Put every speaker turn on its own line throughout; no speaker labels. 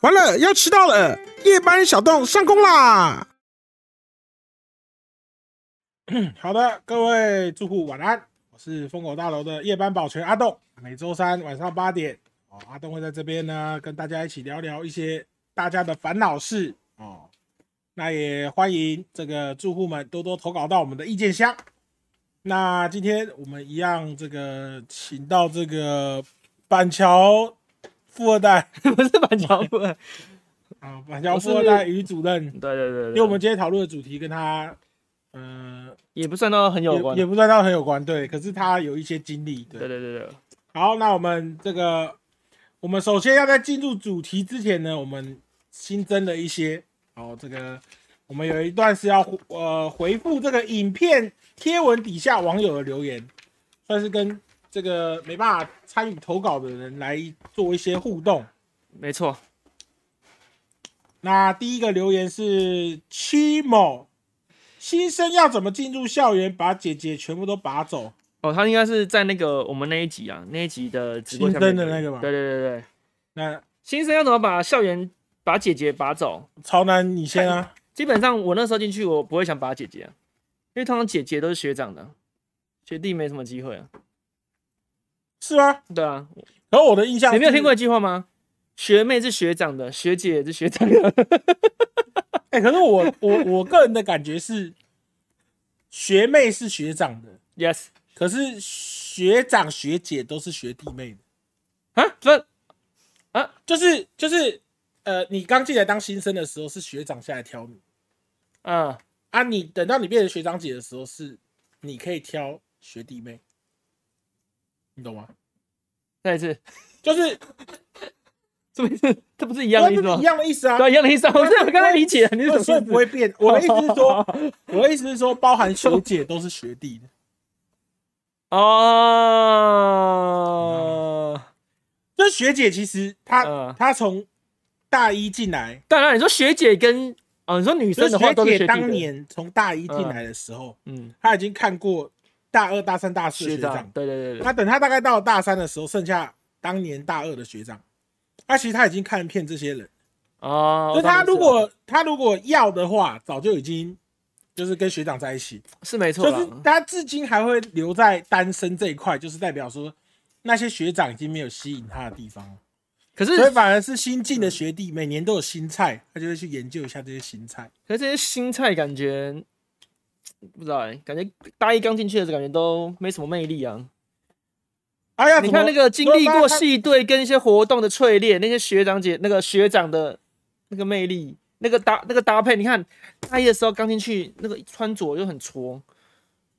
完了，要迟到了！夜班小洞上工啦！ 好的，各位住户晚安，我是疯狗大楼的夜班保全阿栋。每周三晚上八点，哦，阿栋会在这边呢跟大家一起聊聊一些大家的烦恼事哦。那也欢迎这个住户们多多投稿到我们的意见箱。那今天我们一样，这个请到这个板桥富二代
不是板桥部分。
啊，板桥富二代于主任，
对对对对，
因为我们今天讨论的主题跟他，呃，
也不算到很有关
也也。不算到很有关，对，可是他有一些经历，对。
对对对对，
好，那我们这个，我们首先要在进入主题之前呢，我们新增了一些，哦，这个我们有一段是要呃回复这个影片贴文底下网友的留言，算是跟这个没办法参与投稿的人来做一些互动。
没错。
那第一个留言是七某，新生要怎么进入校园，把姐姐全部都拔走？
哦，他应该是在那个我们那一集啊，那一集的直播
新
下面
生的那个嘛
对对对对，
那
新生要怎么把校园把姐姐拔走？
超男你先啊，
基本上我那时候进去，我不会想拔姐姐啊、因为通常姐姐都是学长的啊，学弟没什么机会啊。
是吗？
对啊，
可我的印象，
你没有听？过一句话吗？学妹是学长的，学姐也是学长的。
哎、可是我我我个人的感觉是，学妹是学长的，
yes
可是学长学姐都是学弟妹的，
啊，这
就是就是呃，你刚进来当新生的时候是学长下来挑你
啊，
啊，你等到你变成学长姐的时候是你可以挑学弟妹，你懂吗？
再一次，
就是
这不是这不是一样的意思
对啊这
吗
是一？样的意思啊。
对，一样的意思啊。我这我刚刚理解了，你是哦什么意
所以
思？
不会变。 我的意思是说，我的意思是说，包含学姐都是学弟的，
哦，
就是学姐其实她、
嗯
她从大一进来，
当然你说学姐跟哦，你说女
就
生
是
的话
学
都是学
姐
弟
当
的
年从大一进来的时候，
嗯
她已经看过大二、大三、大四的
学
学
长
长。
对对对对
那等她大概到了大三的时候，剩下当年大二的学长，她其实她已经看遍这些人。
哦，
就
我
她
懂你
如
意思了
果她如果要的话，早就已经就是跟学长在一起。
是没错
就
啦，
是他至今还会留在单身这一块，就是代表说那些学长已经没有吸引他的地方了，
可是
所以反而是新进的学弟每年都有新菜，他就会去研究一下这些新菜。
可是这些新菜感觉不知道哎，感觉大一刚进去的时候感觉都没什么魅力啊。
哎呀，
你看那个经
对
历过
啊他
系队跟一些活动的淬炼，那些学长姐、那个学长的那个魅力，那个搭那个搭配，你看大一的时候刚进去，那个穿着就很挫，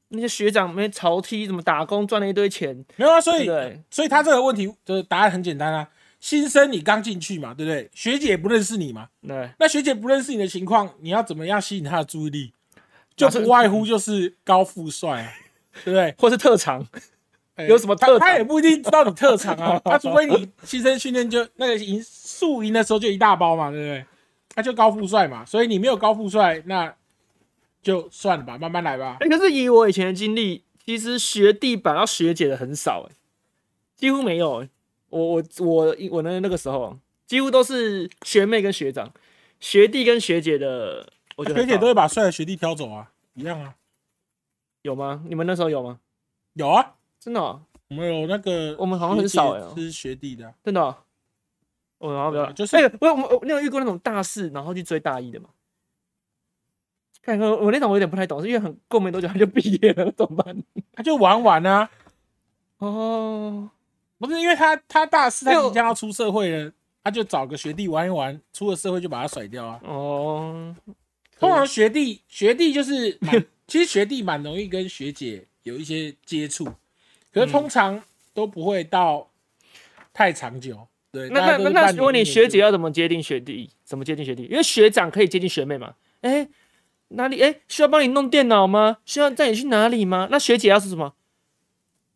那些学长们潮 T 怎么打工赚了一堆钱，
没有啊，所
对不
以
对？
所以他这个问题的答案很简单啊，新生你刚进去嘛，对不对？学姐也不认识你嘛，
对，
那学姐不认识你的情况，你要怎么样吸引她的注意力？就
啊是
不外乎就是高富帅、啊，对不对？
或是特长，
哎
有什么特
他也
长？
不一定知道你特长 啊，他除非你新生训练就那个营宿营的时候就一大包嘛，对不对？他就高富帅嘛，所以你没有高富帅，那就算了吧，慢慢来吧。
哎、可是以我以前的经历，其实学弟版到学姐的很少、哎，几乎没有、哎，我我我我那那个时候啊，几乎都是学妹跟学长，学弟跟学姐的，我觉得
学
很
姐
少
都会把帅的学弟挑走啊，一样啊，
有吗？你们那时候有吗？
有啊，
真的哦、
我们有那个
我们好像很少
学
哎
姐是学弟的啊、
真的哦、我好像比较
就是
哎、我我我你有遇过那种大四然后去追大一的吗？看我我那种我有点不太懂，是因为很过没多久他就毕业了， 怎么办？
他就玩玩啊，
哦，
不是因为他他大四，他
因为我
即将要出社会了，他就找个学弟玩一玩，出了社会就把他甩掉啊。
哦，
通常学弟学弟就是蛮， 其实学弟蛮容易跟学姐有一些接触，可
嗯
是通常都不会到太长久。对，大
那
家都
那
是半
那，
年
如果你学姐
一年
要怎么接近学弟？怎么接近学弟？因为学长可以接近学妹嘛。哎、哪里？哎、需要帮你弄电脑吗？需要带你去哪里吗？那学姐要是什么？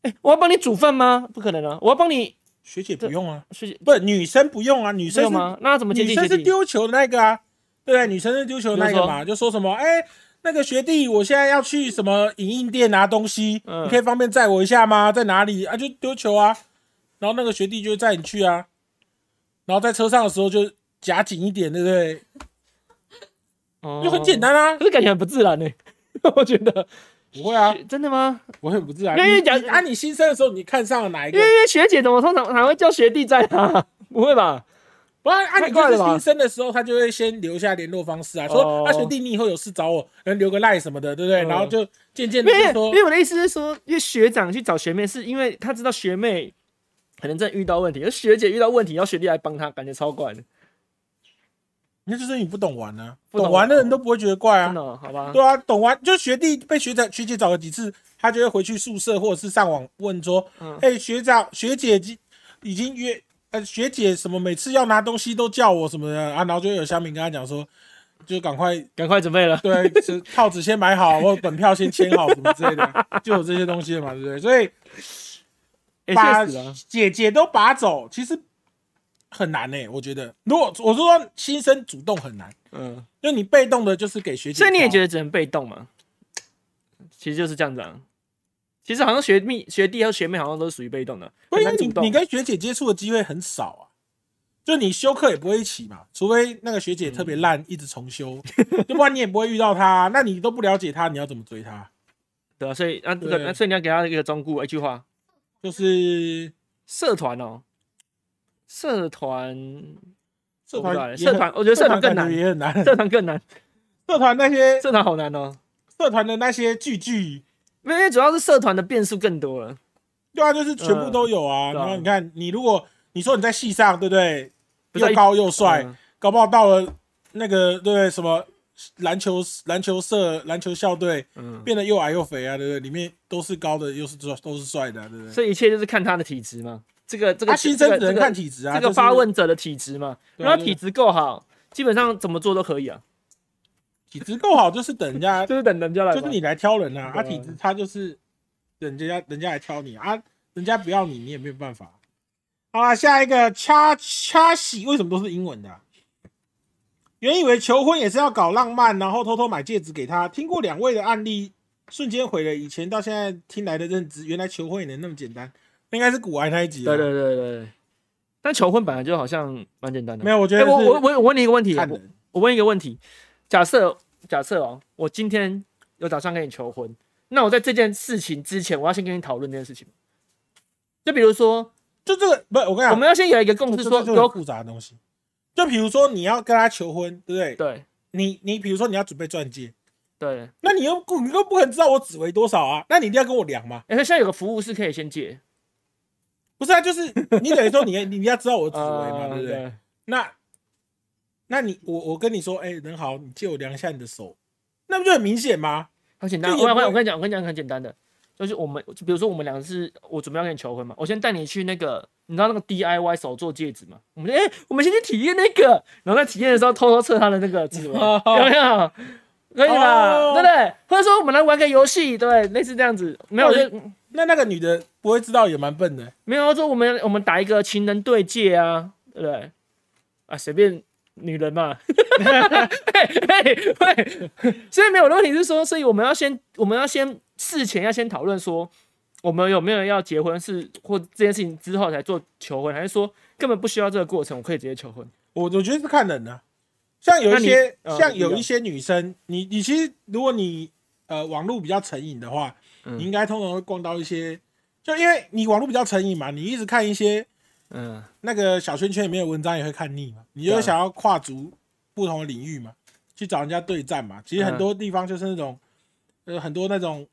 哎、我要帮你煮饭吗？不可能啊！我要帮你
学姐不用啊，
学姐
不女生不用啊，女
这
生
个
是
吗？那要怎么接
女
近
生
学
是
弟？
丢球的那个啊，对啊，女生是丢球的那个
比如
嘛，就说什么哎、那个学弟，我现在要去什么影印店拿东西，
嗯
你可以方便载我一下吗？在哪里啊？就丢球啊，然后那个学弟就会载你去啊，然后在车上的时候就夹紧一点，对不对？
哦
就很简，单啊，
可是感觉很不自然呢、 我觉得
不会啊，
学真的吗？
我很不自然。
没有因为讲
你你啊，你新生的时候，你看上了哪一
因
个
为？因为学姐怎么通常还会叫学弟在啊？ 不会吧？
不然啊，
太
你
快
就是
了吧
新生的时候，他就会先留下联络方式啊，
哦
说啊学弟，你以后有事找我，能留个赖什么的，对不对？
嗯
然后就渐渐
因
的
为
就
因
说，
为我的意思是说，因为学长去找学妹，是因为他知道学妹可能正遇到问题，而学姐遇到问题，要学弟来帮她，感觉超怪的，
那就是你不懂玩啊，
不懂
懂玩的人都不会觉得怪
真
啊
的。哦、好吧？
对啊，懂玩就学弟被学长学姐找了几次，他就会回去宿舍或者是上网问说，
嗯
哎、学长学姐已经已经约呃学姐什么每次要拿东西都叫我什么的啊，然后就有小敏跟他讲说，就赶快
赶快准备了，
对，是套子先买好，或者本票先签好什么之类的，就有这些东西了嘛，对不对？所以
哎、
把
欸，确实啊，
姐姐都拔走，其实很难呢、欸我觉得，如果我是说新生主动很难，
嗯，
因为你被动的就是给学姐，啊
所以你也觉
得，
得只能被动嘛？其实就是这样子啊。其实好像学弟、学弟和学妹好像都是属于被动的，
因
很
为
难
你
主动。
你跟学姐接触的机会很少啊。就你修课也不会一起嘛，除非那个学姐特别烂，
嗯
一直重修， 要不然你也不会遇到她啊、那你都不了解她，你要怎么追她？
对啊，所以啊，这
对
个啊所以你要给他一个忠告，一句话：
就是
社团哦，社团，
社
我不知道
团
欸
也
社
很
团，我觉得社团更
感觉
难，
也很难。
社团更难，
社团那些
社团好难哦。
社团的那些聚聚，
没有，因为主要是社团的变数更多了。
对啊，就是全部都有啊。然
嗯对
后
啊
你看，你如果你说你在戏上，对不对？
不是啊
又高又帅，
嗯
搞不好到了那个对不对什么篮球篮球社、篮球校队，
嗯，
变得又矮又肥啊，对不对？里面都是高的，又是帅，都是帅的啊、对不对？
嗯所以一切就是看他的体质嘛。这个这
他
个
新
这
啊生
个
只能
这
看
个
体质啊，
这个
就是
发问者的体质嘛，
对
然
啊
后
就是
体质够好，基本上怎么做都可以啊，
体质够好，就是等人 家，
就是等人家来吧。
就是你来挑人啊。
对
他
啊
体质他就是人家人家来挑你啊，人家不要你，你也没有办法。好啦，下一个掐掐喜为什么都是英文的啊、原以为求婚也是要搞浪漫，然后偷偷买戒指给他。听过两位的案例，瞬间毁了以前到现在听来的认知，原来求婚也能那么简单。那应该是古玩那一集啊。
对对对对对。但求婚本来就好像蛮简单的。
没有，我觉
哎
得
我我
是
我我问你一个问题，
看
我
人。
我问一个问题，假设假设哦，我今天有打算跟你求婚，那我在这件事情之前，我要先跟你讨论这件事情。就比如说，
就这个不是我跟你
我
讲，
们要先有一个共识，
啊这
说
这就是
有
复杂的东西。就比如说你要跟他求婚，对不对？
对
你你比如说你要准备钻戒，
对，
那你又不你又不可能知道我指围多少啊？那你一定要跟我量嘛？
哎、欸，现在有个服务是可以先借，
不是啊，就是你等于说你你要知道我指围嘛，
呃
对不对？
对？
那那你我我跟你说，哎、人豪，你借我量一下你的手，那不就很明显吗？
很简单。
就
我
也不
我
会
我跟你讲，我跟你讲很简单的，就是我们就比如说我们两个是我准备要跟你求婚嘛，我先带你去那个你知道那个 DIY 手做戒指嘛，我们就哎、欸我们先去体验那个，然后在体验的时候偷偷测他的那 个指纹，
哦
有没有？可以吧？
哦
对不对？或者说我们来玩个游戏，对，类似这样子，没有
那
就
我那那个女的不会知道也蛮笨的，
没有，就我们我们打一个情人对戒啊，对不对？啊，随便女人嘛， 嘿嘿嘿所以没有问题是说，所以我们要先我们要先事前要先讨论说，我们有没有要结婚是或这件事情之后才做求婚，还是说根本不需要这个过程，我可以直接求婚？
我我觉得是看人啊。像有一些、
那你呃
像有一些女生，你你其实如果你呃网络比较成瘾的话，
嗯
你应该通常会逛到一些，就因为你网络比较成瘾嘛，你一直看一些
嗯，
那个小圈圈里面的文章也会看腻嘛，你就会
对啊
想要跨足不同的领域嘛，去找人家对战嘛。其实
嗯
很多地方就是那种，呃，很多那种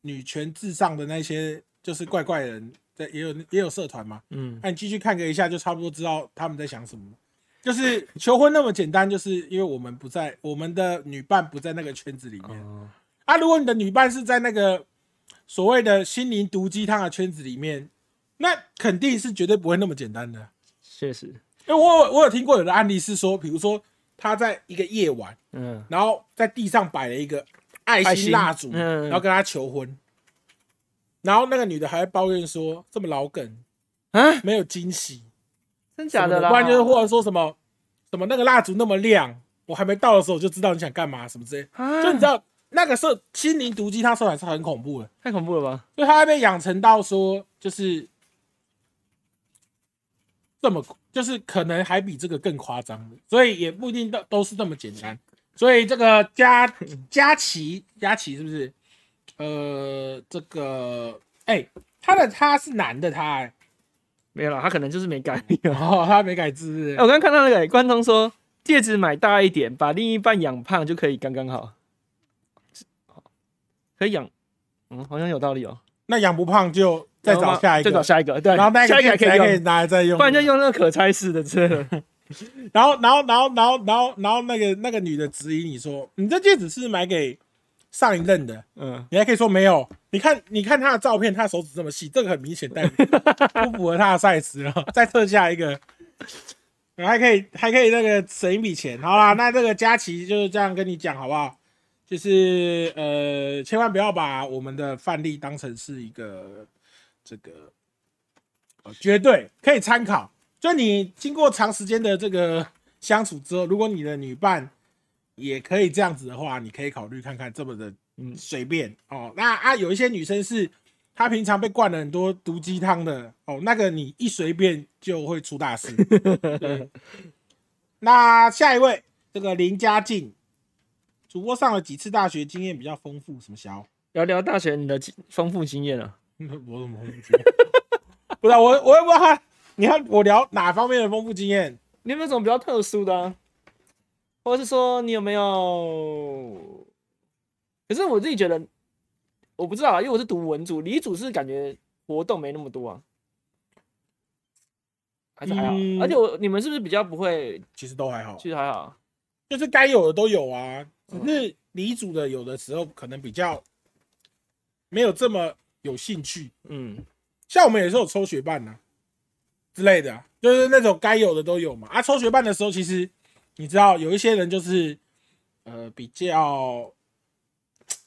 女权至上的那些就是怪怪人，在也有也有社团嘛。
嗯，
那、你继续看个一下，就差不多知道他们在想什么。就是求婚那么简单，就是因为我们不在我们的女伴不在那个圈子里面
哦，
啊。如果你的女伴是在那个所谓的心灵毒鸡汤的圈子里面，那肯定是绝对不会那么简单的。
确实，
因为我有我有听过有的案例是说，比如说他在一个夜晚，
嗯，
然后在地上摆了一个爱
爱
心
心
蜡烛，
嗯
然后跟他求婚，然后那个女的还抱怨说这么老梗，
啊，
没有惊喜，
真
什
假
么的
啦？啊
不然就是或者说什么什么那个蜡烛那么亮，我还没到的时候我就知道你想干嘛什么之类的，
啊，
就你知道那个社心灵毒鸡汤社团是很恐怖的，
太恐怖了吧？
就他会被养成到说就是。这么，就是可能还比这个更夸张的，所以也不一定都都是这么简单。所以这个佳佳琪，佳琪是不是？呃，这个，哎、他的他是男的他、哎
没有啦，他可能就是没改。
然后他没改字是不是
哎，我刚刚看到那个观众说，戒指买大一点，把另一半养胖就可以刚刚好。哦可以养，嗯，好像有道理哦。
那养不胖就再
然后
找
嘛
下一个，
再找下一个，对，
然后那
下
个
一个还
戒
可
指还
以
可以
用，
拿来再用，
不然就用那个可拆式的这个。
然后，然后，然后，然后，然后，然后那个那个女的质疑你说，你这戒指是买给上一任的，
嗯，
你还可以说没有。你看，你看她的照片，她手指这么细，这个很明显代表不符合她的 size 了。再测下一个，然后还可以还可以那个省一笔钱。好啦，那这个佳琪就是这样跟你讲好不好？就是呃，千万不要把我们的范例当成是一个这个呃绝对可以参考。就你经过长时间的这个相处之后，如果你的女伴也可以这样子的话，你可以考虑看看这么的
嗯
随便哦。那啊，有一些女生是她平常被灌了很多毒鸡汤的哦，那个你一随便就会出大 事。对那下一位，这个林家静，主播上了几次大学，经验比较丰富，什么小？
聊聊大学你的经丰富经验啊。
我怎么丰富经验？不是啊我，我也不知道他，你看我聊哪方面的丰富经验？
你有没有什么比较特殊的、啊？或者是说你有没有？可是我自己觉得，我不知道啊，因为我是读文组，理组是感觉活动没那么多啊，还是还好。啊
嗯
而且我你们是不是比较不会？
其实都还好，
其实还好，啊
就是该有的都有啊，只是离组的有的时候可能比较没有这么有兴趣。
嗯，
像我们也是有抽学伴呐、之类的啊、就是那种该有的都有嘛。啊，抽学伴的时候，其实你知道有一些人就是呃比较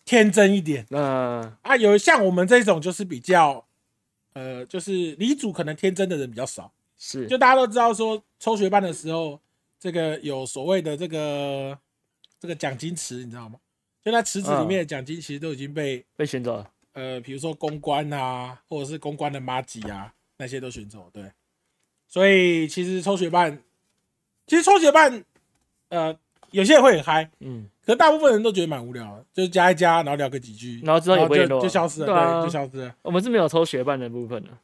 天真一点
那、
啊，有像我们这种就是比较呃就是离组可能天真的人比较少。
是
就大家都知道说，抽学班的时候，这个有所谓的这个这个奖金池，你知道吗？就那池子里面的奖金其实都已经被、
被选走了，
呃，比如说公关啊，或者是公关的妈吉啊，那些都选走。对，所以其实抽学班，其实抽学班，呃，有些人会很嗨，
嗯，
可是大部分人都觉得蛮无聊的，就是加一加，然后聊个几句，
然后之后也不会
就
联络
就消失了，
对啊
对，就消失了。
我们是没有抽学伴的部分的、啊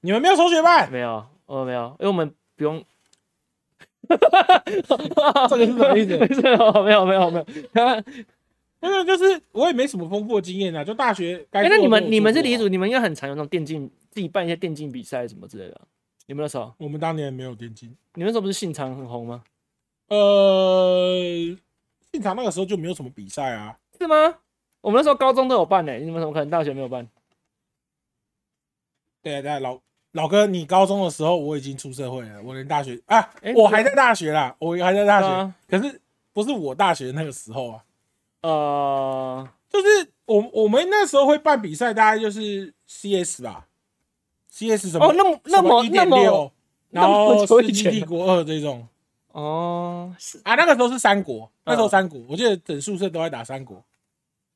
你们没有抽学班，
没有，我没有，因为我们不用。
这个是什么意思
没事哦 没有没有没有。 哎，
没有，就是我也没什么丰富的经验啊，就大学该做的都
哎那你
有做过啊。
们你们是理组，你们应该很常有那种电竞，自己办一些电竞比赛什么之类的。啊你们那时候，
我们当年没有电竞，
你们那时候不是信长很红吗？
呃，现场那个时候就没有什么比赛啊。
是吗？我们那时候高中都有办呢、你们怎么可能大学没有办？
对啊，对啊，老老哥，你高中的时候我已经出社会了，我连大学啊，
诶
我还在大学啦，我还在大学，
哎对啊
可是不是我大学那个时候啊，
呃，
就是我我们那时候会办比赛，大概就是 CS 吧，CS 什么
哦那么那么
一
那
点
么
六，然
那么
后
久
《
以
世纪
前
帝
了
国二》这种。
哦，是
啊，那个时候是三国，那时候
嗯
三国，我记得整宿舍都在打三国，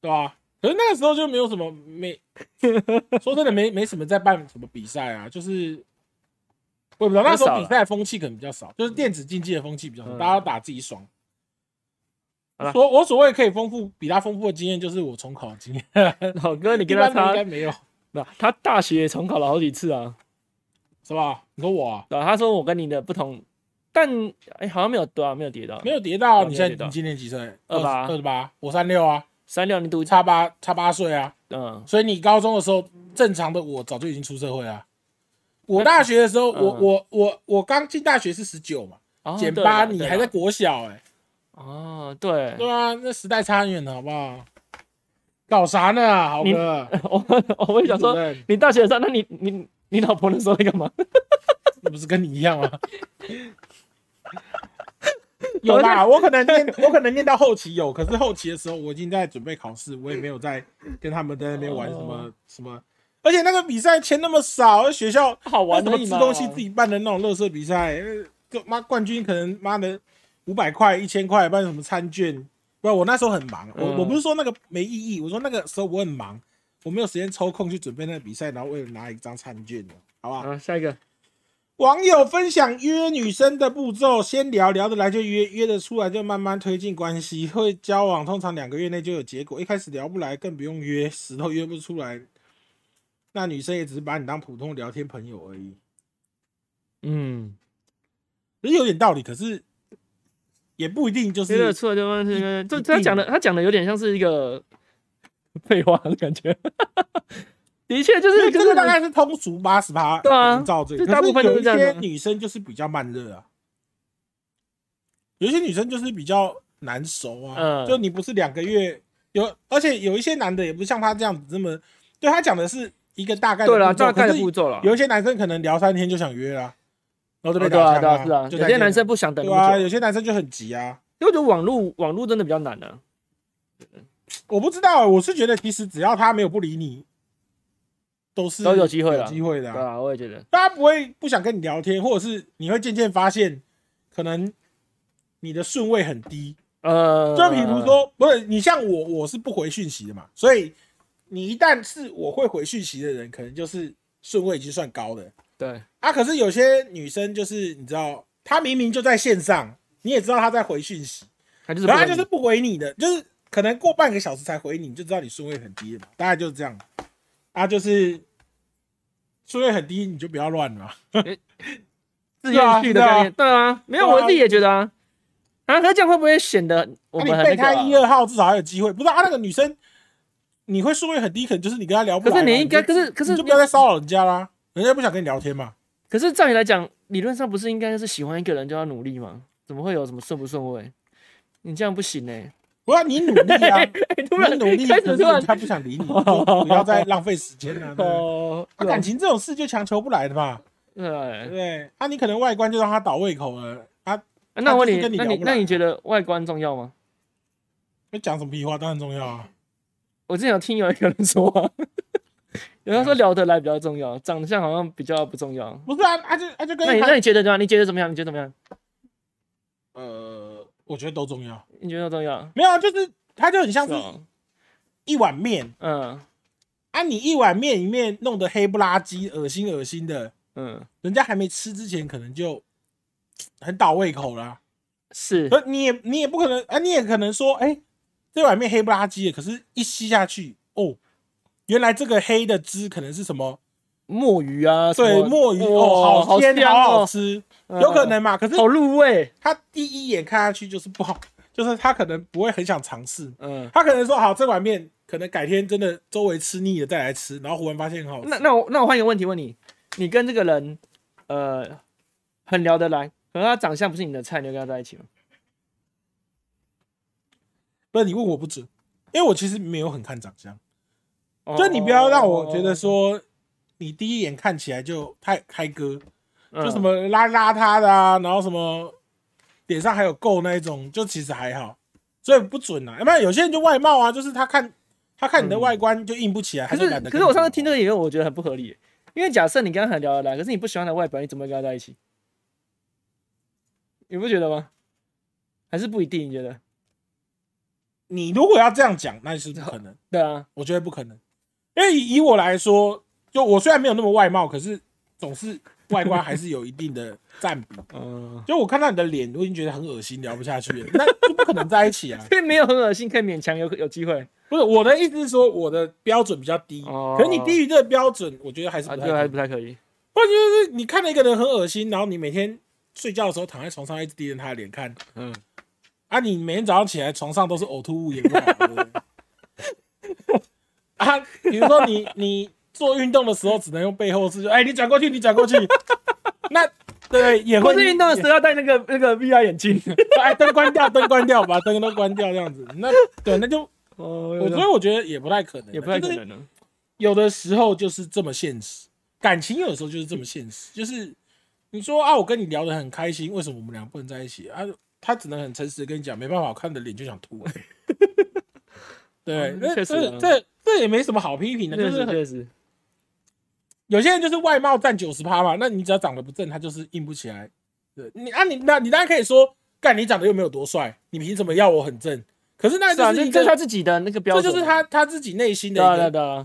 对吧、可是那个时候就没有什么没， 说真的没没什么在办什么比赛啊，就是我也不知道那时候比赛风气可能比较少，就是电子竞技的风气比较少，
嗯
大家都打自己爽
好啦。
所我所谓可以丰富比他丰富的经验，就是我重考的 经验，
老哥，你
一
跟
般人
他
应
差
该，没有，
不他大学也重考了好几次啊。
是吧？你说我啊、
对啊，他说我跟你的不同，但哎、好像没有对啊，没有跌到。
没有跌到，
嗯
你
没有
现
跌
在
到
你今年几岁？
28
二十八，我三六啊，
三六，你读
差八差八岁啊。
嗯
所以你高中的时候，正常的我早就已经出社会了。我大学的时候，我
嗯
我我我刚进大学是十九嘛，
哦
减
对啦
八，你
对
还
啦
在国小哎、
哦，对，
对啊，那时代差很远了，好不好？搞啥呢，豪
你
哥？
我我会想
主
说，
任
你大学上，那你你你老婆那时候在干嘛？
那不是跟你一样 吗？有啦，我可能念， 我可能念到后期有，可是后期的时候我已经在准备考试，我也没有在跟他们在那边玩什么
哦
什么，而且那个比赛钱那么少，学校
好玩
那
的哦
什么吃东西自己办的那种乐色比赛，呃就妈冠军可能妈的五百块、一千块，办什么餐券？不，我那时候很忙，我、
嗯
我不是说那个没意义，我说那个时候我很忙，
嗯
我没有时间抽空去准备那个比赛，然后为了拿一张餐券的，好吧？
啊，下一个
网友分享约女生的步骤，先聊聊得来就约，约得出来就慢慢推进关系，会交往，通常两个月内就有结果。一开始聊不来，更不用约，死都约不出来。那女生也只是把你当普通聊天朋友而已，
嗯，
也有点道理，可是也不一定就
约得
是
出来对方是个，就
一
他
定
讲的，他讲的有点像是一个废话的感觉。 的确就
因为
是，
这
就是
个大概是通俗八十八，
对啊
照这
就
个。
大部分都
可
是
是
这
有
样
一
子啊
些女生就是比较慢热啊，有一些女生就是比较难熟啊。
嗯
就你不是两个月有，而且有一些男的也不像他这样子这么，对他讲的是一个大概的
对啦，
步骤
大概
可
的
是
步骤了。
有一些男生可能聊三天就想约啦，然后就
哦
被
对
打
啊，
枪
对啊，是啊，
就
有
再
些
见
男
了
生不想等那
对啊，
么久，
有些男生就很急啊。
因为我觉得网络网络真的比较难啊的。
我不知道，我是觉得其实只要他没有不理你，都是
都有机会啦
有机会的啊、
对啊，我也觉得，
大家不会不想跟你聊天，或者是你会渐渐发现，可能你的顺位很低。
呃，
就比如，说，不是你像我，我是不回讯息的嘛，所以你一旦是我会回讯息的人，可能就是顺位已经算高的
对，
啊。可是有些女生就是你知道，她明明就在线上，你也知道她在回讯息，
他就是不
然后她
能，
就是不回你的，就是可能过半个小时才回你，你就知道你顺位很低了嘛。大概就是这样，啊，就是顺位很低，你就不要乱了嘛。
自愿去的概念，对啊，没有，
对啊
我自己也觉得啊，啊，可这样会不会显得我
那
们
你
很
备
那
胎
个啊
一？二号至少还有机会，不是啊？那个女生，你会顺位很低，可能就是你跟她聊不来
可
嘛。
是你应该，
就
可是可是
你就不要再骚扰人家啦，人家不想跟你聊天嘛。
可是照理来讲，理论上不是应该是喜欢一个人就要努力吗？怎么会有什么顺不顺位？你这样不行呢、欸
不要你努力 啊，
突然
你努力，
开
可是
始突然
人家不想理你，就不要再浪费时间了。对不对
哦，
啊感情这种事就强求不来的嘛，
对
对不
啊。
对？啊，你可能外观就让他倒胃口了，啊，
那我问
他就是跟你
那
聊
你
不来啊
那你觉得外观重要吗？
那讲什么屁话当然重要啊。
我之前有听有一个人说、啊， 有人说聊得来比较重要，长相好像比较不重要。
不是啊，啊就啊就
那
跟
你
一
那
般
你觉得怎么样？你觉得怎么样？你觉得怎么样？
呃，我觉得都重要。
你觉得重要？
没有啊，就是他就很像
是
是啊
哦，
一碗面，
嗯
啊，你一碗面里面弄得黑不拉几、恶心恶心的，
嗯，
人家还没吃之前可能就很倒胃口啦、
是
可你也你也不可能啊，你也可能说，哎、这碗面黑不拉几的，可是一吸下去，哦，原来这个黑的汁可能是什么？
墨鱼啊，什
对，
么
墨鱼
哇
哦，好鲜，
香
好
哦
好吃，有可能嘛？可是
嗯好入味，
他第一眼看下去就是不好， 就是他可能不会很想尝试，
嗯。
他可能说好这碗面，可能改天真的周围吃腻了再来吃，然后忽然发现很好吃。
那那我那我换一个问题问你，你跟这个人，呃，很聊得来，可是他长相不是你的菜，你会跟他在一起吗？
不是你问我不准，因为我其实没有很看长相，
哦
就你不要让我觉得说你第一眼看起来就太开歌，
哦，
就什么邋邋遢的啊，然后什么脸上还有垢那一种，就其实还好，所以不准啊。要不然有些人就外貌啊，就是他看他看你的外观就硬不起来，
嗯
他
可是
就懒得跟你聊。
可是我上次听这个理论，我觉得很不合理耶，因为假设你跟他很聊得来，可是你不喜欢他的外表，你怎么会跟他在一起？你不觉得吗？还是不一定？你觉得？
你如果要这样讲，那是不可能，
对啊，
我觉得不可能，因为以以我来说，就我虽然没有那么外貌，可是总是外观还是有一定的占比。
嗯，
就我看到你的脸，我已经觉得很恶心，聊不下去了，那就不可能在一起啊。
所以没有很恶心，可以勉强有有机会
不是我的意思是说，我的标准比较低，
哦
可是你低于这个标准，我觉得还是
啊，
不
这
太
个还
可以。
是不太可以。
或者就是你看了一个人很恶心，然后你每天睡觉的时候躺在床上一直盯着他的脸看，
嗯，
啊，你每天早上起来床上都是呕吐物，也不好，对不对？啊，比如说你你做运动的时候只能用背后视，就哎、 你转过去，你转过去，那对也
或
会
是运动 的时候要戴那个那个 VR 眼镜。
哎，灯关掉，灯关掉，把灯都关掉，这样子。那对，那就
哦，
我所以我觉得也不太可能啊，
也不太可
就是
能了。
有的时候就是这么现实，感情有的时候就是这么现实，就是你说啊，我跟你聊得很开心，为什么我们俩不能在一起啊？他只能很诚实的跟你讲，没办法，我看你的脸就想吐、哎对
嗯，
那
确
这
实啊
这这也没什么好批评的，就
确
是
实
很
确实，
有些人就是外貌占九十趴嘛，那你只要长得不正，他就是硬不起来。对你啊你，那你当然可以说，干你长得又没有多帅，你凭什么要我很正？可是那
是啊，
就是一
这这
个，
是他自己的那个标
这
准，啊
就是他他自己内心的
对啊对
一
啊
个。
对啊，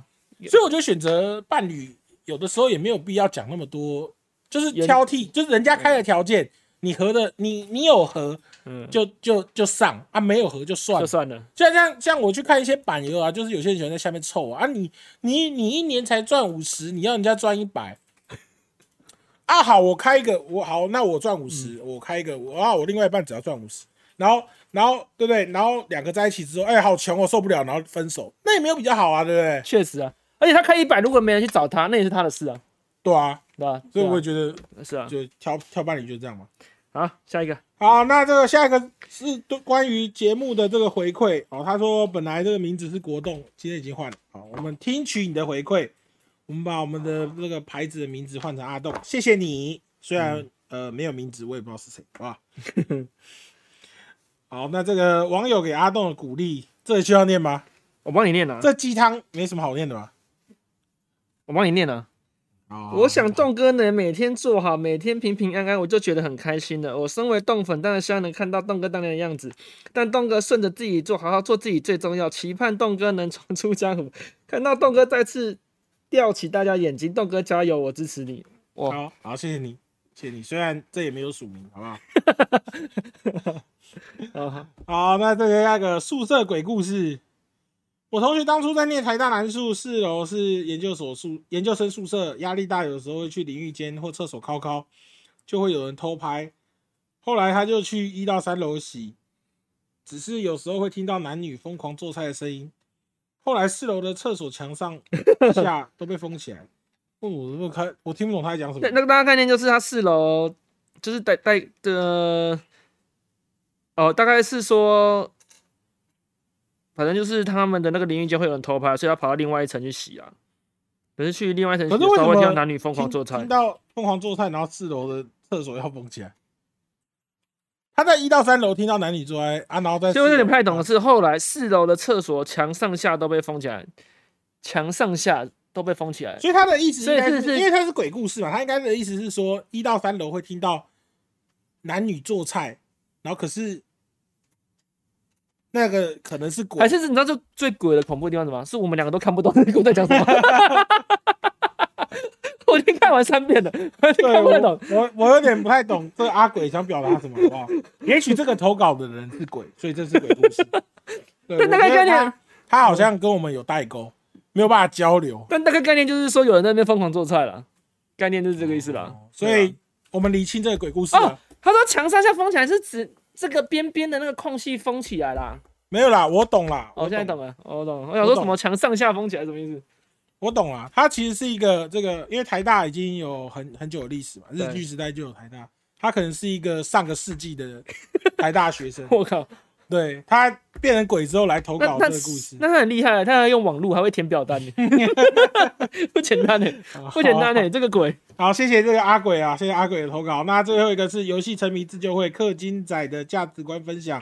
所以我觉得选择伴侣，有的时候也没有必要讲那么多就是挑剔，就是人家开的条件，你合的，你你有合
嗯，
就就就上啊，没有合就算
就
了。
算了，
就像像我去看一些板游啊，就是有些人喜欢在下面凑啊，啊你你你一年才赚五十，你要人家赚一百，啊好，我开一个，我好，那我赚五
嗯
十，我开一个，我啊我另外一半只要赚五十，然后然后对不对？然后两个在一起之后，哎、好穷，我受不了，然后分手，那也没有比较好啊，对不对？
确实啊。而且他开一百，如果没人去找他，那也是他的事啊，
对啊，
对吧？
所以
对啊
我也觉得
是啊。
就挑挑伴侣就这样嘛。
好，下一个，
好，那这个下一个是对关于节目的这个回馈哦。他说本来这个名字是国栋，今天已经换了。好，我们听取你的回馈，我们把我们的这个牌子的名字换成阿栋，谢谢你。虽然、
嗯
呃没有名字，我也不知道是谁，好吧？ 好，那这个网友给阿栋的鼓励，这需要念吗？
我帮你念啊，
这鸡汤没什么好念的吧？
我帮你念啊。
哦
我想栋哥能每天做好，每天平平安安，我就觉得很开心了。我身为栋粉，当然希望能看到栋哥当年的样子，但栋哥顺着自己做，好好做自己最重要。期盼栋哥能闯出江湖，看到栋哥再次吊起大家眼睛，栋哥加油，我支持你。我
好好，谢谢你，谢谢你。虽然这也没有署名，好不好？
啊，
好，那这个那个宿舍鬼故事，我同学当初在念台大南宿四楼是研究所宿研究生宿舍，压力大，有时候会去淋浴间或厕所敲敲，就会有人偷拍。后来他就去一到三楼洗，只是有时候会听到男女疯狂做菜的声音。后来四楼的厕所墙上 下都被封起来。哦，我怎么看我听不懂他在讲什
对，
么。
那个大家概念就是他四楼就是带带的，哦，大概是说，反正就是他们的那个淋浴间会有人偷拍，所以他跑到另外一层去洗啊。可是去另外一层洗
可
的
是
时候，
为什
会听到
么
男女疯狂
听
做菜
听，到疯狂做菜，然后四楼的厕所要封起来。他在一到三楼听到男女做爱啊，然后在
所以我有
四楼
点不太懂的是，后来四楼的厕所墙上下都被封起来，墙上下都被封起来。
所以他的意思应该
所以
是，
是是
因为他是鬼故事嘛，他应该的意思是说，一到三楼会听到男女做菜，然后可是那个可能是鬼，
还是你知道最最鬼的恐怖的地方是什么？是我们两个都看不懂那 个在讲什么。 我已经看完三遍了，我已经
对
看不太
我
懂。
我我有点不太懂这个阿鬼想表达什么，好不好？也许这个投稿的人是鬼，所以这是鬼故事。对，
对
我
大概
觉得
概念
他他好像跟我们有代沟，没有办法交流，
但大概概念就是说，有人在那边疯狂做菜了，概念就是这个意思啦。
哦所
对啊
以我们理清这个鬼故事
哦
了。，
他说墙上下封起来是指这个边边的那个空隙封起来啦。
没有啦，我懂啦，
哦，我
我
现在
懂
懂了，哦我懂了。我想说什么墙上下封起来什么意思？
我懂了，它其实是一个这个，因为台大已经有很很久的历史嘛，日
对
据时代就有台大，它可能是一个上个世纪 的台大学生，
我靠，
对他变成鬼之后来投
那
稿
那
这个故事，
那他很厉害，他还用网络，还会填表单呢， 不简单呢，
哦
不简单啊呢，这个鬼。
好，谢谢这个阿鬼啊，谢谢阿鬼的投稿。那最后一个是游戏沉迷自救会氪金仔的价值观分享，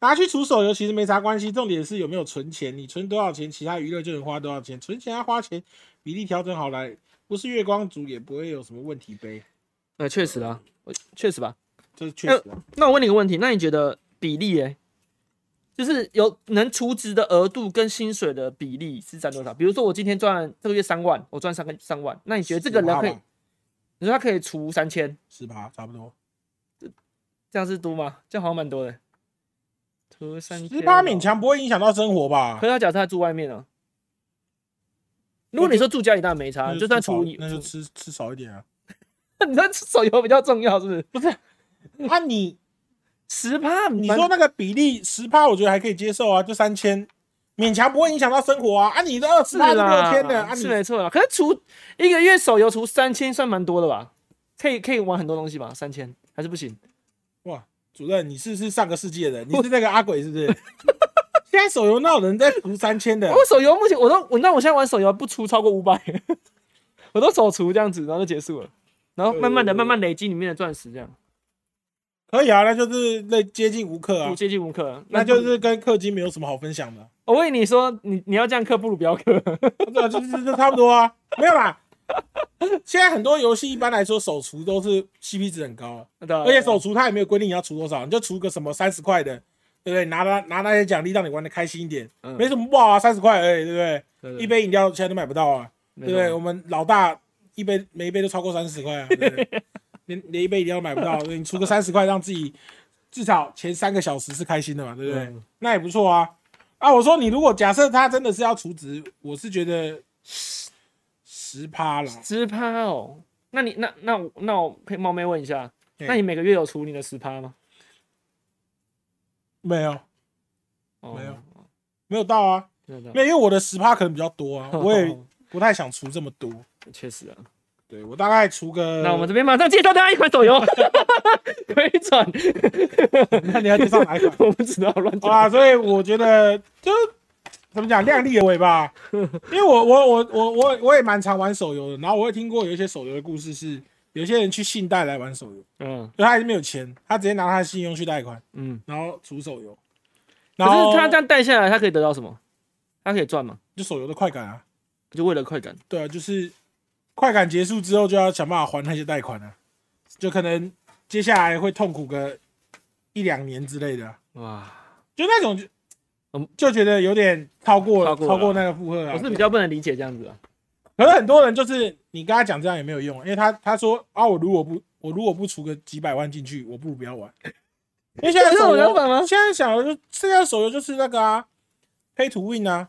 拿去除手游其实没啥关系，重点是有没有存钱，你存多少钱，其他娱乐就能花多少钱，存钱和花钱比例调整好来，不是月光族也不会有什么问题呗。
呃，确实啊，我确实吧。
这是确实、啊，
那我问你个问题，那你觉得比例诶、就是有能除值的额度跟薪水的比例是占多少？比如说我今天赚这个月三万，我赚三个三万，那你觉得这个人可以，你说他可以除三千，
十吧，啊差不多
这样是多吗？这样好像蛮多的，除三
十八勉
千
强不会影响到生活
哦。
吧
可？是他假设他住外面啊，如果你说住家里当然没差，
那
啊就算
吃少
除以，
那就吃吃少一点啊。
你说手游比较重要是不是？
啊你
十趴，
你说
蛮
那个比例十趴，我觉得还可以接受啊，就三千，勉强不会影响到生活啊。啊，你的二十
是
趴就
啦
六千的，啊
是
你
没错啦。可是除一个月手游除三千算蛮多的吧？可以可以玩很多东西吧？三千还是不行？
主任，你是不是上个世纪的 人？你是那个阿鬼是不是？ 现在手游那有人在除三千的，
我手游目前我都我那我现在玩手游不出超过五百， 我都手除这样子，然后就结束了。然后慢慢的、
呃
慢慢累积里面的钻石，这样
可以啊，那就是那接近无氪啊
不，接近无氪，
那就是跟氪金没有什么好分享的，
我问你说，你你要这样氪，不如不要氪。
对啊，就是就差不多啊，没有啦。现在很多游戏一般来说手除都是 CP 值很高啊，
对啊
而且手除它也没有规定你要除多少，你就除个什么三十块的，对不对？拿拿拿那些奖励让你玩的开心一点，
嗯
没什么不好啊，三十块而已，对不对？
对
一杯饮料现在都买不到啊，对不对？
没错
我们老大一杯每一杯都超过三十块啊，对不 对连连一杯饮料都买不到，你出个三十块让自己至少前三个小时是开心的嘛，对不对？
嗯
那也不错啊。啊，我说你如果假设他真的是要除职，我是觉得十趴啦，
十趴哦。那你那那我那我可以冒昧问一下，
嘿
那你每个月有除你的十趴吗？
没有
哦
没有，没有到啊，
真的
没有，因为我的十趴可能比较多啊，我 也
哦
不太想除这么多，
确实啊。
对我大概除个，
那我们这边马上介绍大家一款手游，回转，
那你要介绍哪一款？
我不知道 乱
好
讲。
啦，所以我觉得就怎么讲，量力而为 吧。因为我我我我我我也蛮常玩手游的，然后我也听过有一些手游的故事是，有些人去信贷来玩手游，
嗯
就他还是没有钱，他直接拿他的信用去贷款，
嗯，
然后出手游，
可
然后
是他这样带下来，他可以得到什么？他可以赚吗？
就手游的快感啊，
就为了快感，
对啊，就是快感结束之后就要想办法还那些贷款啊，就可能接下来会痛苦个一两年之类的啊、
哇！
就那种就
嗯
就觉得有点超过
超过了
超过那个负荷啊，
我是比较不能理解这样子啊。
可是很多人就是你跟他讲这样也没有用，因为他他说啊，我如果不我如果不出个几百万进去，我不如不要玩。 因为现在
这是
手
我
游
想，法吗？
现在想的就现在手游就是那个啊，pay to win 啊，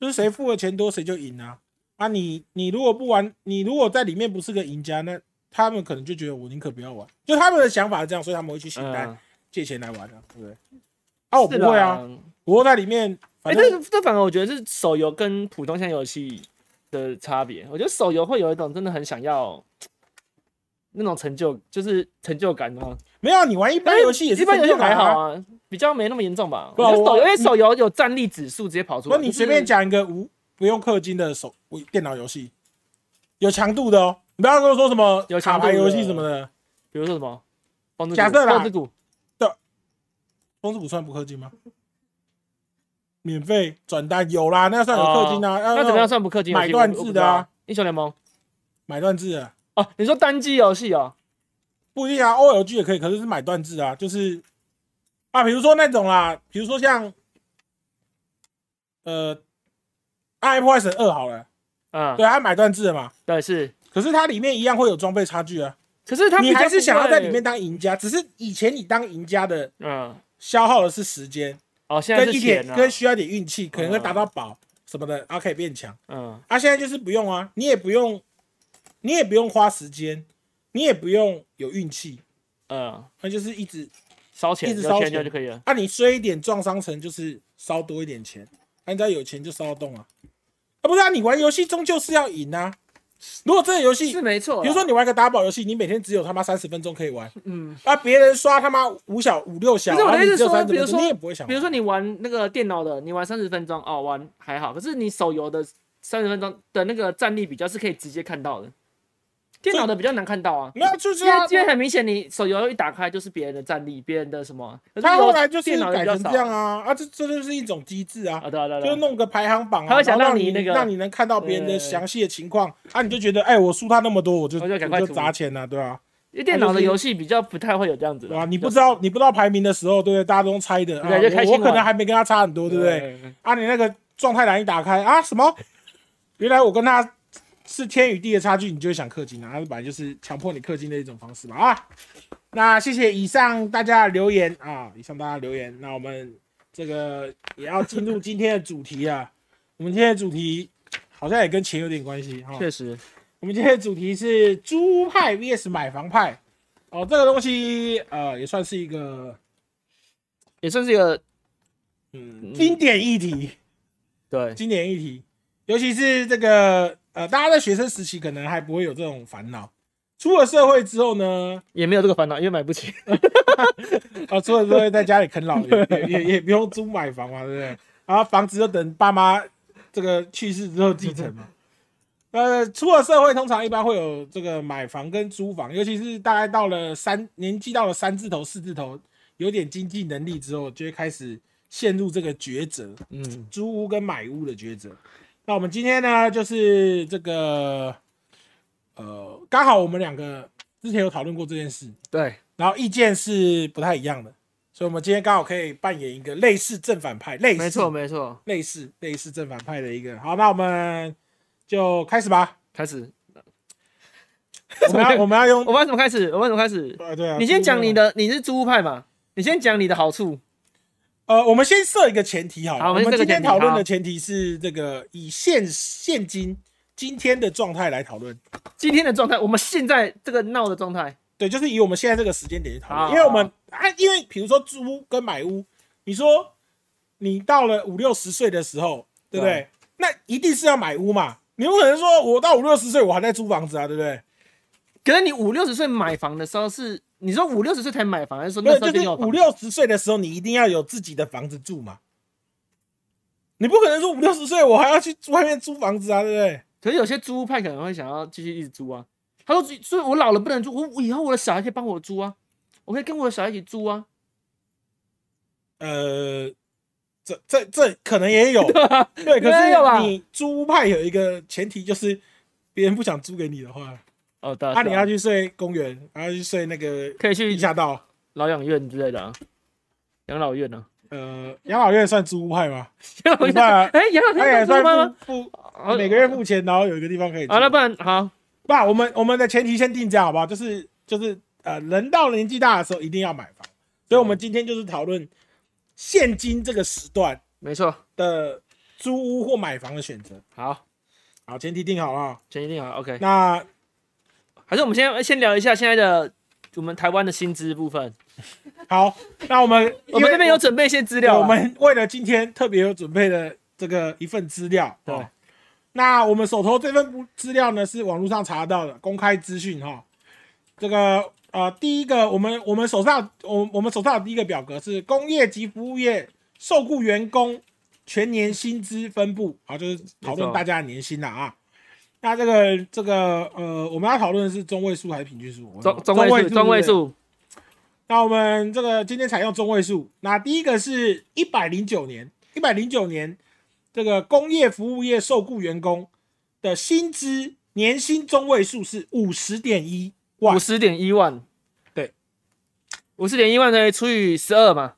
就是谁付的钱多谁就赢啊。啊你，你如果不玩，你如果在里面不是个赢家，那他们可能就觉得我宁可不要玩，就他们的想法是这样，所以他们会去信贷、
嗯，
借钱来玩啊，对不对？啊，我不
是啦
会啊，。我在里面，
哎，
反正、
这个这反而我觉得是手游跟普通像游戏的差别。我觉得手游会有一种真的很想要那种成就，就是成就感啊。
没有啊你玩一般游戏也是
一般游戏
成就
还
感啊
好啊，比较没那么严重吧。
不
我觉得
我
手游因为手游有战力指数直接跑出
那
来。
你
就是
随便讲一个无不用氪金的手无电脑游戏，有强度的哦。你不要跟我说什么
有强
卡
度的
牌游戏什么的，
比如说什么？风之谷
假设啦
风之谷
风之谷算不氪金吗？免费转单有啦，那算有氪金啊。
哦那
那
怎么样算不氪金游戏？
买断制的啊
我不知道，英雄联盟
买断制啊？
哦，你说单机游戏哦，
不一定啊，OLG 也可以，可是是买断制啊，就是啊，比如说那种啦，比如说像呃《爱破坏神二》好了，
嗯，
对，它买断制的嘛，
对是，
可是它里面一样会有装备差距啊。
可是他
你还是想要在里面，当赢家，只是以前你当赢家的
嗯，
消耗的是时间，
哦，现在
跟
是
一点
钱啊，
跟需要一点运气，可能会达到宝什么的，然后可以变强。
嗯
啊，现在就是不用啊，你也不用，你也不用花时间，你也不用有运气，
嗯，
那就是一直
烧钱
一直
有
烧
钱
钱
就可以了，
啊，你衰一点撞伤城就是烧多一点钱，啊，你只要有钱就烧得动啊。啊，不是啊，你玩游戏终究是要赢啊。如果这个游戏，
是啊没错。
比如说，你玩个打宝游戏，你每天只有他妈三十分钟可以玩，
嗯，
啊，别人刷他妈五小五六小，
不是我的
啊你
意思
只有
说
30分
比如
钟
说
你也不会想玩，
比如说你玩那个电脑的，你玩三十分钟哦，玩还好，可是你手游的三十分钟的那个战力比较是可以直接看到的，电脑的比较难看到啊。
没有，就是
因为
他
因为很明显，你手游一打开就是别人的战力，别人的什么。可是
他后来
有
就是
电脑的
改
比较
成
少
这样啊啊，这这就是一种机制啊，
啊，对啊对啊，对
就
啊
弄个排行榜啊，
他会想
然后
让
让
你那个
让你能看到别人的
对
详细的情况啊，你就觉得哎，我输他那么多，我就
我就赶快
我
涂
砸钱了，啊对吧？
因为电脑的游戏比较不太会有这样子啊
对
的
吧？啊你不知道你不知道排名的时候，对不对？大家都用猜的，啊
对就开
我
心
我可能
玩
还没跟他差很多，对不对？？啊，你那个状态栏一打开啊，什么？原来我跟他是天与地的差距，你就会想氪金啊，它本来就是强迫你氪金的一种方式嘛啊。那谢谢以上大家的留言啊，以上大家的留言，那我们这个也要进入今天的主题啊。我们今天的主题好像也跟钱有点关系哈。
确实，
我们今天的主题是租屋派 VS 买房派哦，这个东西呃也算是一个
也算是一个
嗯
嗯
经典议题。
对，
经典议题，尤其是这个呃，大家在学生时期可能还不会有这种烦恼，出了社会之后呢，
也没有这个烦恼，因为买不起。
呃，出了社会在家里啃老也也也也不用租买房嘛，对不对？然后房子就等爸妈这个去世之后继承嘛。呃，出了社会，通常一般会有这个买房跟租房，尤其是大概到了三年纪到了三字头、四字头，有点经济能力之后，就会开始陷入这个抉择。
嗯，
租屋跟买屋的抉择。那我们今天呢，就是这个，呃，刚好我们两个之前有讨论过这件事，
对，
然后意见是不太一样的，所以我们今天刚好可以扮演一个类似正反派，类似
没错没错，
类似类似正反派的一个。好，那我们就开始吧。
开始。
我们要我们要用
我们要怎么开始？我们要怎么开始？
呃对啊，
你先讲你
的
的，你是租屋派嘛？你先讲你的好处。
呃，我们先设一个前提好了，
好
我
我们
们
设个
今天
前提
讨论
好
的前提是这个以现现今今天的状态来讨论。
今天的状态，我们现在这个闹的状态，
对，就是以我们现在这个时间点去讨
好
论，因为我们啊，因为比如说租屋跟买屋，你说你到了五六十岁的时候，对不对？
对
那一定是要买屋嘛，你不可能说我到五六十岁我还在租房子啊，对不对？
可是你五六十岁买房的时候是，你说五六十岁才买房，还是说那
对，
时候就
就是
有房
五？六十岁的时候，你一定要有自己的房子住嘛。你不可能说五六十岁我还要去外面租房子啊，对不对？
可是有些租屋派可能会想要继续一直租啊。他说，所以我老了不能租，我我以后我的小孩可以帮我租啊，我可以跟我的小孩一起租啊。
呃，这这这可能也有，啊对，可
没有吧
是你租屋派有一个前提就是，别人不想租给你的话，
哦，对啊，
啊，
是啊
你要去睡公园，然后去睡那个
可以去
地下道。
老养院之类的啊，养老院啊，
呃，养老院算租屋派吗？
养老
不
院
算啊，
哎，养老
他也
院
算
算吗？
付付
好
每个月付钱，然后有一个地方可以住。
哦啊好，那不然好，
不，我们我们的前提先定这样好不好？就是就是呃，人到了年纪大的时候一定要买房，所以我们今天就是讨论现今这个时段
没错，
的租屋或买房的选择。
好，
好，前提定好了啊。
全一定好，OK。
那
还是我们先先聊一下现在的我们台湾的薪资部分，
好，那我们
我们这边有准备一些资料啊，
我们为了今天特别有准备的这个一份资料，
对
哦那我们手头这份资料呢是网络上查到的公开资讯哈。这个呃，第一个我们我们手上我我们手上的第一个表格是工业及服务业受雇员工全年薪资分布啊，就是讨论
没错
大家的年薪啦啊。那这个这个呃，我们要讨论的是中位数还是平均数？我
中中位数，中位。数，
那我们这个今天采用中位数，那第一个是一百零九年，一百零九年这个工业服务业受雇员工的薪资年薪中位数是五十点一万
五，十点一万，
对，
五十点一万呢除以十二嘛，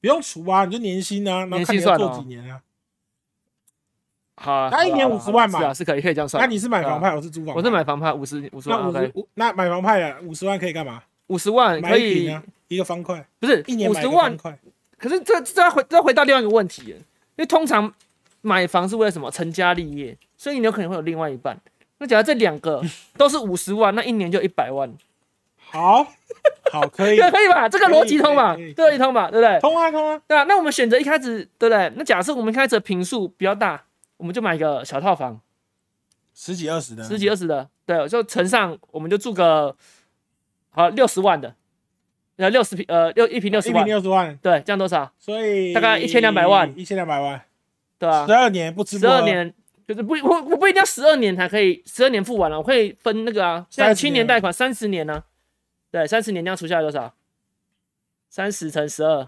不用除啊，你就年薪啊，然后
年
看
薪
你要
算
做
哦
几年啊。
好啊，
他一年
好啊好
50
啊
万嘛
是啊，是可以可以这样算。
那你是买房
对啊，
派，我是租房，
我是，买房派，五十五十
那
万
五十
，OK，
五那买房派了，五十万可以干嘛？
五十万
买
可
一平
以
啊，一个方块，
不是
一年
五
买一
十
个
万
方，块，
可是这这要回这要回到另外一个问题耶，因为通常买房是为了什么？成家立业，所以你有可能会有另外一半。那假如这 两个都是五十万，那一年就一百万，
好，好，可以
对，，可以吧？这个逻辑通吧？
可以可以
这个逻辑通吧？对不对？
通啊通啊，
对啊。那我们选择一开始，对不对？那假设我们一开始的平数比较大，我们就买一个小套房，
十几二十的，
十几二十的，对，就乘上，我们就住个好六十万的，呃，六十平，呃，六一平六十
一平
万，
六十万，
对，这样多少？
所以
大概1200万
一千两百万。
对啊
十，二年不吃不
十
喝
二，年就是不我我不一定要十二年才可以，十二年付完了，我可以分那个啊，现在
30
七年贷款三十年呢、对，三十年这样除下来多少？三十乘十二。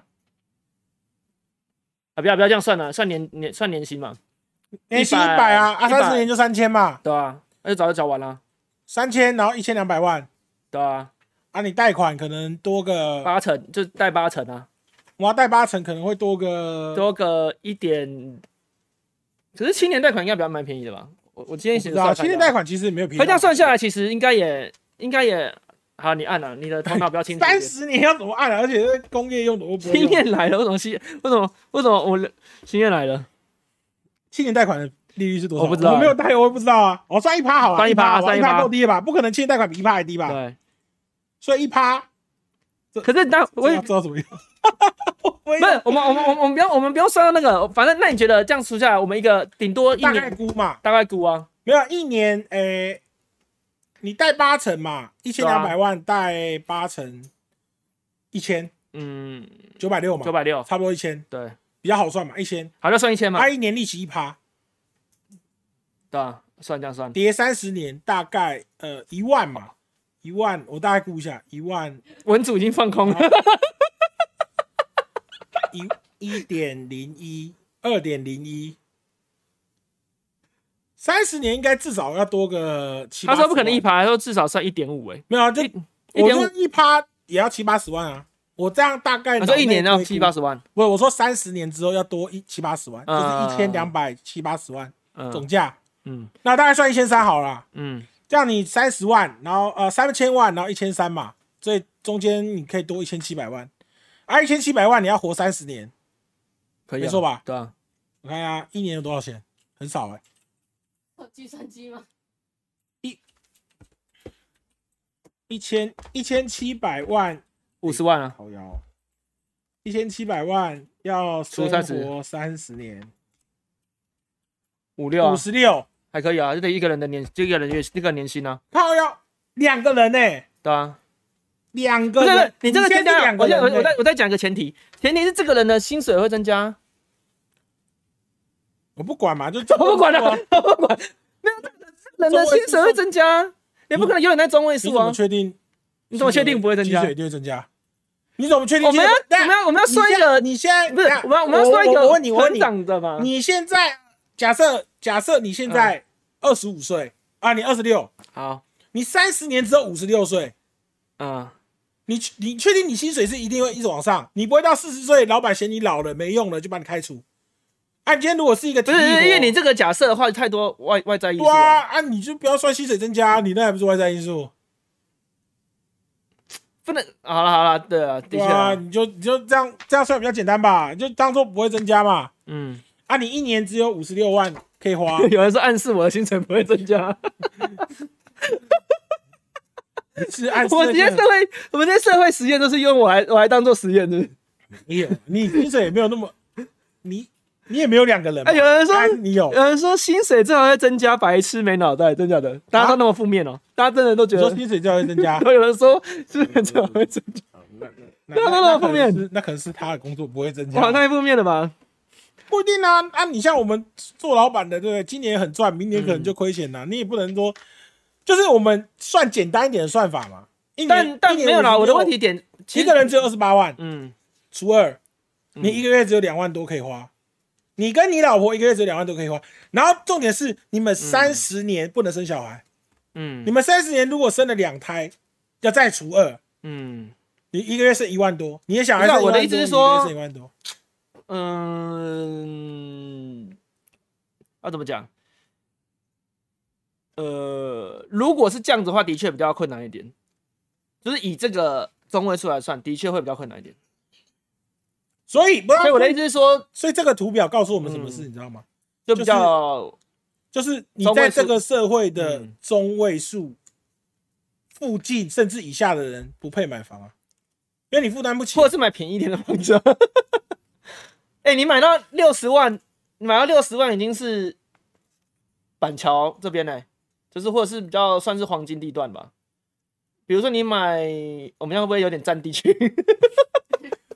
啊，不要不要这样算了，算年年算年薪嘛，
年薪一
100
百啊，啊
100
三十年就三千嘛，
对啊，那就早就缴完了，
三千然后一千两百万
对啊，
啊，你贷款可能多个，
八成就贷八成啊，
我要贷八成可能会多个，
多个一点，可是七年贷款应该比较蛮便宜的吧？我我今天写的
啊，
算
青年贷款其实没有便
可这样
宜，
算下来，其实应该也应该也好，你按了、你的头脑比较清楚一点。
三十年要怎么按啊？而且这工业用的我不会
经
用，
验来了，为什么新？为什么为什么我经验来了？
青年贷款的利率是多少？
我不知道
我没有贷，我也不知道啊，我算一趴好了，
算一趴
算
算一
一
趴
趴够低了吧？不可能青年贷款比一趴还低吧？
对，
所以一趴，
可是那我
我
也
知道怎么用， 不
不是我们我们我们我们不要我们不要算到那个，反正那你觉得这样除下来，我们一个顶多一
大概
年
估嘛，
大概估啊，
没有一年，诶，你贷八成嘛，
啊
一千两百万贷八成，一千
嗯，
九百六嘛
九，百六，
差不多一千，
对，
比较好算嘛，一千，
好就算一千嘛，
它一年利息一趴，
对吧？算这样算，
叠三十年大概呃一万嘛，一万，我大概估一下，一万
文组已经放空了，
一一点零一，二点零一。三十年应该至少要多个七八
他
十万。
说不可能一排，他说至少算一点五，哎，
没有啊，就
一
我
点
说
五，
一趴也要七八十万啊。我这样大概
他说一年要七八
十，
十万，
不，我说三十年之后要多一七八十万，就是
嗯
一千两百七八十万
嗯
总价。
嗯
那大概算一千三好了啦。
嗯，
这样你三十万，然后呃三千万，然后一千三嘛，所以中间你可以多一千七百万，啊一千七百万你要活三十年，
可以、啊，
没错吧？
对啊，
我看一下一年有多少钱，很少哎、
有计算机吗？
一千一千七百万，
五十万啊，
好摇、哦，一千七百万要生
除30
活三十年，
五六啊
五，十六，
还可以啊，就得一个人的年，就一个人月那个年薪啊，
靠腰，两个人呢、
对啊。
两
不
个
是，不
人
是，你这个
现
增
在是
加
两，个
我再
人
我
呢、
我再我再讲一个前提，前提是这个人的薪水会增加，
我不管嘛，就
我不管啊
啊
了， 我不管，没有这个人的薪水会增加，也不可能永远在中位
你
数
怎么
啊，
确定？
你怎么确定不会增加
薪？水一定会增加？你怎么确定
我
薪
们
水？
要
等一
我
下
们要我们要算一个，
你现在
不是
等一下
我们要我们要算一
我我问你，
个
我问你
成，长啊的嘛？
你现在假设假设你现
嗯
在二十五岁啊，你二十六，
好，
你三十年之后五十六岁，
嗯，
你你确定你薪水是一定会一直往上？你不会到四十岁，老板嫌你老了没用了就把你开除？啊，你今天如果是一个体
不
力
是，
活
因为你这个假设的话太多外外在因素
对啊，
啊
啊，你就不要算薪水增加，你那还不是外在因素？
不能，好了好了，对啊，的
对
确
啊，
啊，
你就你就这样这样算比较简单吧，你就当做不会增加嘛。
嗯，
啊，你一年只有五十六万可以 花，
有人说暗示我的薪水不会增加，
是按
我们这些社会，我们这些社会实验都是用我来我来当做实验的。
没有，你薪水也没有那么，你你也没有两个人嘛。
哎有人说
啊你有，
有人说薪水最好要增加，白痴没脑袋，真假的？大家都那么负面哦、大家真的都觉
你说
得。
薪水就要增加，
都 有人说薪水最好会增加，
那
那那
那
那负面哦
可能是那可能是他的工作不会增加
哇，，太负面了吧？
不一定啊。啊，你像我们做老板的，对不对？今年很赚，明年可能就亏钱
嗯
了。你也不能说，就是我们算简单一点的算法嘛。一年
但但
一年
没有啦，
56
我的问题点，其
一
实
个人只有二十八万，
嗯，
除二，
嗯
你一个月只有两万多可以花。你跟你老婆一个月只有两万多可以花，然后重点是你们三十年不能生小孩，你
嗯
们三十年如果生了两胎，要再除二，
嗯
你一个月是一万多，你的小孩
不
是
是啊我的意思是说
一万多，
嗯，要怎么讲？呃，如果是这样子的话，的确比较困难一点，就是以这个中位数来算，的确会比较困难一点。
所以不要
所以我的意思是说，
所以这个图表告诉我们什么事，
嗯
你知道吗？
就比较
就是你
中
在
位数
这个社会的
嗯
中位数附近甚至以下的人不配买房啊，因为你负担不起
或。者是买便宜一点的房子啊。 哎、你买到六十万，你买到六十万已经是板桥这边嘞、就是或者是比较算是黄金地段吧。比如说你买，我们这样会不会有点占地区？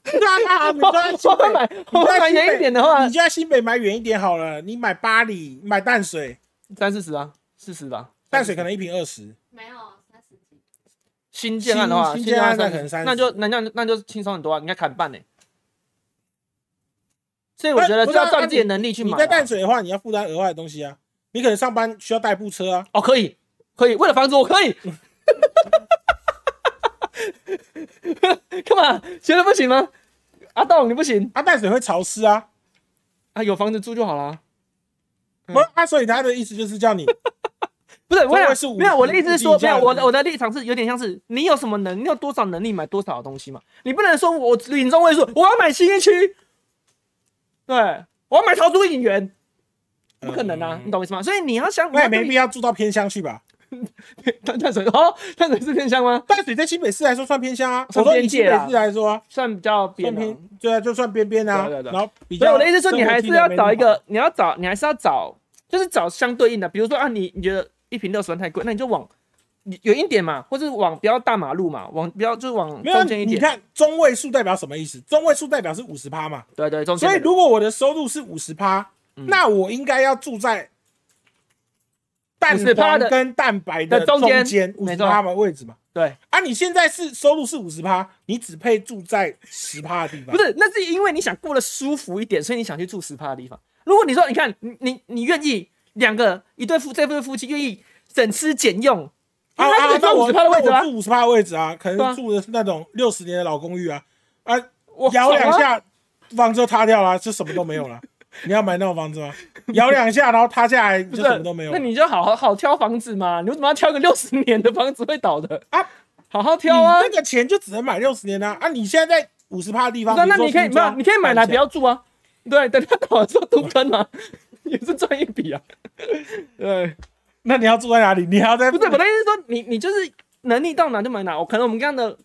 对啊， 啊你
我
就在新
会
北，
买，我会买
你在新
远
北
一点的话
你，就在新北买远一点好了。你买巴黎，买淡水，
三四十啊，四十吧。
淡水可能一瓶二十，
没有三十几，
新建案的话，
新
新建
新
案
建案那可能
30
30
那就那那那就轻松很多啊，应该砍半呢、所以我觉得
不
就是
啊
要照自己的能力去
你
买、
在淡
啊。
水的话，你要负担额外的东西啊。你可能上班需要代步车啊，
哦，可以，可以，为了房子我可以。 干嘛？觉得不行吗？阿栋，你不行
啊，淡水会潮湿啊，
啊，有房子住就好了。嗯
不是啊，所以他的意思就是叫你，
不是，我
中
想
位数
没有，我的意思是说，
五十以
没
下
有，
的
我的我的立场是有点像是你有什么能，你有多少能力买多少的东西嘛？你不能说我领中位数，我要买新一区，对，我要买桃竹影园， 不可能啊，你
嗯
懂我意思吗？所以你要想，
那也没必
要
要住到偏乡去吧？
对。淡淡水哦，淡水是偏向吗？
淡水在新北市来说算偏乡啊，我
算
说以
边
新
界
北
啊
市来说啊，
算比较
算
边啊
偏，对啊，就算边边啊
对啊，对啊对
然
啊
后比
所以
较。
我的意思是说，你还是要找一个，你要找，你还是要找，就是找相对应的。比如说啊，你你觉得一瓶六十万太贵，那你就往你远一点嘛，或者往不要大马路嘛，往不要就是往
没有啊
中间
你
一
你
点。
看中位数代表什么意思？中位数代表是五十趴嘛，
对对，中
所
间的
以
人。
如果我的收入是五十趴，
嗯
那我应该要住在蛋
50%
黄
的
跟蛋白的
的中间
间五
没
十
错
趴的位置嘛。
对，
啊，你现在是收入是五十趴，你只配住在十趴的地方。
不是，那是因为你想过得舒服一点，所以你想去住十趴的地方。如果你说，你看你你你愿意两个一对夫这对夫妻愿意省吃俭用，
啊
那他
啊，
就
那
住
我
五十趴的位置
那
啊
我，住五十趴的位置啊，可
对
能
啊
住的是那种六十年的老公寓啊，啊，
我
摇两
爽啊
下房子就塌掉了，就什么都没有了。你要买那种房子吗？摇两下，然后塌下来就
不啊
是什么都没有啊
那。你就好好好挑房子嘛，你为什么要挑个六十年的房子会倒的
啊？
好好挑啊
你！那个钱就只能买六十年的啊！啊你现在在五十趴的地方，
那啊那
比如说
你可以
新
没有，
庄
你可以买来不要住啊。对，等它倒了之后都坑嘛，啊 也是赚一 笔啊。对，
那你要住在哪里？你还要在
不是我的意思是说，你你就是能力到哪就买哪。我哦可能我们刚刚的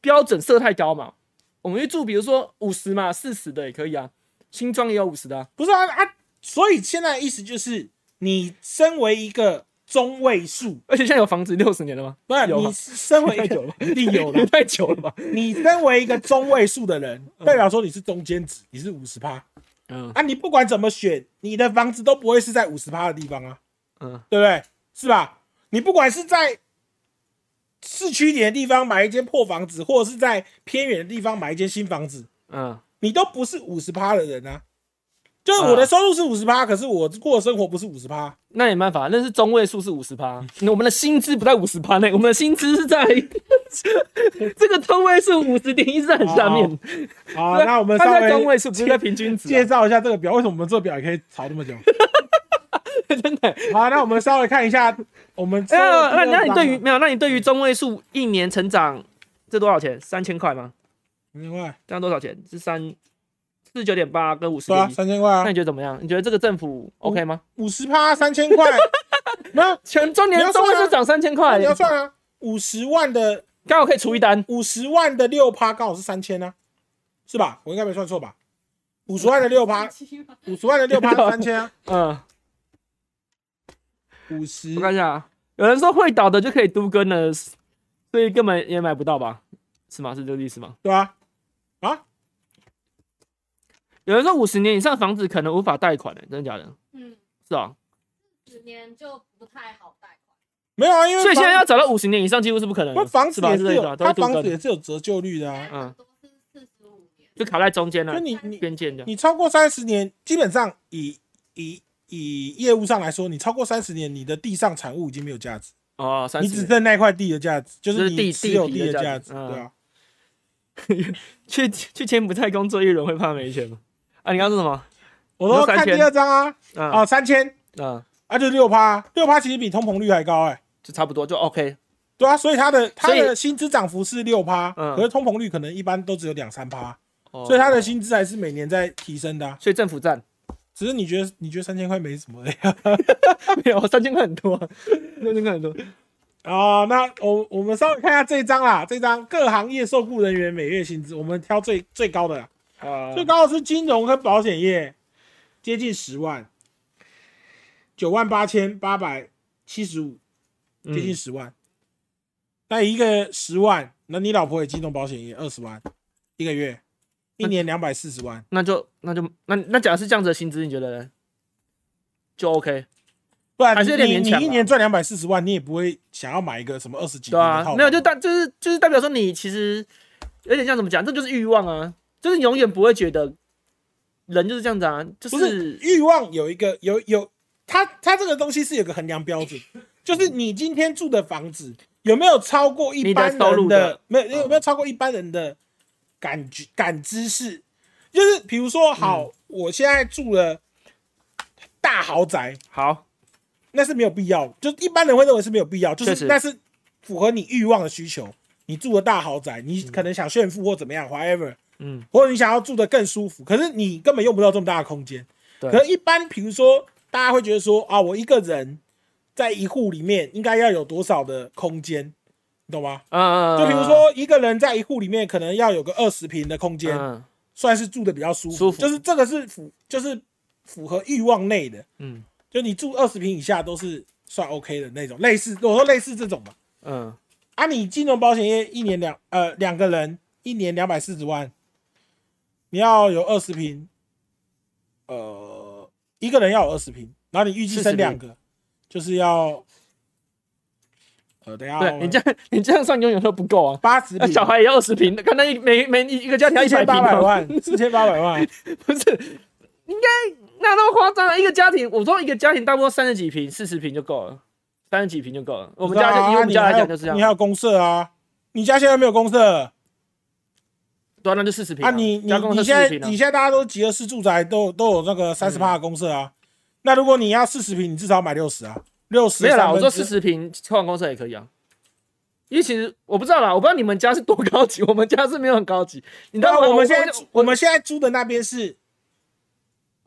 标准设太高嘛，我们去住，比如说五十嘛，四十的也可以啊，新庄也有五十的、啊。
不是啊啊！所以现在的意思就是，你身为一个中位数，
而且现在有房子六十年了吗？
不是
有啊
你身为一
有
个
吧
一定有
也
了，
太久了吧？
你身为一个中位数的人，
嗯
代表说你是中间值，你是五十趴
嗯
啊！你不管怎么选，你的房子都不会是在五十趴的地方啊，
嗯，
对不对？是吧？你不管是在市区一点的地方买一间破房子，或者是在偏远的地方买一间新房子，
嗯，
你都不是五十趴的人啊。就是我的
啊
收入是五十趴，可是我过的生活不是五十趴。
那也没办法，那是中位数是五十趴，我们的薪资不在五十趴内，我们的薪资是在 这个中位数五十点一是在很下面。
哦好，
对
那我们稍
它在中
微
位数，不是在平均值啊、
介绍一下这个表，为什么我们这表也可以吵这 么久？
真的。
好，那我们稍微看一下我们
哎
做
呀
的第
那那
二
你
章
对于没有？那你对于中位数一年成长这多少钱？三千块吗？
三千块，
这样多少钱？是三四九点八跟五十
对啊，
点一。
三千块
那
啊
你，觉得怎么样？你觉得这个政府 OK 吗？
五十趴三千 块，没有，
全中年中位数涨三千块
你，要算啊，五十万的
刚好可以除一单。
五十万的六趴刚好是三千啊，是吧？我应该没算错吧？五十万的六趴，
七吧
五十万的六趴三千 啊，
嗯，
五十
我看一下啊，有人说会倒的就可以都跟了，所以根本也买不到吧？是吗？是这个意思吗？
对吧？啊，
有人说五十年以上房子可能无法贷款的、欸真的假的？
嗯，
是啊，
十年就不太好贷款。
没有啊，因为
所以现在
房
要找到五十年以上几乎是不可能
不
的，
是房子
是吧？
也
是这
是
个意思
有，
吧？
它
都是都
房
跟
子也是有折旧率的
现在
啊，
很多是四十五年，
就卡在中间
就
了
是，你你
边界这样。
你超过三十年，基本上以以以业务上来说，你超过三十年，你的地上产物已经没有价值，
哦，三
你只
十，
剩那块地的价值，就
就是是
你
地
持有
地皮
地
的
价
价
值，
值嗯
对啊。
去去柬埔寨工作一轮会怕没钱吗？啊，你刚刚说什么？
我
你
说
说
看
3000
第二章啊，
啊
啊三千
啊，
啊就六趴，六趴其实比通膨率还高哎，
就差不多就 OK。
对啊，所以它的它
所以
的薪资涨幅是六趴，
嗯
可是通膨率可能一般都只有两三趴，
所
所以它的，薪资还是每年在提升的啊。
哦所以政 府占
只是你觉得你觉得三千块没什么 哎
没有三千块很多啊，三千块很多。
啊，那我我们稍微看一下这一张啦，这一张各行业受雇人员每月薪资，我们挑最最高的啦。
啊
最高的是金融跟保险业，接近十万，九万八千八百七十五，
嗯
接近十万。那一个十万，那你老婆也金融保险业二十万一个月，一年两百四十万，
那就那就那那假如是这样子的薪资，你觉得呢？就 OK，
不然
还是有点
你
勉
你
强
你一
啦
年赚两百四十万，你也不会想要买一个什么二十几
对
年的套
啊，
房
没有就代就是就是代表说你其实有点像怎么讲，这就是欲望啊，就是你永远不会觉得人就是这样子啊，就
不是欲望有一个有有，它它这个东西是有个衡量标准，就是你今天住的房子有没有超过一般人
你的收入的嗯
没有有没有超过一般人的感觉感知是，就是比如说好，
嗯
我现在住了大豪宅，
好，
那是没有必要，就一般人会认为是没有必要，就
确
是
实
那是符合你欲望的需求。你住的大豪宅，你可能想炫富或怎么样，whatever，
嗯，
或者你想要住的更舒服，可是你根本用不到这么大的空间。
对
可是一般，比如说大家会觉得说啊，我一个人在一户里面应该要有多少的空间，你懂吗？
嗯，
就比如说一个人在一户里面可能要有个二十平的空间，
嗯
算是住的比较舒服。
舒服
就是这个是符，就是符合欲望内的，
嗯
就你住二十平以下都是算 OK 的那种，类似我说类似这种嘛。
嗯，
啊，你金融保险业一年两呃两个人一年两百四十万，你要有二十平，呃，一个人要有二十平，然后你预计生
40
两个，就是要，呃，等一下
对你这样你这样算永远都不够啊，
八十
那
平，
小孩也要二十平，看那一每每一个家庭要
一
一
千
百
八百
平，哦
万，四千八百万，
不是应该那那么夸张啊？一个家庭，我说一个家庭大部分三十几平、四十平就够了，三十几平就够 了。我们家
不知道
就
啊
以我们家
你还
来
有
讲就是这样
你还。有公社啊？你家现在没有公社，
对啊，那就四十平
啊，你你
加公
你
设
现在
四十平啊嗯
你，现在大家都集合式住宅都有都有那个三十趴的公社啊，那如果你要四十平，你至少买六十啊，六十
没有啦，我说四十平抽完公社也可以啊。因为其实我不知道啦，我不知道你们家是多高级，我们家是没有很高级。你知道
那
吗
啊我们现在
就
我们现在租的那边是，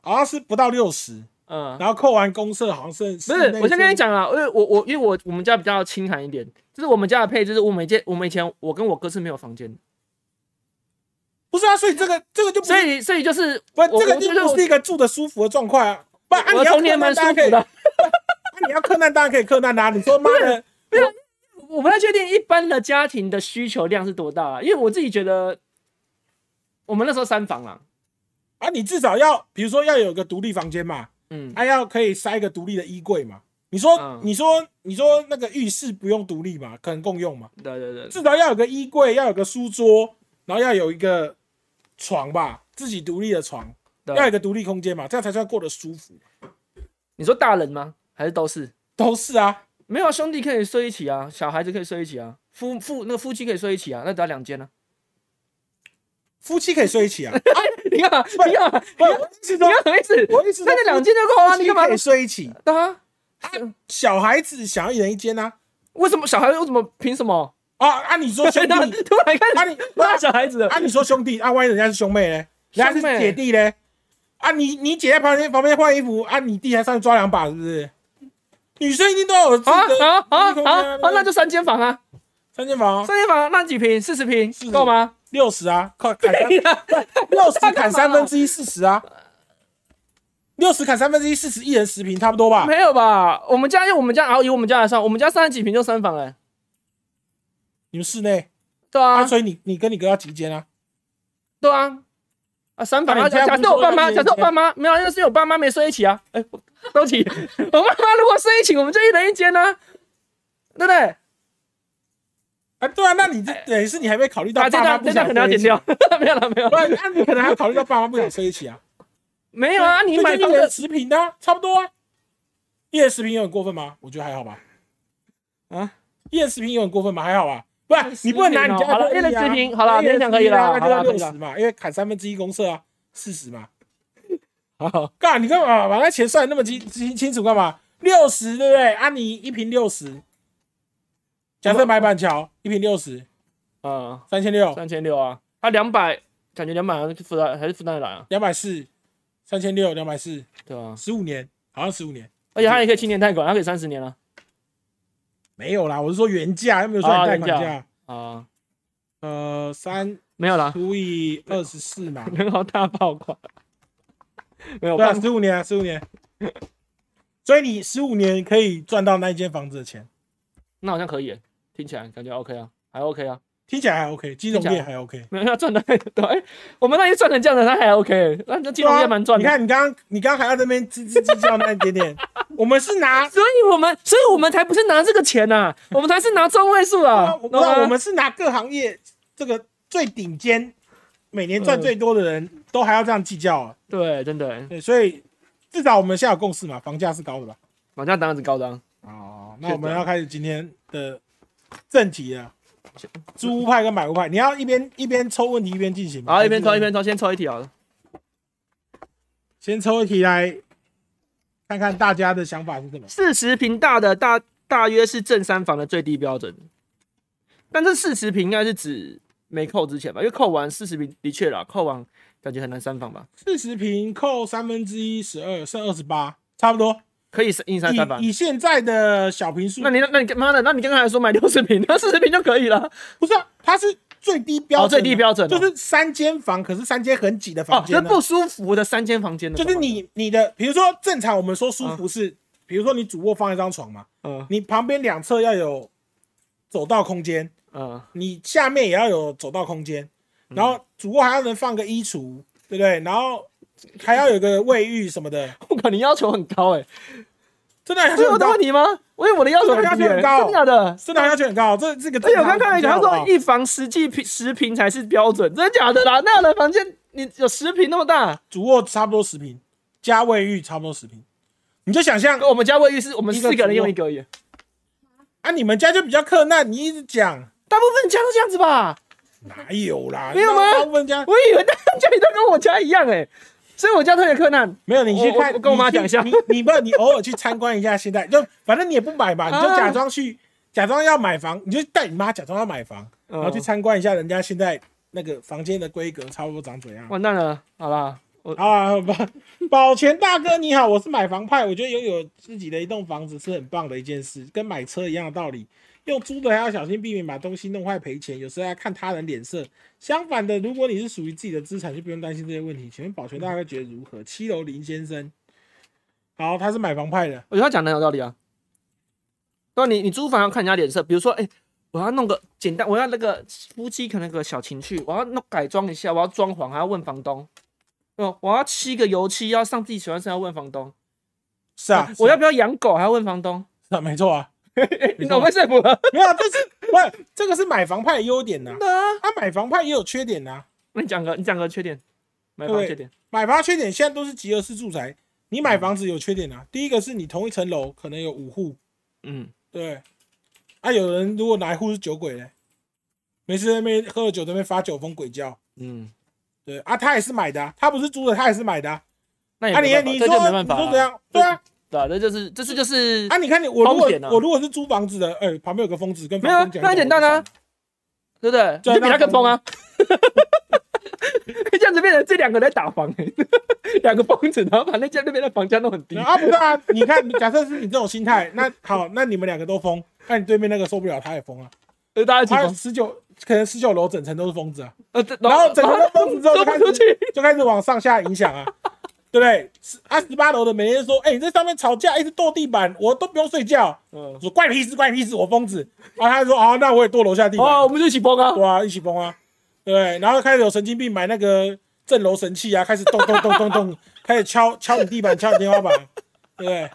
好像是不到六十，
嗯，
然后扣完公社好像剩
不是，我先跟你，讲啊，因为我我因为我我们家比较清寒一点，就是我们家的配置，是我们以前我们以前我跟我哥是没有房间的，
不是啊，所以这个这个就不
所
是
以所以就是
不
我
这个
我
就
就是
不是一个住的舒服的状况啊，不然啊
我
你要
童
困
年蛮
难
舒
大家可
服
以，啊
的。
你要困难当然可以困难啊，你说妈的，
我不太确定一般的家庭的需求量是多大啊，因为我自己觉得我们那时候三房啦，
啊，你至少要比如说要有个独立房间嘛，
嗯，
还要可以塞一个独立的衣柜嘛？你说，
嗯
你说，你说那个浴室不用独立嘛？可能共用嘛？
嗯对对对，
至少要有个衣柜，要有个书桌，然后要有一个床吧，自己独立的床，
对
要有一个独立空间嘛，这样才算过得舒服。
你说大人吗？还是都是？
都是啊，
没有啊兄弟可以睡一起啊，小孩子可以睡一起啊，夫夫那个夫妻可以睡一起啊，那只要两 间啊。
夫妻可以睡一起啊。
你干嘛？
不
你干嘛？
不，我意思
你
说，
干嘛意思？
我意思说，
那就两间就够啊，
夫
你
妻
干嘛
可以？睡一 起？
对啊，
小孩子想要一人一间啊。
为什么小孩为什么凭什么？
啊啊，你说 兄弟，
那突然
啊
开
你
始 骂小孩子了
啊，你说兄弟啊，万一人家是兄妹嘞，人家是
兄妹
姐弟嘞，啊你，你姐在旁边旁边换衣服，啊，你弟还上去抓两把，是不是？女生一定都有自己
啊
的
啊啊
自己的空间
啊
啊
啊！那就三间房啊，
三间房
三间房那几平？四十平
40
够 吗？
六十啊，快砍三
对啊
六十
他干
砍
嘛
三分之一四十 啊，六十砍三分之一四十，一人十平差不多吧？
没有吧？我们家用我们家，然后以我们家来算，我们家三十几平就三房哎，
你们室内
对
啊，
啊，
所以你你跟你哥要几间啊？
对啊，啊三房
那
啊！
你家
假假
不是
设我
说
爸
那
妈，
你
假设我
家
爸妈没有啊，那是因为我爸妈没睡一起啊。哎，我 对不起，我爸妈如果睡一起，我们就一人一间呢，对不对？
啊，对啊，那你这等于是你还没考虑到
哎啊，这
爸妈
段
不
这段
想
可能要
睡一
剪
起，
掉， 没有了没有
不
啦，
然那你 可能还要考虑到爸妈不想睡一起啊。
没有啊！你
所以
买
就
房
一人
子
十平的啊、差不多啊。一人十平有很过分吗？我觉得还好吧。
啊，
一人十平有很过分吗？还好吧。不然你不能拿你家
哦好了
的
一人
例啊
十平好了
一人
勉强可以啦
十平
好
啊那
啦
就
可
六
以
十
啦
嘛，因为砍三分之一公社啊，四十嘛。
好。
干，你干嘛把那钱算得那么清清清楚干嘛？六十对不对？啊，你一瓶六十，假设买板桥一瓶六十，
嗯，
三千六，
三千六啊，他两百，感觉两百好像是负担还是负担得来啊，
两百四，三千六，两百四，
对啊，
十五年，好像十五年。
而且他也可以七年贷款，他可以三十年啊了
没有啦，我是说原价，又没有算你
啊
贷款
原价
价。
啊，
呃，三
没有啦，
除以二十四 嘛，
人好大爆款，没有
对啊，
办法，
十五年啊，十五年。 所以你十五年可以赚到那一间房子的钱，
那好像可以耶，听起来感觉 OK 啊，还 OK 啊，
听起来还 OK，金融
听起
业
来
还 OK。
没有他赚的对，哎，我们那些赚成这样的，他还 OK，那那金融业蛮赚
对
的，
啊你看你刚刚你刚刚还在那边吱吱吱叫那一点点，我们 是拿，
所以我们所以我们才不是拿这个钱呐、我们才是拿中位数啊
我，不知
懂吗
道我们是拿各行业这个最顶尖，每年赚最多的人都还要这样计较啊。
对，真的，
对，所以至少我们现在有共识嘛，房价是高的吧？
房价当然是高啊档，
哦，那我们要开始今天的正题了。租屋派跟买屋派，你要一边一边抽问题一边进行吗。
然后一边抽一
边。
边抽，先抽一题好了，
先抽一题来看看大家的想法是什么。
四十平大的大大约是正三房的最低标准，但这四十平应该是指没扣之前吧，因为扣完四十平的确啦，扣完感觉很难三房吧，
四十平扣三分之一，十二剩二十八，差不多。
可以硬三三房
以。以现在的小平数
那，你那你妈的，那你刚才还说买六十平， 那四十平就可以了。
不是啊，它是最低标准、
哦最低标准哦
就是三间房，可是三间很挤的
哦
房，
就是
间、呢。
不舒服的三间房间的嗯
就
懂吗，
是你你的，比如说正常我们说舒服是，比如说你主卧放一张床嘛，
嗯
你旁边两侧要有走道空间，
嗯
你下面也要有走道空间，然后主卧还要能放个衣橱，对不对？然后还要有个卫浴什么的。
我靠，你要求很高哎、
真的要
是
求
我
很
的
高
问，题吗？我以为我的要求很低
我的要求很
欸
高
真的假的？
真的要求很高，这这个
而
正常。
且哎我刚看了一下，他
这样
说
好不好
一房实际平十平才是标准，真的假的啦？那样的房间你有十平那么大？
主卧差不多十平，加卫浴差不多十平，你就想象
我们家卫浴是我们
一个
四个人
主
用
卧
一个而已，
啊，你们家就比较克难，你一直讲
大部分家都这样子吧？
哪有啦？
没有吗
大部分家
我以为大家里都跟我家一样哎、所以我家特别困难。
没有，你去
我
看，
我我跟我妈
你去
讲一下
你你不，你偶尔去参观一下，现在就反正你也不买嘛，你就
啊
假装去，假装要买房，你就带你妈假装要买房，
然
然后去参观一下人家现在那个房间的规格差不多长怎样。
完蛋了，好啦，我
啊，保保全大哥你好，我是买房派，我觉得拥有自己的一栋房子是很棒的一件事，跟买车一样的道理。用租的还要小心避免把东西弄坏赔钱，有时候要看他人脸色。相反的，如果你是属于自己的资产，就不用担心这些问题。请问保全大哥觉得如何？七楼林先生，好，他是买房派的，
我觉得他讲的很有道理啊。对啊，你你租房要看人家脸色，比如说，哎、我要弄个简单，我要那个夫妻可能有个小情趣，我要弄改装一下，我要装潢，还要问房东。哦，我要漆个油漆，要上自己喜欢色，要问房东。
是啊，
我要
是
不要养狗，还要问房东。
啊，没错啊，
你懂被说服了？
没有啊，这是不是这个是买房派的优点呐、
真的啊
他、买房派也有缺点呐、
那 你讲个，你讲个缺点，买房
对
缺点。
买房缺点现在都是集合式住宅，你
嗯
买房子有缺点啊。第一个是你同一层楼可能有五户，
嗯，
对。啊，有人如果哪一户是酒鬼嘞，没事在那边喝了酒在那边发酒疯鬼叫，
嗯，
对啊，他也是买的、啊，他不是租的，他也是买的啊。
那也
啊，你
哎没办法
你
这
说
就没办法
你
了
说怎样？对啊，
对啊，这就是这是就是
啊，你看你我如
风
果
险啊
我如果是租房子的，哎，旁边有个疯子跟
没有啊
房东讲，
那很简单啊，对不对？
对
你就比他
那
更疯啊！ 这样子变成这两个人在打房、欸， 两个疯子，然后把那家 那边的房价弄很低。
啊，不对啊，你看，假设是你这种心态，那好，那你们两个都疯，那你对面那个受不了，他也疯啊，
呃，大家一起
他
疯，
十九可能十九楼整层都是疯子啊。
呃，
然后整个疯子之后就
都
开
不
始
出去，
就开始往上下影响啊，对不对？十啊十八楼的每天说，哎、你在上面吵架，一直跺地板，我都不用睡觉，
嗯
我，说怪屁事，怪屁事，我疯子。然后他就说，哦，那我也跺楼下地板，
哦，我们就一起疯啊！
对啊，一起疯啊，对不对。然后开始有神经病买那个震楼神器啊，开始咚咚咚咚咚，开始敲敲你地板，敲你天花板，对不对？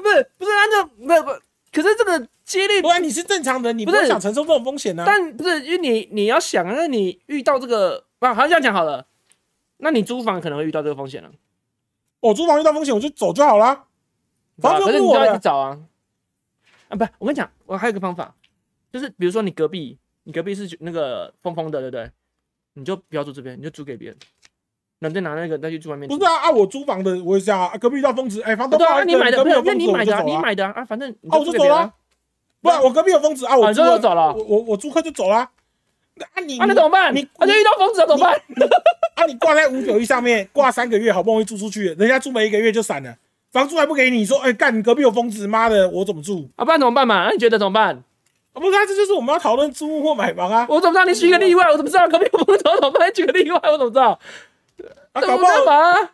不是不是，那就那不，可是这个接力
不，啊然你是正常人，你不会
不是
想承受这种风险呢、啊。
但不是因为你你要想，那你遇到这个，不，好像这样讲好了，那你租房可能会遇到这个风险了，啊
我租房遇到风险，我就走就好啦。房子
可
又
是
不
你
是
就
我
要一直
的，
找啊。啊，不，我跟你讲，我还有一个方法，就是比如说你隔壁，你隔壁是那个疯疯的，对不对？你就不要住这边，你就租给别人，然后再拿那个再去住外面
不
住。
是啊啊！我租房的，我也是这样啊。隔壁遇到疯子，哎、房
啊
东
对
不好意
啊，
思
你买的
隔壁
没
有
有？因为
疯子，
你买的
我就走了啊
啊，你买的啊，啊反正你
啊，我就
租给
走
别人
了
啊
啊。不然我隔壁有疯子啊，
啊
我
你
租
说
客
就走了
我我我租客就走了啊。那啊你
啊，那怎么办？
你
啊，就遇到疯子了怎么办？
啊你挂在五九一上面挂三个月，好不容易租出去，人家租没一个月就散了，房租还不给你，你说哎干你隔壁有疯子，妈的我怎么住？
啊，不然怎么办嘛？那你觉得怎么办？
啊不是啊，这就是我们要讨论租屋或买房啊
我怎么知道？你举个例外，我怎么知道隔壁有疯子？我怎么办？你举个例外，我怎么知道？
啊
怎
搞
么
不好
办嘛？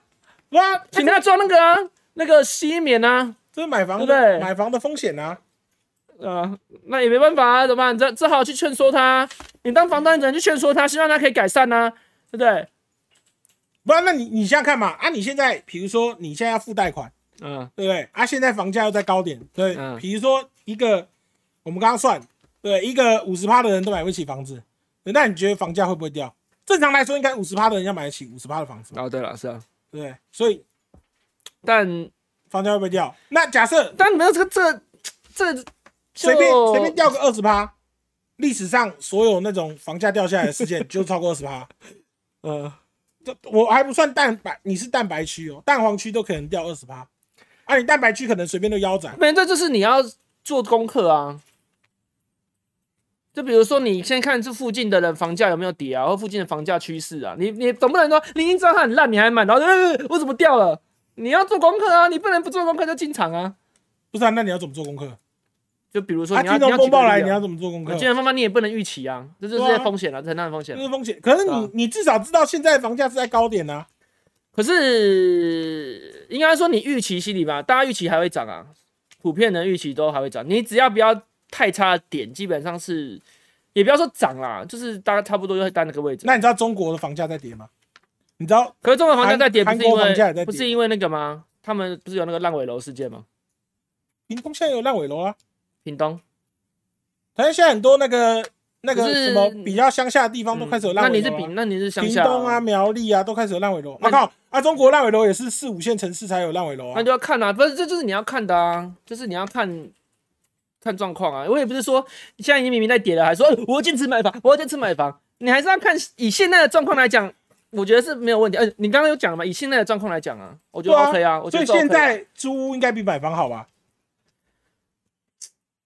哇、啊，
请他装那个啊，那个吸棉啊，
这是买房
对不对
买房的风险啊，
啊，那也没办法啊，怎么办？只只好去劝说他。你当房东，你只能去劝说他，希望他可以改善呐、啊，对不对？
不然那你你想想看嘛啊你现在比如说你现在要付贷款。
嗯
对不对？啊，现在房价又在高点，对，
嗯
比如说一个，我们刚刚算，对，一个五十趴的人都买不起房子，对那你觉得房价会不会掉？正常来说，应该五十趴的人要买得起五十趴的房子嘛，
哦，对了，是啊，
对不对，所以
但
房价会不会掉？那假设
但没有这个这个这个
随便
就
随便掉个二十趴，历史上所有那种房价掉下来的事 件就超过二十趴，
呃，
这我还不算蛋白，你是蛋白区哦，蛋黄区都可能掉二十趴，啊，你蛋白区可能随便都腰斩，
没有这就是你要做功课啊。就比如说，你先看这附近的人房价有没有跌啊，或附近的房价趋势啊。你你总不能说你已经知道它很烂，你还买，然后、呃、我怎么掉了？你要做功课啊，你不能不做功课就进场啊。
不是啊？那你要怎么做功课？
就比如说
啊，
你要、
金融
你要
风暴来，
举个例啊
你要怎么做功课
啊？金融风暴你也不能预期啊，这就是
对啊
在风险啊，这很大的风险
这。是风险。可是你、
对啊
你至少知道现在房价是在高点啊，
可是应该说你预期心理吧，大家预期还会涨啊，普遍的预期都还会涨。你只要不要太差的点，基本上是也不要说涨啦，就是大概差不多就会待那个位置。
那你知道中国的房价在跌吗？你知道
可是中国房价在跌，不
韩
是因
韩国房价也在跌
为不是因为那个吗？他们不是有那个烂尾楼事件吗？
屏东现在有烂尾楼啊，
屏东
台湾现在很多那个那个
可是
什么比较乡下的地方都
嗯
开始有
那
烂尾
你是
楼、啊
屏，那你是乡
屏
下
东啊、，苗栗啊都开始有烂尾楼。我、
那
啊、靠啊！中国烂尾楼也是四五线城市才有烂尾楼啊
那。就要看啊，不是，这就是你要看的啊，就是你要看看状况啊。我也不是说现在你明明在跌了，还说、呃我要坚持买房，我要坚持买房，你还是要看以现在的状况来讲，我觉得是没有问题。呃，你刚刚有讲了嘛？以现在的状况来讲啊，我觉得
对啊
OK 啊，我
所
觉得
以
是 OK 啊、
现在租屋应该比买房好吧？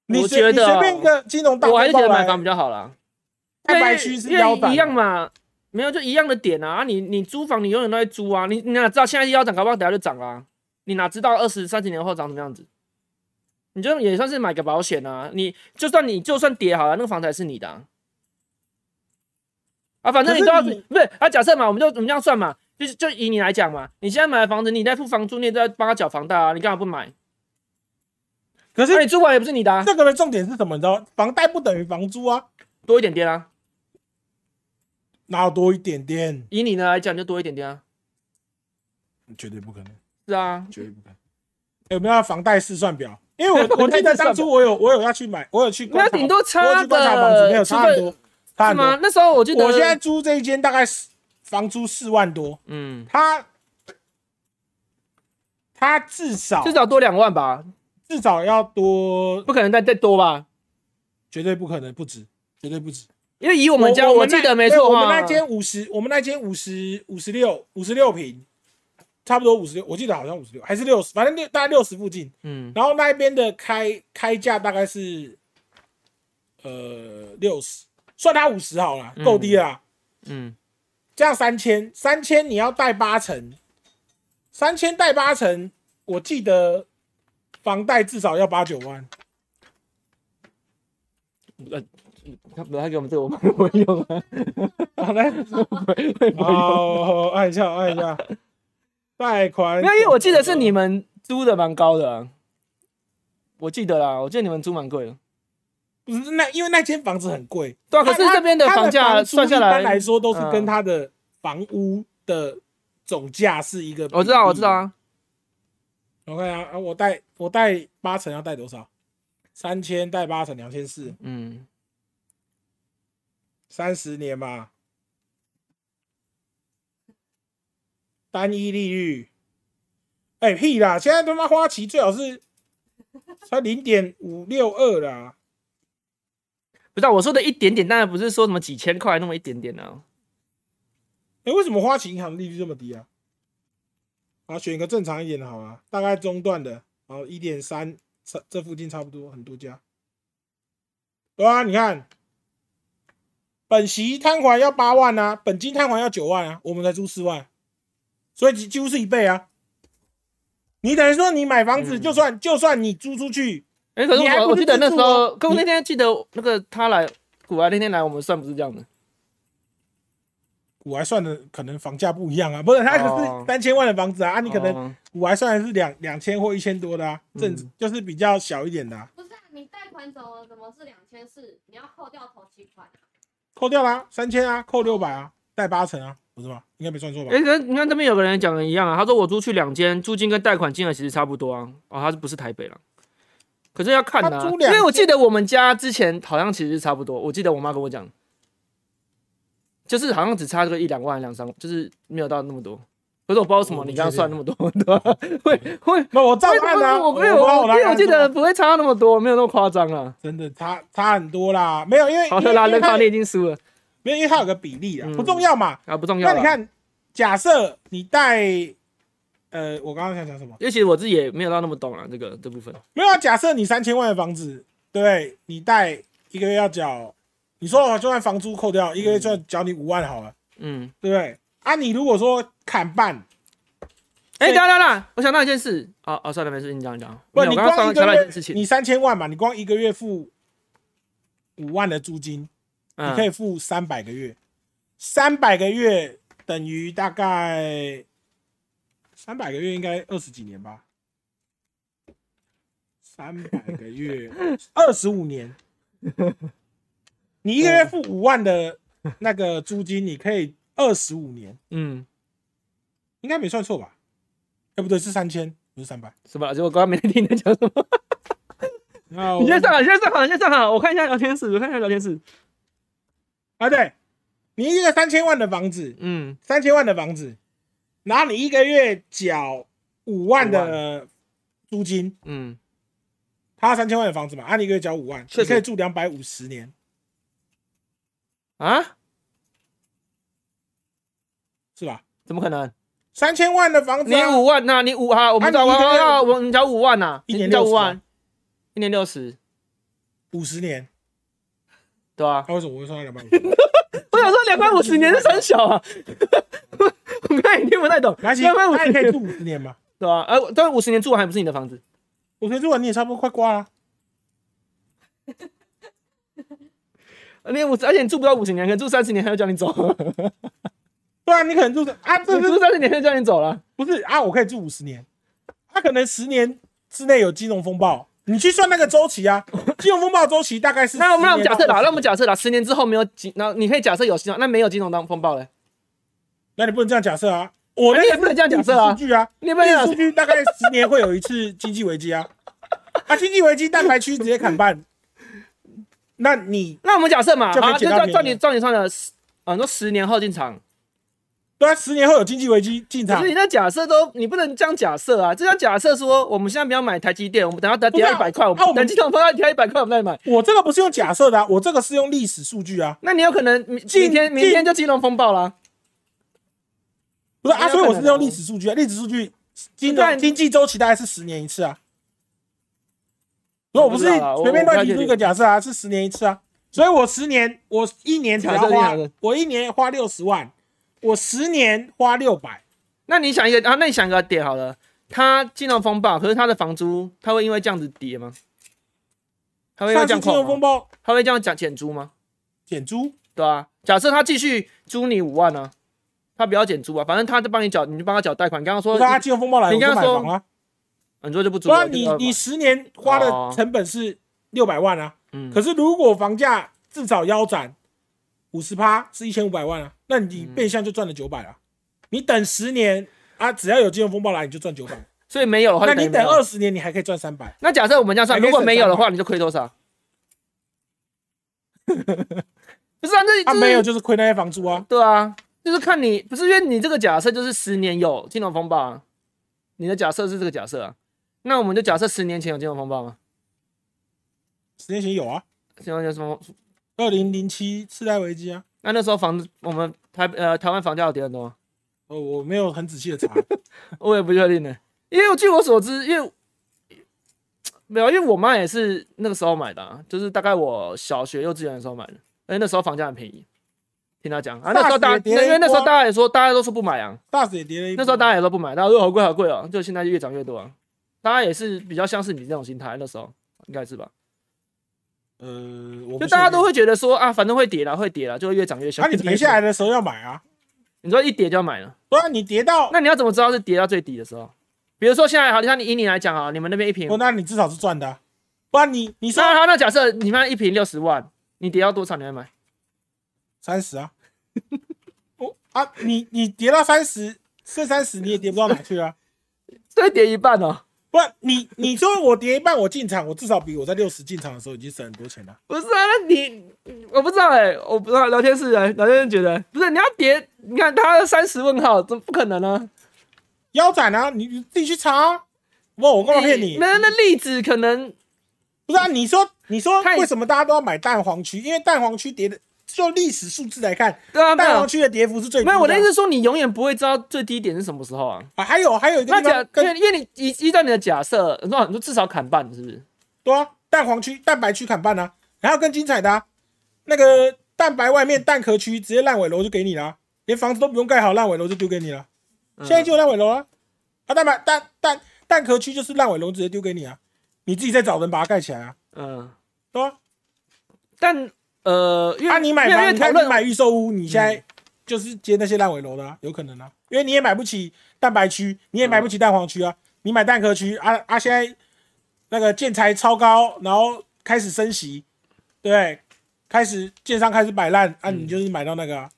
你
我
随
觉
你
得啊
随便一个金融大
我还
风
是觉
暴
得买房
来
比，较好啦，
蛋白
因为
区是
因为
腰斩
一样嘛，没有就一样的点啊。啊你你租房，你永远都在租啊，你你哪知道现在腰斩，搞不好等下就涨啦、你哪知道二十三十年后长什么样子？你就也算是买个保险啊。你就算你就算跌好了、那个房子还是你的啊。啊反正你
可
都
是
要
你
不是啊。假设嘛，我们就我们这样算嘛，就是就以你来讲嘛，你现在买的房子，你在付房租，你也在帮他缴房贷啊，你干嘛不买？
可
那、
是
你租完也不是你的、啊，
这个的重点是什么？你知道吗，房贷不等于房租啊，
多一点点啊。
哪有多一点点？
以你呢来讲，就多一点点啊。
绝对不可能，
是啊，
绝对不可能。有没有房贷试算表？因为 我我记得当初我有我有要去买，我有去观
那
察，
顶多啊
我有
差
去观
个，
察房子，没有
除
差很
非
多，差
是
很
吗
多。？
那时候我记得，
我现在租这一间大概是房租四万多，
嗯，
它它至少
至少多两万吧，
至少要多，
不可能再再多吧？
绝对不可能不止，绝对不止。
因为以我们家，
我
我记得没错
我
嘛，
们那间五十，我们那间五十五十六五十六平，差不多五十六，我记得好像五十六还是六十，反正六大概六十附近。
嗯，
然后那一边的开开价大概是呃六十，算它五十好了，够低了啦。
嗯
这样三千，三千你要贷八成，三千贷八成，我记得房贷至少要八九万。
嗯，他不他给我们这个，我们不会用啊，
好嘞，哦，按一下，按一下，贷款。
没有，因为我记得 是你们租的蛮高的啊、我记得啦，我记得你们租蛮贵的，
不是嗯那，因为那间房子很贵。
对啊，可是
它
这边的
它
房价
租
算下
一般
来
来，说都是跟
嗯
它的房屋的总价是一个。
我知道我知道。啊，
我看啊，啊我贷我贷八成要贷多少？三千贷八成，两千四，
嗯，
三十年嘛。单一利率，哎、屁啦！现在他妈花旗最好是才零点五六二啦，
不知道我说的一点点，当然不是说什么几千块那么一点点啊，
哎、为什么花旗银行利率这么低啊？啊，选一个正常一点的好啊，大概中段的，然后一点三，这这附近差不多很多家。对啊，你看，本息摊还要八万啊，本金摊还要九万啊，我们才租四万，所以几几乎是一倍啊。你等于说你买房子，
嗯
就算、就算你租出去，
哎、可是
你还
我
不
我
是
记得
自
那
助
时候
哦，
跟我
你
那天记得那个他来古玩那天来，我们算不是这样的，
我还算的可能房价不一样啊，不是，它可
哦
是三千万的房子啊，啊，你可能
哦
我还算是两两千或一千多的啊，正、
嗯
就是比较小一点的、啊，
不是啊，你贷款怎么怎么是两千四？你要扣掉头期款啊。
扣掉啦、三千啊，扣六百啊，贷八成啊，不是吗？应该没算错吧？
哎、可是你看这边有个人讲的一样啊，他说我租去两间，租金跟贷款金额其实差不多啊。哦，他是不是台北了？可是要看
他
啊，
租
因
两
为我
间
记得我们家之前好像其实是差不多，我记得我妈跟我讲，就是好像只差这个一两万、两三，就是没有到那么多。可是我不知道为什么
我不
你刚刚
确定嗯
算那么多， 对吧？会会
那我照
会
按啊，
我没
没
有，因为我记得
按
不会差那么多，没有那么夸张啊。
真的差差很多啦，没有因为
好
因为
的啦，
因为
人
它
卡你已经输了
没有因为它有个比例啊，
嗯
不重要嘛。
啊，不重要
那
啦
你看，假设你贷，呃，我刚刚想讲什么？
因为其实我自己也没有到那么懂啊，这个这部分。
没有啊，假设你三千万的房子，对不对，你贷一个月要缴，你说哦我就算房租扣掉，一个月就缴你五万好了，
嗯，
对不对？啊，你如果说砍半。所
哎、
以
等一下等一下，我想到一件事。哦哦，算了，没事，你讲你讲。
不，
没有
你
我刚刚
光
想
一
想到一
个
件事
月
情，
你三千万嘛，你光一个月付五万的租金，你可以
嗯，
付三百个月，三百个月等于大概三百个月应该二十几年吧，三百个月二十五年，你一个月付五万的那个租金，你可以二十五年，
嗯，
应该没算错吧？哎，不对，是三千，不是三百。
是吧？结果我刚刚没听你在讲什么。
那
你
哦我
先上好，你先上好，你先上好。我看一下聊天室，我看一下聊天室。
啊，对，你一个三千万的房子，
嗯，
三千万的房子，然后你一个月缴五万的租金，
嗯，
他三千万的房子嘛，啊，你一个月缴五万，
确
你
实
可以住两百五十年，
啊，
是吧？
怎么可能？
三千万的房子
你
啊、
五万呐、你五啊，我们
啊
找
你一
我
个月
要我们找五万呐、
一
你
年
找
60
五万
啊，
一年六十，
五十年，
对吧、啊？
他、为什么我会算到两百五？
我想说两百五十年是很小啊， 我看你听不太懂，
来，行
两百五
那
十
你可以
年
住五十年嘛？
对吧、啊？呃，但五十年住完还不是你的房子，
五十年住完你也差不多快挂了啊、
呃你五十，而且你住不到五十年，可能住三十年他就叫你走，
对啊，你可能住啊，这
你
是
住三十年他就叫你走了。
不是啊？我可以住五十年，他、可能十年之内有金融风暴，你去算那个周期啊，金融风暴周期大概是
那我们让我
10
们
年到
假设啦，
20
那我们假设啦，十年之后没有金，那你可以假设有金融，那没有金融当风暴嘞，
那你不能这样假设啊！我
啊
那
你
个
也不能这样假设啊
数据啊，
你也不能这样
数据大概十年会有一次经济危机啊，啊，经济危机蛋白区直接砍半，那你
那我们假设嘛，
就可以
好，
捡
就
到
照
便宜
照你照你算的，啊，你说十年后进场，
对啊，十年后有经济危机进
可
场
是，你那假设都，你不能这样假设啊！这样假设说，我们现在不要买台积电，我们等它等
不是
跌
啊
到一百块，我
啊我
们
们
等金融风暴跌到一百块，我们再买。
我这个不是用假设的、啊，我这个是用历史数据啊，
那你有可能明
进
明天明天就金融风暴啦。
不是啊，
没有
所以我
可
是
能啊
用历史数据啊，历史数据经
不啊然
经济周期大概是十年一次啊，所以我不是
我不知道啊我
随便
我不太
乱提出一
确
个假设啊，是十年一次啊，所以我十年我一年只要
假设
花
假设，
我一年花六十万，我十年花六百。
那你想一个啊，那你想一个点好了，它金融风暴，可是它的房租，它会因为这样子跌吗？它会因为
上
这
次
样啊
金融
扣
风
吗？
暴
它会这样讲减租吗？
减租，
对啊，假设他继续租你五万啊，他不要减租啊，反正他就帮你缴，你就帮他缴贷款。你刚刚说
不是啊，金融风暴来我
你
就
刚
买
刚
房啊，
你说就不租
不
了，
然你
就二百
你十年花
哦
的成本是六百万啊，
嗯
可是如果房价至少腰斩五十趴是一千五百万啊，那你变相就赚了九百啊。你等十年啊，只要有金融风暴来你就赚九百，
所以没有的话
那
就
你
哦等于没
等
有
二十哎年你还可以赚三百，
那假设我们这样算，
还可以
如果没有的
省
话，你就亏多少？ 不是啊，这、
啊
就是、
没有就是亏那些房租啊，
对啊，就是看你不是因为你这个假设就是十年有金融风暴、啊，你的假设是这个假设啊，那我们就假设十年前有金融风暴吗？
十年前有啊，
金融有什么？
二零零七次贷危机啊，
那那时候房子我们台呃台湾房价有跌很多吗？
呃我没有很仔细的 查，
我也不确定呢，因为据我所知，因为没有，因为我妈也是那个时候买的、啊，就是大概我小学、幼稚园的时候买的，而且那时候房价很便宜。听他讲啊，那时候大，
大学跌了
那
一
因为那时
波啊
候
嗯
大家也说，大家都说不买啊，
大死也跌了一波，
那时候大家也都不买，大家说好贵好贵哦、就现在越涨越多啊。大家也是比较像是你这种心态，那时候应该是吧？
呃，我
就
不
大家
确定啊
都会觉得说啊，反正会跌啦，会跌啦，就会越涨越小。
那、你跌下来，的时候要买啊，
你说一跌就要买了，
不然你跌到，
那你要怎么知道是跌到最底的时候？比如说现在好，像你以你来讲啊，你们那边一平
哦，那你至少是赚的啊、不然你你说
那啊好，那假设你卖一瓶六十万，你跌到多少你会买？
三十啊， 哦啊，你你跌到三十，剩三十你也跌不到哪去啊。
这跌一半哦。
不然你你说我跌一半我进场，我至少比我在六十进场的时候已经省很多钱了。
不是啊，那你我不知道哎、我不知道聊天室人聊天室觉得不是你要跌，你看他三十问号，怎么不可能啊呢、
腰斩啊，你你自己去查、啊。不，我干嘛骗你？
哎那那例子可能
不是啊，你说你说
太
为什么大家都要买蛋黄区？因为蛋黄区跌的，就历史数字来看，
对啊，没
蛋
有
黄区的跌幅是最低
没
的啊。
有，我的意思是说你永远不会知道最低点是什么时候啊。
啊，还有还有一个
那
地
假
方
因为
跟
因为你依依照你的假设，你说你说至少砍半是不是？
对啊，蛋黄区、蛋白区砍半啊，然后更精彩的、啊，那个蛋白外面蛋壳区直接烂尾楼就给你了啊、连房子都不用盖好，烂尾楼就丢给你了。啊
嗯
现在就有烂尾楼啊，啊蛋白蛋蛋蛋壳区就是烂尾楼直接丢给你啊，你自己再找人把它盖起来啊，
嗯嗯，
对啊吧、
但呃，因为
啊，你买
因为因为
房，你
讨
看你
论嗯
买预售屋，你现在就是接那些烂尾楼的、啊，有可能啊，因为你也买不起蛋白区，你也买不起蛋黄区啊，你买蛋壳区啊啊，现在那个建材超高，然后开始升息，对不对，开始建商开始摆烂啊，你就是买到那个、啊，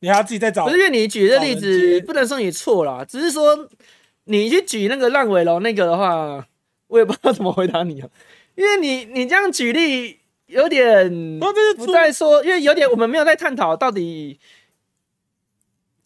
你还要自己再找
嗯不是因为你举的例
找人
子
接
不能说你错啦，只是说你去举那个烂尾楼那个的话，我也不知道怎么回答你啊，因为你你这样举例有点
不这是
不
出
再说，因为有点我们没有在探讨到底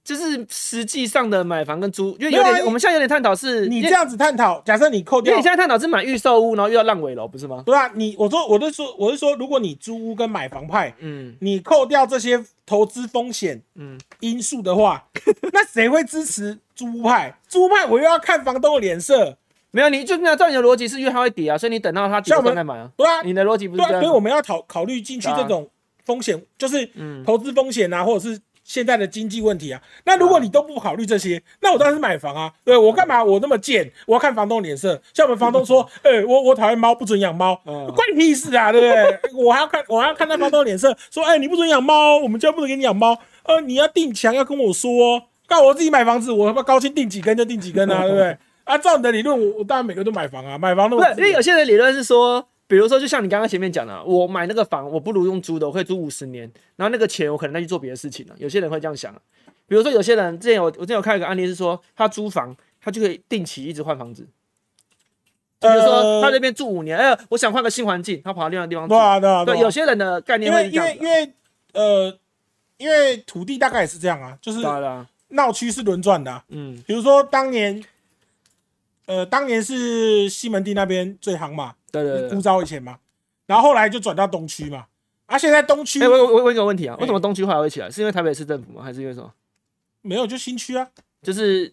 就是实际上的买房跟租，因为
没有
有
啊
点、
你
我们现在有点探讨是，
你
因
这
为
样子探讨，假设你扣
因为
掉
你现，在探讨是买预售屋，然后又要烂尾楼，不是吗？
对啊，你我说我是说我是说，如果你租屋跟买房派，
嗯
你扣掉这些投资风险
嗯，
因素的话， 那谁会支持租屋派？租屋派我又要看房东的脸色，
没有，你就那照你的逻辑是因为它会跌啊，所以你等到它跌
像
了
我们
再买啊。
对啊，
你的逻辑不是
对
这
啊，
样
所以
吗，
我们要考考虑进去
对啊
这种风险，就是
嗯，
投资风险啊，或者是现在的经济问题啊。那如果你都不考虑这些，那我当然是买房啊。对我干嘛？
嗯
我那么贱，我要看房东脸色。像我们房东说，哎、我我讨厌猫，不准养猫，
嗯
关你屁事啊，对不对？ 我还要看，我还要看那房东脸色，说，哎、你不准养猫，我们家不能给你养猫。呃，你要定墙要跟我说、哦，干我自己买房子，我他妈高兴定几根就定几 根啊，对不对？啊，照你的理论，我我当然每个都买房啊，买 房都
不是，因为有些人的理论是说，比如说，就像你刚刚前面讲的啊，我买那个房，我不如用租的，我可以租五十年，然后那个钱我可能再去做别的事情了、有些人会这样想、啊，比如说有些人之前有我之前有看到一个案例是说，他租房，他就可以定期一直换房子，就比如说
呃
他这边住五年，哎、我想换个新环境，他跑到另外地方住。
对啊对啊，
对，
啊
有些人的概念
因
会
为
是这
因为
样子啊
因为呃，因为土地大概也是这样啊，就是
啊。当然啦，
闹区是轮转的啊、
嗯，
比如说当年，呃，当年是西门町那边最行嘛，
对对
古
对。
早以前嘛，然后后来就转到东区嘛，啊，现在东区
哎、我我我问一个问题啊，
哎
为什么东区后来会起来？是因为台北市政府吗？还是因为什么？
没有就新区啊，
就是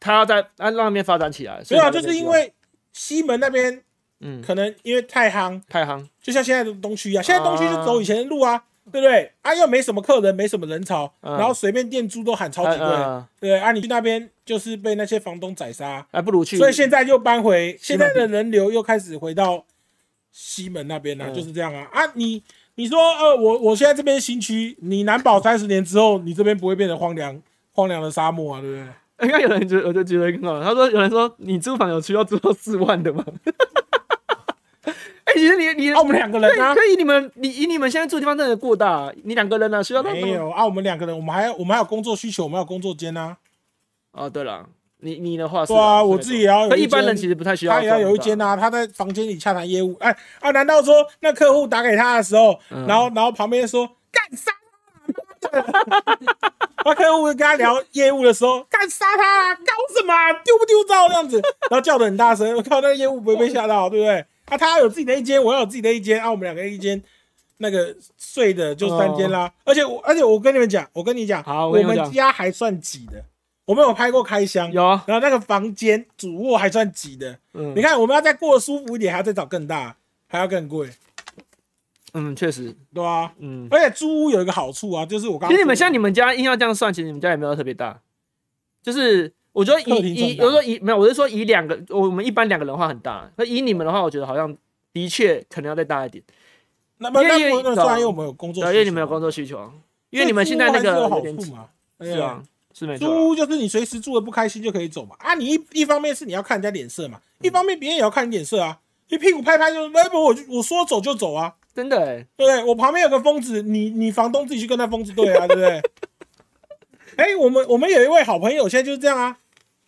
他要在按让那边发展起来，所
没
以
有啊，
才会
就是
被
因
起来
为西门那边
嗯
可能因为太行，
太行，
就像现在的东区啊，现在东区就
啊
走以前的路啊。对不对？啊，又没什么客人，没什么人潮，
嗯
然后随便店租都喊超
嗯
级贵，
嗯嗯
对啊，你去那边就是被那些房东宰杀、
还不如去。
所以现在又搬回，现在
西
的人流又开始回到西门那边了、
嗯
就是这样啊啊！你你说呃，我我现在这边新区，你难保三十年之后，你这边不会变成荒凉荒凉的沙漠啊，对不对？
应该有人觉得，我就觉得很好。他说有人说你租房有需要租到四万的吗？ 哎、其实你你、
啊，我们两个
可以
人啊，
可以，你们你以你们现在住的地方真的过大、你两个人啊，需要到那么
没有啊，我们两个人，我们还我们还有工作需求，我们还有工作间啊，
哦，对了，你你的话是
对啊，
是没
我
错
自己也要有
可
一
一般人
间
其实不太需要，
他也要有一间
啊，
啊，他在房间里洽谈业务，哎啊，难道说那客户打给他的时候，
嗯
然后然后旁边说干杀 他啊，妈的那客户跟他聊业务的时候，干杀他啊，搞什么啊丢不丢招这样子，然后叫的很大声，我靠，那个业务不会被吓到，对不对？啊，他有自己的一间，我要有自己的一间，啊，我们两个一间。那个睡的就三间啦，而且我而且我跟你们讲，我跟你讲，
哦好
我
我跟你们
们
讲
家还算挤的，我们有拍过开箱，
有啊，
然后那个房间主卧还算挤的，
嗯
你看，我们要再过得舒服一点，还要再找更大，还要更贵，
嗯，确实，
对啊。
嗯。
而且租屋有一个好处啊，就是我刚
其
刚
实你们
说
像你们家硬要这样算，其实你们家也没有特别大，就是我觉得
客厅
以以，
算大
我说以没有，我是说以两个，我们一般两个人的话很大，那以你们的话，我觉得好像的确可能要再大一点，
那么
因
那
为
不能
因为
算，因为我们有工作需
对，
求，啊
因为你们有工作需求，啊因为你们现在
所
那
以
个
租屋还
有
是有
点
好
紧
处嘛，
是啊，是
对。
没错啊，
租屋就是你随时住的不开心就可以走嘛，啊，你一一方面是你要看人家脸色嘛，
嗯
一方面别人也要看你脸色啊，你屁股拍拍就是，哎不，我就我说走就走啊，
真的欸，
对不对？我旁边有个疯子，你你房东自己去跟那疯子对啊，对不对？ 哎，我们我们有一位好朋友，现在就是这样啊，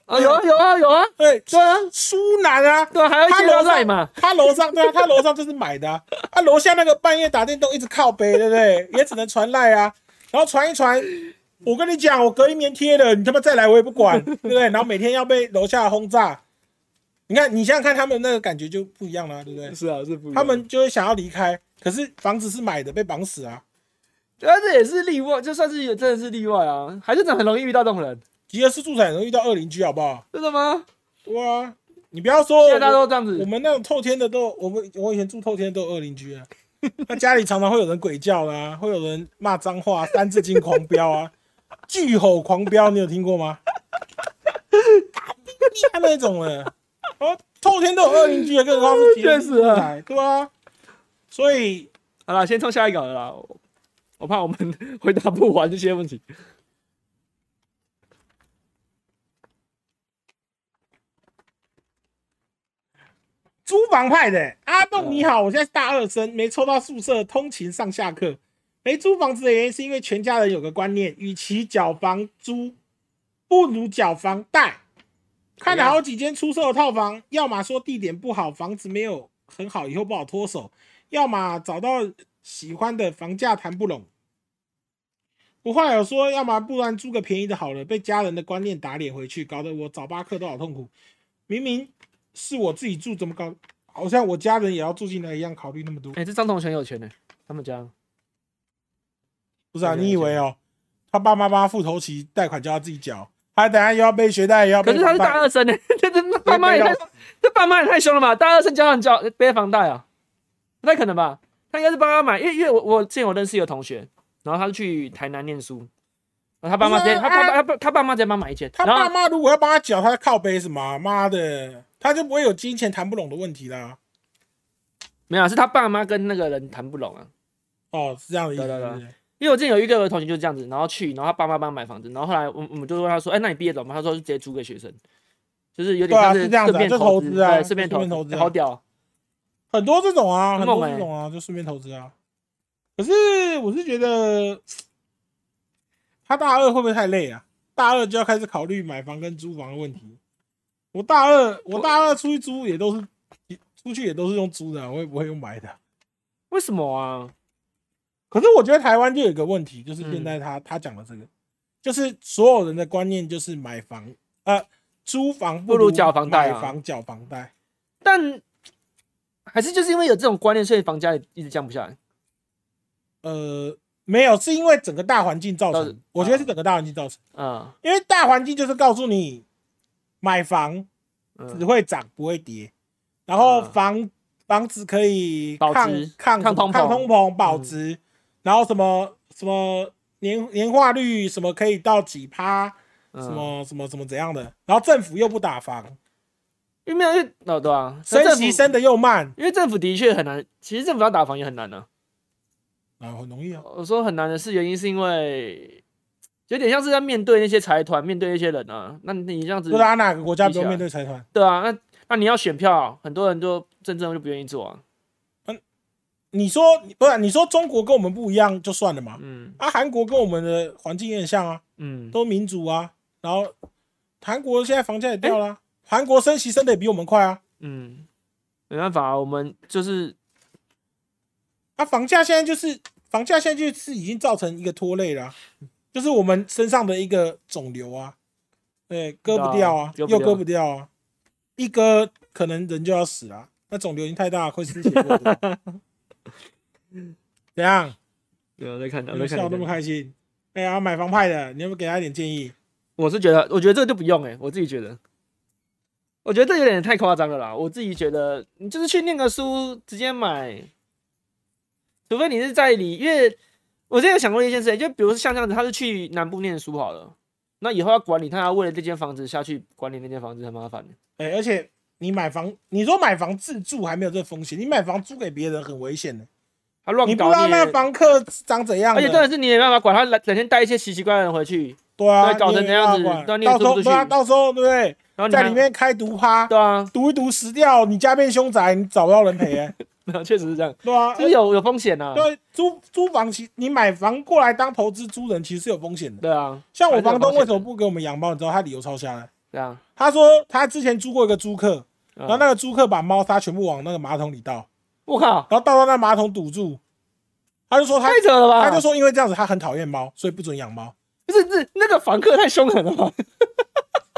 啊有啊有啊有啊，
对，
对啊
苏南啊，
对啊，还要
他
接
楼
到
上
赖嘛，
他楼上 对啊，他楼上就是买的啊，啊楼下那个半夜打电动一直靠背，对不对？ 也只能传赖啊，然后传一传。我跟你讲，我隔一年贴的，你他妈再来我也不管， 对不对？然后每天要被楼下轰炸，你看你想想看，他们那个感觉就不一样了，对不对？
是啊是不一样
他们就会想要离开，可是房子是买的，被绑死啊。
对啊，这也是例外，就算是有真的是例外啊，还是真的很容易遇到这种人，
集合式住宅很容易遇到恶邻居，好不好？
真的吗？
对啊，你不要说
现在大家
我
都这样
我
子，
们那种透天的都有，我们我以前住透天都有恶邻居啊， 那家里常常会有人鬼叫啦、会有人骂脏话、啊三字经狂飙啊， 巨吼狂飙，你有听过吗？打那种的，哦，透天都有恶邻居啊，更何况是
确实啊
住宅，对啊，所以
好了，先冲下一个好了啦，我我怕我们 回答不完这些问题。
租房派的、阿栋你好，我现在是大二生，没抽到宿舍通勤上下课。没租房子的原因是因为全家人有个观念，与其缴房租，不如缴房贷。看了好几间出售的套房，要么说地点不好，房子没有很好，以后不好脱手；要么找到喜欢的，房价谈不拢。我后来有说，要么不然租个便宜的好了，被家人的观念打脸回去，搞得我早八课都好痛苦。明明是我自己住，怎么搞？好像我家人也要住进来一样，考虑那么多。
哎、这张同学很有钱呢，他们家
不是啊，
了解
你以为哦，他爸妈帮他付头期，贷款就要自己缴，他等下又要背学贷，也要
可
背
是他
房
是大
贷，
二生呢， 这这这爸妈也
直接
太
背到死
这爸妈也太凶了吧！大二生叫他们交背房贷啊，不太可能吧？他应该是帮他买，因为因为我我之前我认识一个同学，然后他去台南念书，然后他爸妈直接
不是
他
啊
爸他爸他爸妈直接帮他买一间，
他
然
爸
后
妈如果要帮他缴，他靠背什么啊？妈的，他就不会有金钱谈不拢的问题啦。
没有啊是他爸妈跟那个人谈不拢啊。
哦，是这样的意思。
对对
是
对
不是
因为我之前有一个同学就是这样子，然后去，然后他爸妈帮他买房子，然后后来我我们就问他说，哎、那你毕业怎么办？他说就直接租给学生，就是有点
对啊
像是
是这样子啊
顺便
就
投
投
资，
资啊
对，顺便
就顺便
投
投
资，
资啊
好屌啊、
很多这种啊，很
很猛
多
欸
这种啊，就顺便投资啊。可是我是觉得， 他大二会不会太累啊？大二就要开始考虑买房跟租房的问题。我大二，我大二出去租也都是，出去也都是用租的啊、我也不会用买的啊。
为什么啊？
可是我觉得台湾就有一个问题，就是现
嗯
在他、他讲的这个，就是所有人的观念就是买房，呃，租房
不如缴房贷啊
买房缴房贷。
但还是就是因为有这种观念，所以房价一直降不下来。
呃，没有，是因为整个大环境造
造成啊
成，我觉得是整个大环境造成。
嗯
因为大环境就是告诉你，买房只
嗯，
会涨不会跌，然后
嗯
房、房子可以
保
抗
值
抗
抗通膨嗯
抗通膨保值，然后什么什么年年化率什么可以到几趴，什
嗯
么什么什么怎样的，然后政府又不打房，
因为没有，因为哦对啊，那
升
政
息
府
升的又慢，
因为政府的确很难，其实政府要打房也很难啊。
啊，很容易啊，
我说很难的是原因是因为有点像是在面对那些财团，面对那些人啊。那你这样子
不知，道哪个国家
比
不
起来
用面对财团，
对啊，那那你要选票，很多人就真正就不愿意做啊。
你说不是？你说中国跟我们不一样就算了嘛，
嗯
啊，韩国跟我们的环境也很像啊，
嗯，
都民主啊，然后韩国现在房价也掉了啊、韩、国升息升的也比我们快啊，
嗯，没办法、啊，我们就是
啊，房价现在就是房价现在就是已经造成一个拖累了啊、就是我们身上的一个肿瘤啊，对，割不掉啊，
对啊割不
又
掉
割不掉啊，一割可能人就要死了啊、那肿瘤已经太大了，会失血过多。怎样？
没啊有在看，
你
没
们笑那么
看。
开心？哎呀，买房派的，你有没有给他一点建议？
我是觉得，我觉得这个就不用哎、我自己觉得，我觉得这有点太夸张了啦。我自己觉得，你就是去念个书，直接买，除非你是在离，因为我之前有想过一件事，就比如像这样子，他是去南部念书好了，那以后要管理他，要为了这间房子下去管理那间房子，很麻烦的。
哎、而且你买房，你说买房自住还没有这风险，你买房租给别人很危险的，
他乱
你不
搞
知道那
也
个房客长怎样的，
而且重点是你也没办法管他，来整天带一些奇奇怪怪的人回去，
对啊，
对搞成
你
这
也没
样
办
子
法
对啊
管
你也
到时
租不
候
出
对啊，
去
到时候对不对？
然后你
在
还
里面开毒趴，
对啊，
毒一毒死掉，你家变凶宅，你找不到人赔、欸，
没有确实是 这样，
对啊，
就是有有风险呐、啊，
对租租房其你买房过来当投资租人其实是有风险的，
对啊，
像我
还是有
房东
风险
为什么不给我们养猫？你知道他理由超瞎的，
对啊，
他说他之前租过一个租客，
嗯
然后那个租客把猫砂全部往那个马桶里倒，
我靠，
然后倒到那马桶堵住，他就说他
太扯了吧！
他就说因为这样子他很讨厌猫，所以不准养猫
不是，是那个房客太凶狠了 吧？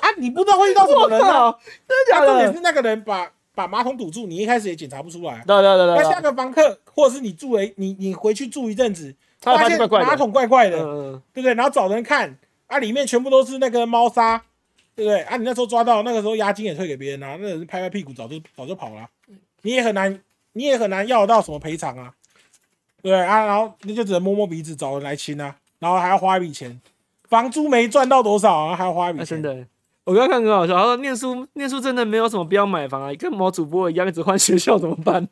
啊！你不知道会遇到什么
我
人啊！
靠，真的
他
假
重
的
点？是那个人把把马桶堵住，你一开始也检查不出来。
对啊对对
那
对
下
对，
个房客或者是你住了一你你回去住一阵子，
啊他的
发
房子
现
怪怪的
马桶呃怪怪的，
嗯嗯，
对不对？然后找人看啊，里面全部都是那个猫砂，对不对？啊，你那时候抓到，那个时候押金也退给别人啊，那人拍拍屁股早就早就跑了啊、
嗯
你也很难你也很难要得到什么赔偿啊，对不对啊，然后你就只能摸摸鼻子找人来亲啊，然后还要花一笔钱，房租没赚到多少啊，还要花一笔
那真
钱，
的欸。我刚刚看很好笑，他说念书念书真的没有什么必要买房啊，跟某主播一样，一直换学校怎么办？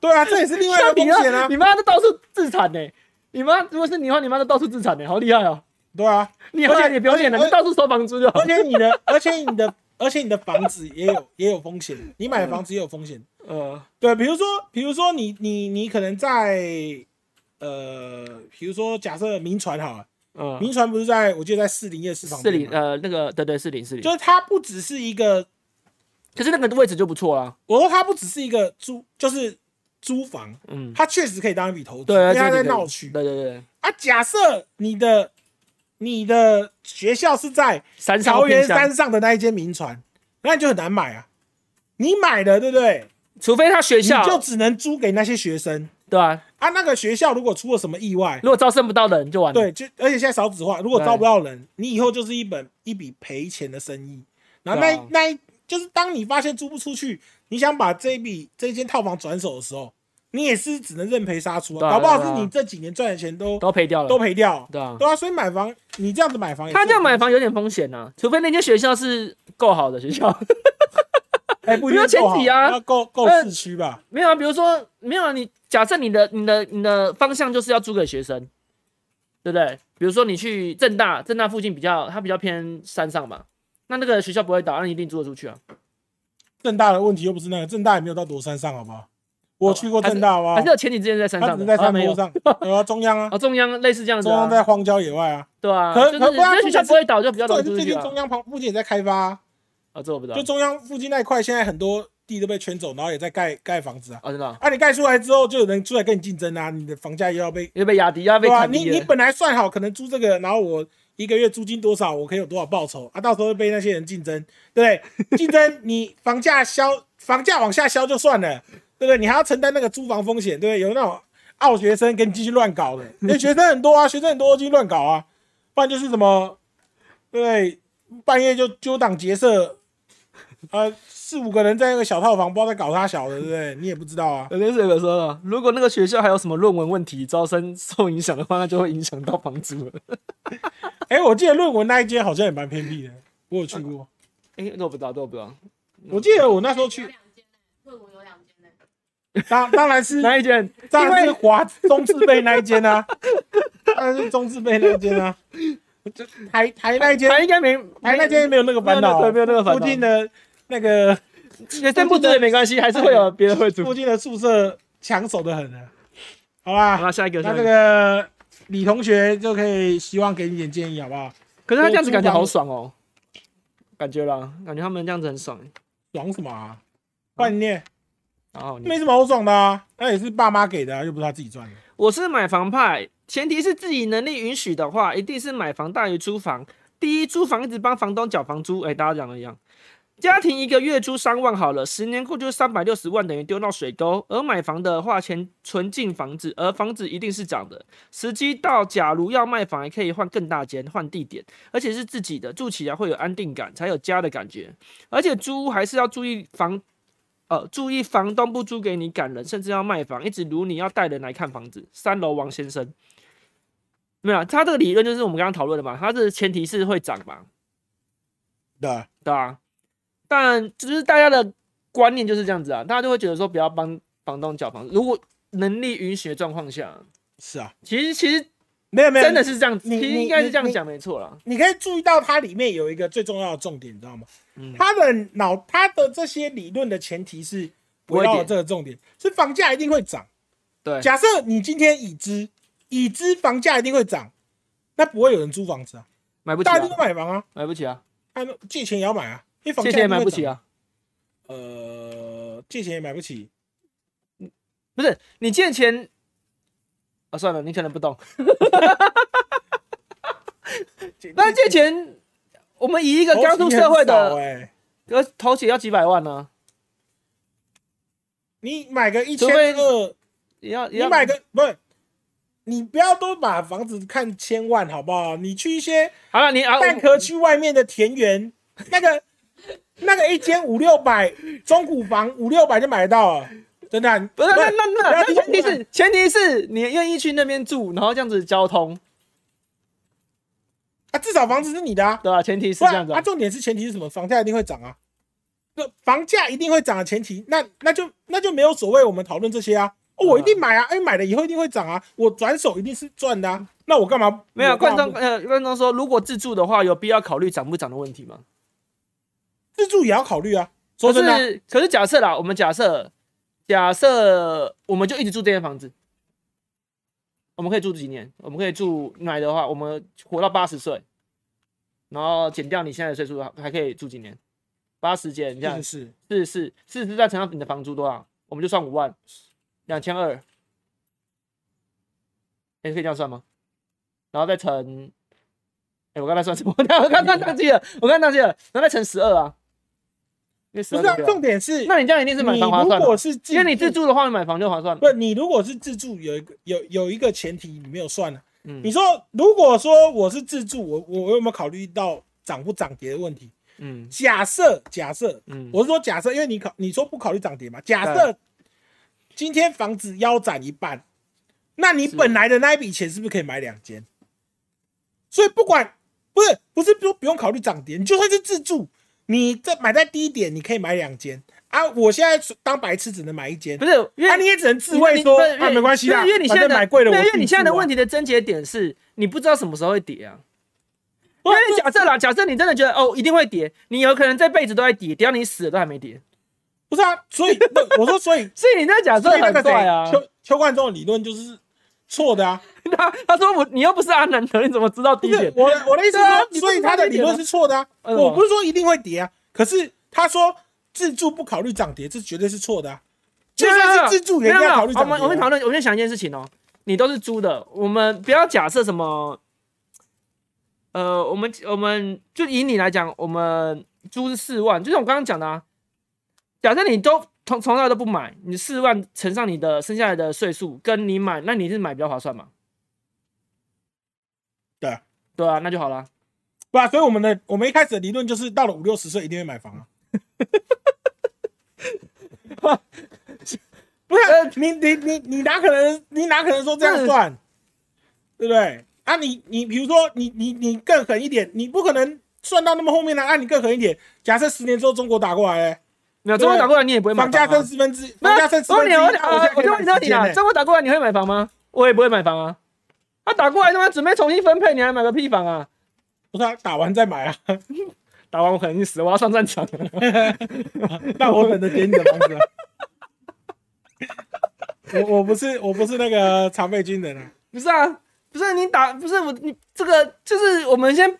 对啊，这也是另外一
像
个
你
风险啊
妈，，你妈都到处自产呢、你妈如果是你的话，你妈都到处自产呢、好厉害哦、
对 啊。
你后来也不用念了，
而且
就到处收房租就好
而。且你的，而且你的，而且你的房子也有也有风险，你
嗯
买的房子也有风险。
呃，
对，比如说，比如说你你你可能在呃，比如说假设民传好了，
嗯，
民传不是在我记得在四零夜市旁
四
边
零
嘛，
呃那个对对四零四零，
就是它不只是一个，
可是那个位置就不错啊啦。
我说它不只是一个租，就是租房，
嗯，
它确实可以当一笔投资，
对
因
啊，
为它
这
在
个
闹区。
对对对，
啊，假设你的你的学校是在
山上
桃
的偏
园
乡
山上的那一间名船，那你就很难买啊。你买了，对不对？
除非他学
你
校
就只能租给那些学生
对吧、
啊。那个学校如果出了什么意外，
如果招生不到人就完了。
对，就而且现在少子化，如果
对
招不到人，你以后就是一本一笔赔钱的生意。然后那一
对啊
那一就是当你发现租不出去，你想把这一笔这间套房转手的时候，你也是只能认赔杀出、
对
啊，
啊
搞不好
对啊
是你这几年赚的钱都
都赔掉了。
都赔掉。
对啊，
对啊，所以买房你这样子买房也是，
他这样买房有点风险呐、除非那间学校是够好的学校，
哎，不一
不要
定够
前几
好
啊
要够够
呃
市区吧？
没有啊，比如说没有啊，你假设你的你的你的方向就是要租给学生，对不对？比如说你去正大，正大附近比较它比较偏山上嘛，那那个学校不会倒，那你一定租得出去啊。
正大的问题又不是那个，正大也没有到多山上，好不好？我去过
哦还是
正大，好不好
还是？有前几之前在山
他
上
只
的，
是在
啊
山
没有
坡上，对啊，中 央啊，
啊，中央类似这样子
中央
啊，
在荒郊野外啊。
对啊，
可
就是
可不然
那学校不会倒就比较
对，
容易
是
租
最
出去
近
啊
中。央旁附近也在开发啊，
啊，这我不知道
就，中央附近那一块，现在很多地都被圈走，然后也在盖盖房子啊。
啊，真的啊
啊，你盖出来之后，就有人出来跟你竞争啊，你的房价又要被
又被压低，要被
对吧、啊
砍
你
低
你
了。
本来算好可能租这个，然后我一个月租金多少，我可以有多少报酬啊？到时候被那些人竞争，对不对？竞争你房价消，房价往下消就算了，对不对？你还要承担那个租房风险，对不对？有那种傲学生跟你继续乱搞的，那学生很多啊，学生很多继续乱搞啊，不然就是什么，对不对？半夜就揪党结社，呃，四五个人在那个小套房，不知道在搞他小的，对不对？你也不知道啊。
有天水哥说了，如果那个学校还有什么论文问题，招生受影响的话，那就会影响到房租了。
哎、我记得论文那一间好像也蛮偏僻的，我有去过。
哎、这我不知道，这我不知道。
我记得我那时候
有
去，
两间呢，论文有两间呢。
当当然是
哪一间？
当然是华中字辈那一间啊，当然是中字辈那一间 啊。就台台那一间，
他应该没，
台那间没有那个烦恼
没有那个对没有那个烦恼
附近的那个
学生不租也没关系，还是会有别人会租
附。近的宿舍抢手的很啊。好吧，
好了，下一个，下
那
一
这
个。
个李同学就可以希望给你点建议，好不好？
可是他这样子感觉好爽哦，感觉啦，感觉他们这样子很爽。
爽什么啊？观念
然后你
没什么好爽的啊，那也是爸妈给的啊，又不是他自己赚的。
我是买房派，前提是自己能力允许的话，一定是买房大于租房。第一，租房一直帮房东缴房租，哎、大家讲的一样。家庭一个月租三万好了，十年后就是三百六十万，等于丢到水沟。而买房的话，钱存进房子，而房子一定是涨的。时机到，假如要卖房，也可以换更大间，换地点，而且是自己的，住起来会有安定感，才有家的感觉。而且租屋还是要注意房，呃，注意房东不租给你赶人，甚至要卖房，一直如你要带人来看房子。三楼王先生，没有啊，他这个理论就是我们刚刚讨论的嘛，他的前提是会涨嘛，
对，
对啊，但就是大家的观念就是这样子啊，大家就会觉得说不要帮房东缴房租，如果能力允许的状况下，
是啊，
其实其实
没有没有，
真的是这样，
你
其实
你
应该是
你
这样
你
讲没错啦。
你可以注意到它里面有一个最重要的重点，你知道吗？
嗯，
它的脑，它的这些理论的前提是围绕着这个重点，是房价一定会涨。
对
假设你今天已知，已知房价一定会涨，那不会有人租房子啊，
买不起
大
啊
家，都买房啊，
买不起啊，
他们借钱也要买啊，因为房价
借
一
钱
定
也
会涨
买不起。啊。
呃，借钱也买不起，
不是你借钱啊，算了，你可能不懂。那借钱，我们以一个刚出社会的，
哎，
呃，头起要几百万呢、
你买个一
除
千
非
二，
也要也
你
要
买个不是，你不要都把房子看千万好不好？你去一些。
好了，你啊，
蛋壳区外面的田园，那个那个一间五六百，中古房五六百就买得到了，真的啊、
不是那那那
不要
那前提
不要
是前提是你愿意去那边住，然后这样子交通，
啊，至少房子是你的啊，
对吧、前提是
不
这样
然
子、
啊，
啊，
重点是前提是什么？房价一定会涨啊，那房价一定会涨的前提，那那就那就没有所谓我们讨论这些啊。哦，我一定买啊！哎、买了以后一定会涨啊！我转手一定是赚的啊！那我干嘛
没有
我干
观
嘛
众
不
呃观众说，如果自住的话，有必要考虑涨不涨的问题吗？
自住也要考虑啊！说真的啊、
可是可是假设啦，我们假设假设我们就一直住这间房子，我们可以住几年？我们可以住买的话，我们活到八十岁，然后减掉你现在的岁数，还还可以住几年？八十减这样
是是
四四四十再乘上你的房租多少？我们就算五万，两千二。哎，可以这样算吗？然后再乘，哎、我刚才算什么？我刚刚刚忘记了，我刚刚忘记了，然后再乘十二啊，因为
不
十二
是、啊、
个
重点是，
那你这样一定是买
你
房划啊
如
算的
果是
因为你
自
自
住，
住的话，你买房就划算。
不，你如果是自住，有一个有有一个前提你没有算啊。
嗯
你说如果说我是自住，我我我有没有考虑到涨不涨跌的问题？
嗯
假设假设，
嗯，
我是说假设，因为你考你说不考虑涨跌嘛，假设今天房子腰斩一半，那你
是
本来的那一笔钱是不是可以买两间？所以不管不是不是说不用考虑涨跌，你就算是自住，你在买在低点，你可以买两间啊。我现在当白痴只能买一间
不，是，因为、
那、啊你也只能自卫说
因为因为
啊没关系啦，
因为你
反
现在
正
的
买贵了我
对因为
自
你
己
现在的
住啊
问题的症结点是你不知道什么时候会跌啊。
不
因
是
为
这
假设啦，假设你真的觉得哦一定会跌，你有可能这辈子都在跌，跌到你死了都还没跌。
不是啊，所 以不我说所以
所以你那假设
所以那
很
个谁
怪啊。
邱邱冠中的理论就是错的啊。
他他说我你又不是阿南德，你怎么知道低
不是
点？
我的我的意思
对啊
是
你
说，所以他的理论是错的啊。
为什么
我不是说一定会跌啊，可是他说自助不考虑涨跌，这绝对是错的啊。就算是自助，
没
也
有
应
没
该
有
考虑
好
涨
我
跌
们我们
啊。
讨论，我们先想一件事情哦，你都是租的，我们不要假设什么，呃，我们我们就以你来讲，我们租是四万，就是我刚刚讲的啊。假设你都从从来都不买，你四万乘上你的剩下来的岁数，跟你买，那你是买比较划算嘛？
对啊
对啊，那就好了。
对啊，所以我们的我们一开始的理论就是，到了五六十岁一定会买房啊。 不是啊
呃嗯
你你你你哪可能你哪可能说这样算，对不对？啊你，你比如说你你你更狠一点，你不可能算到那么后面来、啊。你更狠一点，假设十年之后中国打过来、欸，
没有，中国打过来你也不会买
房
房啊、
价升四分之，
不是
房价升四
我
分
问
之一，
你，我
那我现在，可
啊我
以买
就问你到
十
底
间
啦，
呢。
中国打过来你会买房吗？我也不会买房啊。他打过来他妈准备重新分配，你还买个屁房啊！
不是啊打完再买啊，
打完我肯定死，我要上战场了。
那我等着给你的房子啊。 我我不是我不是那个常备军人啊，
不是啊，不是你打，不是我你这个就是我们先，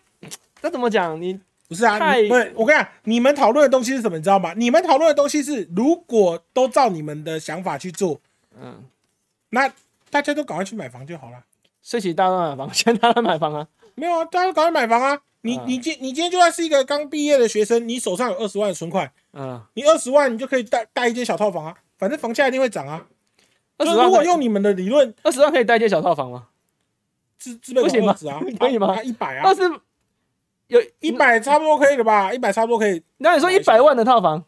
这怎么讲？你
不是啊，
太
你不是我跟你讲，你们讨论的东西是什么，你知道吗？你们讨论的东西是，如果都照你们的想法去做，
嗯，
那大家都赶快去买房就好了。
睡起大乱买房，先大乱买房啊！
没有啊，大家都赶快买房啊！你
嗯
你今你今天就算是一个刚毕业的学生，你手上有二十万的存款，
嗯，
你二十万你就可以贷贷一间小套房啊，反正房价一定会涨啊。
二
就是
十万
如
可
果
以，
用你们的理论，
二十万可以带一间小套房吗？
资资本
不行
额
吗，
值啊
可以吗
一百啊
二，十有
一，百差不多可以了吧？一百差不多可以。
那你说一百万的套房，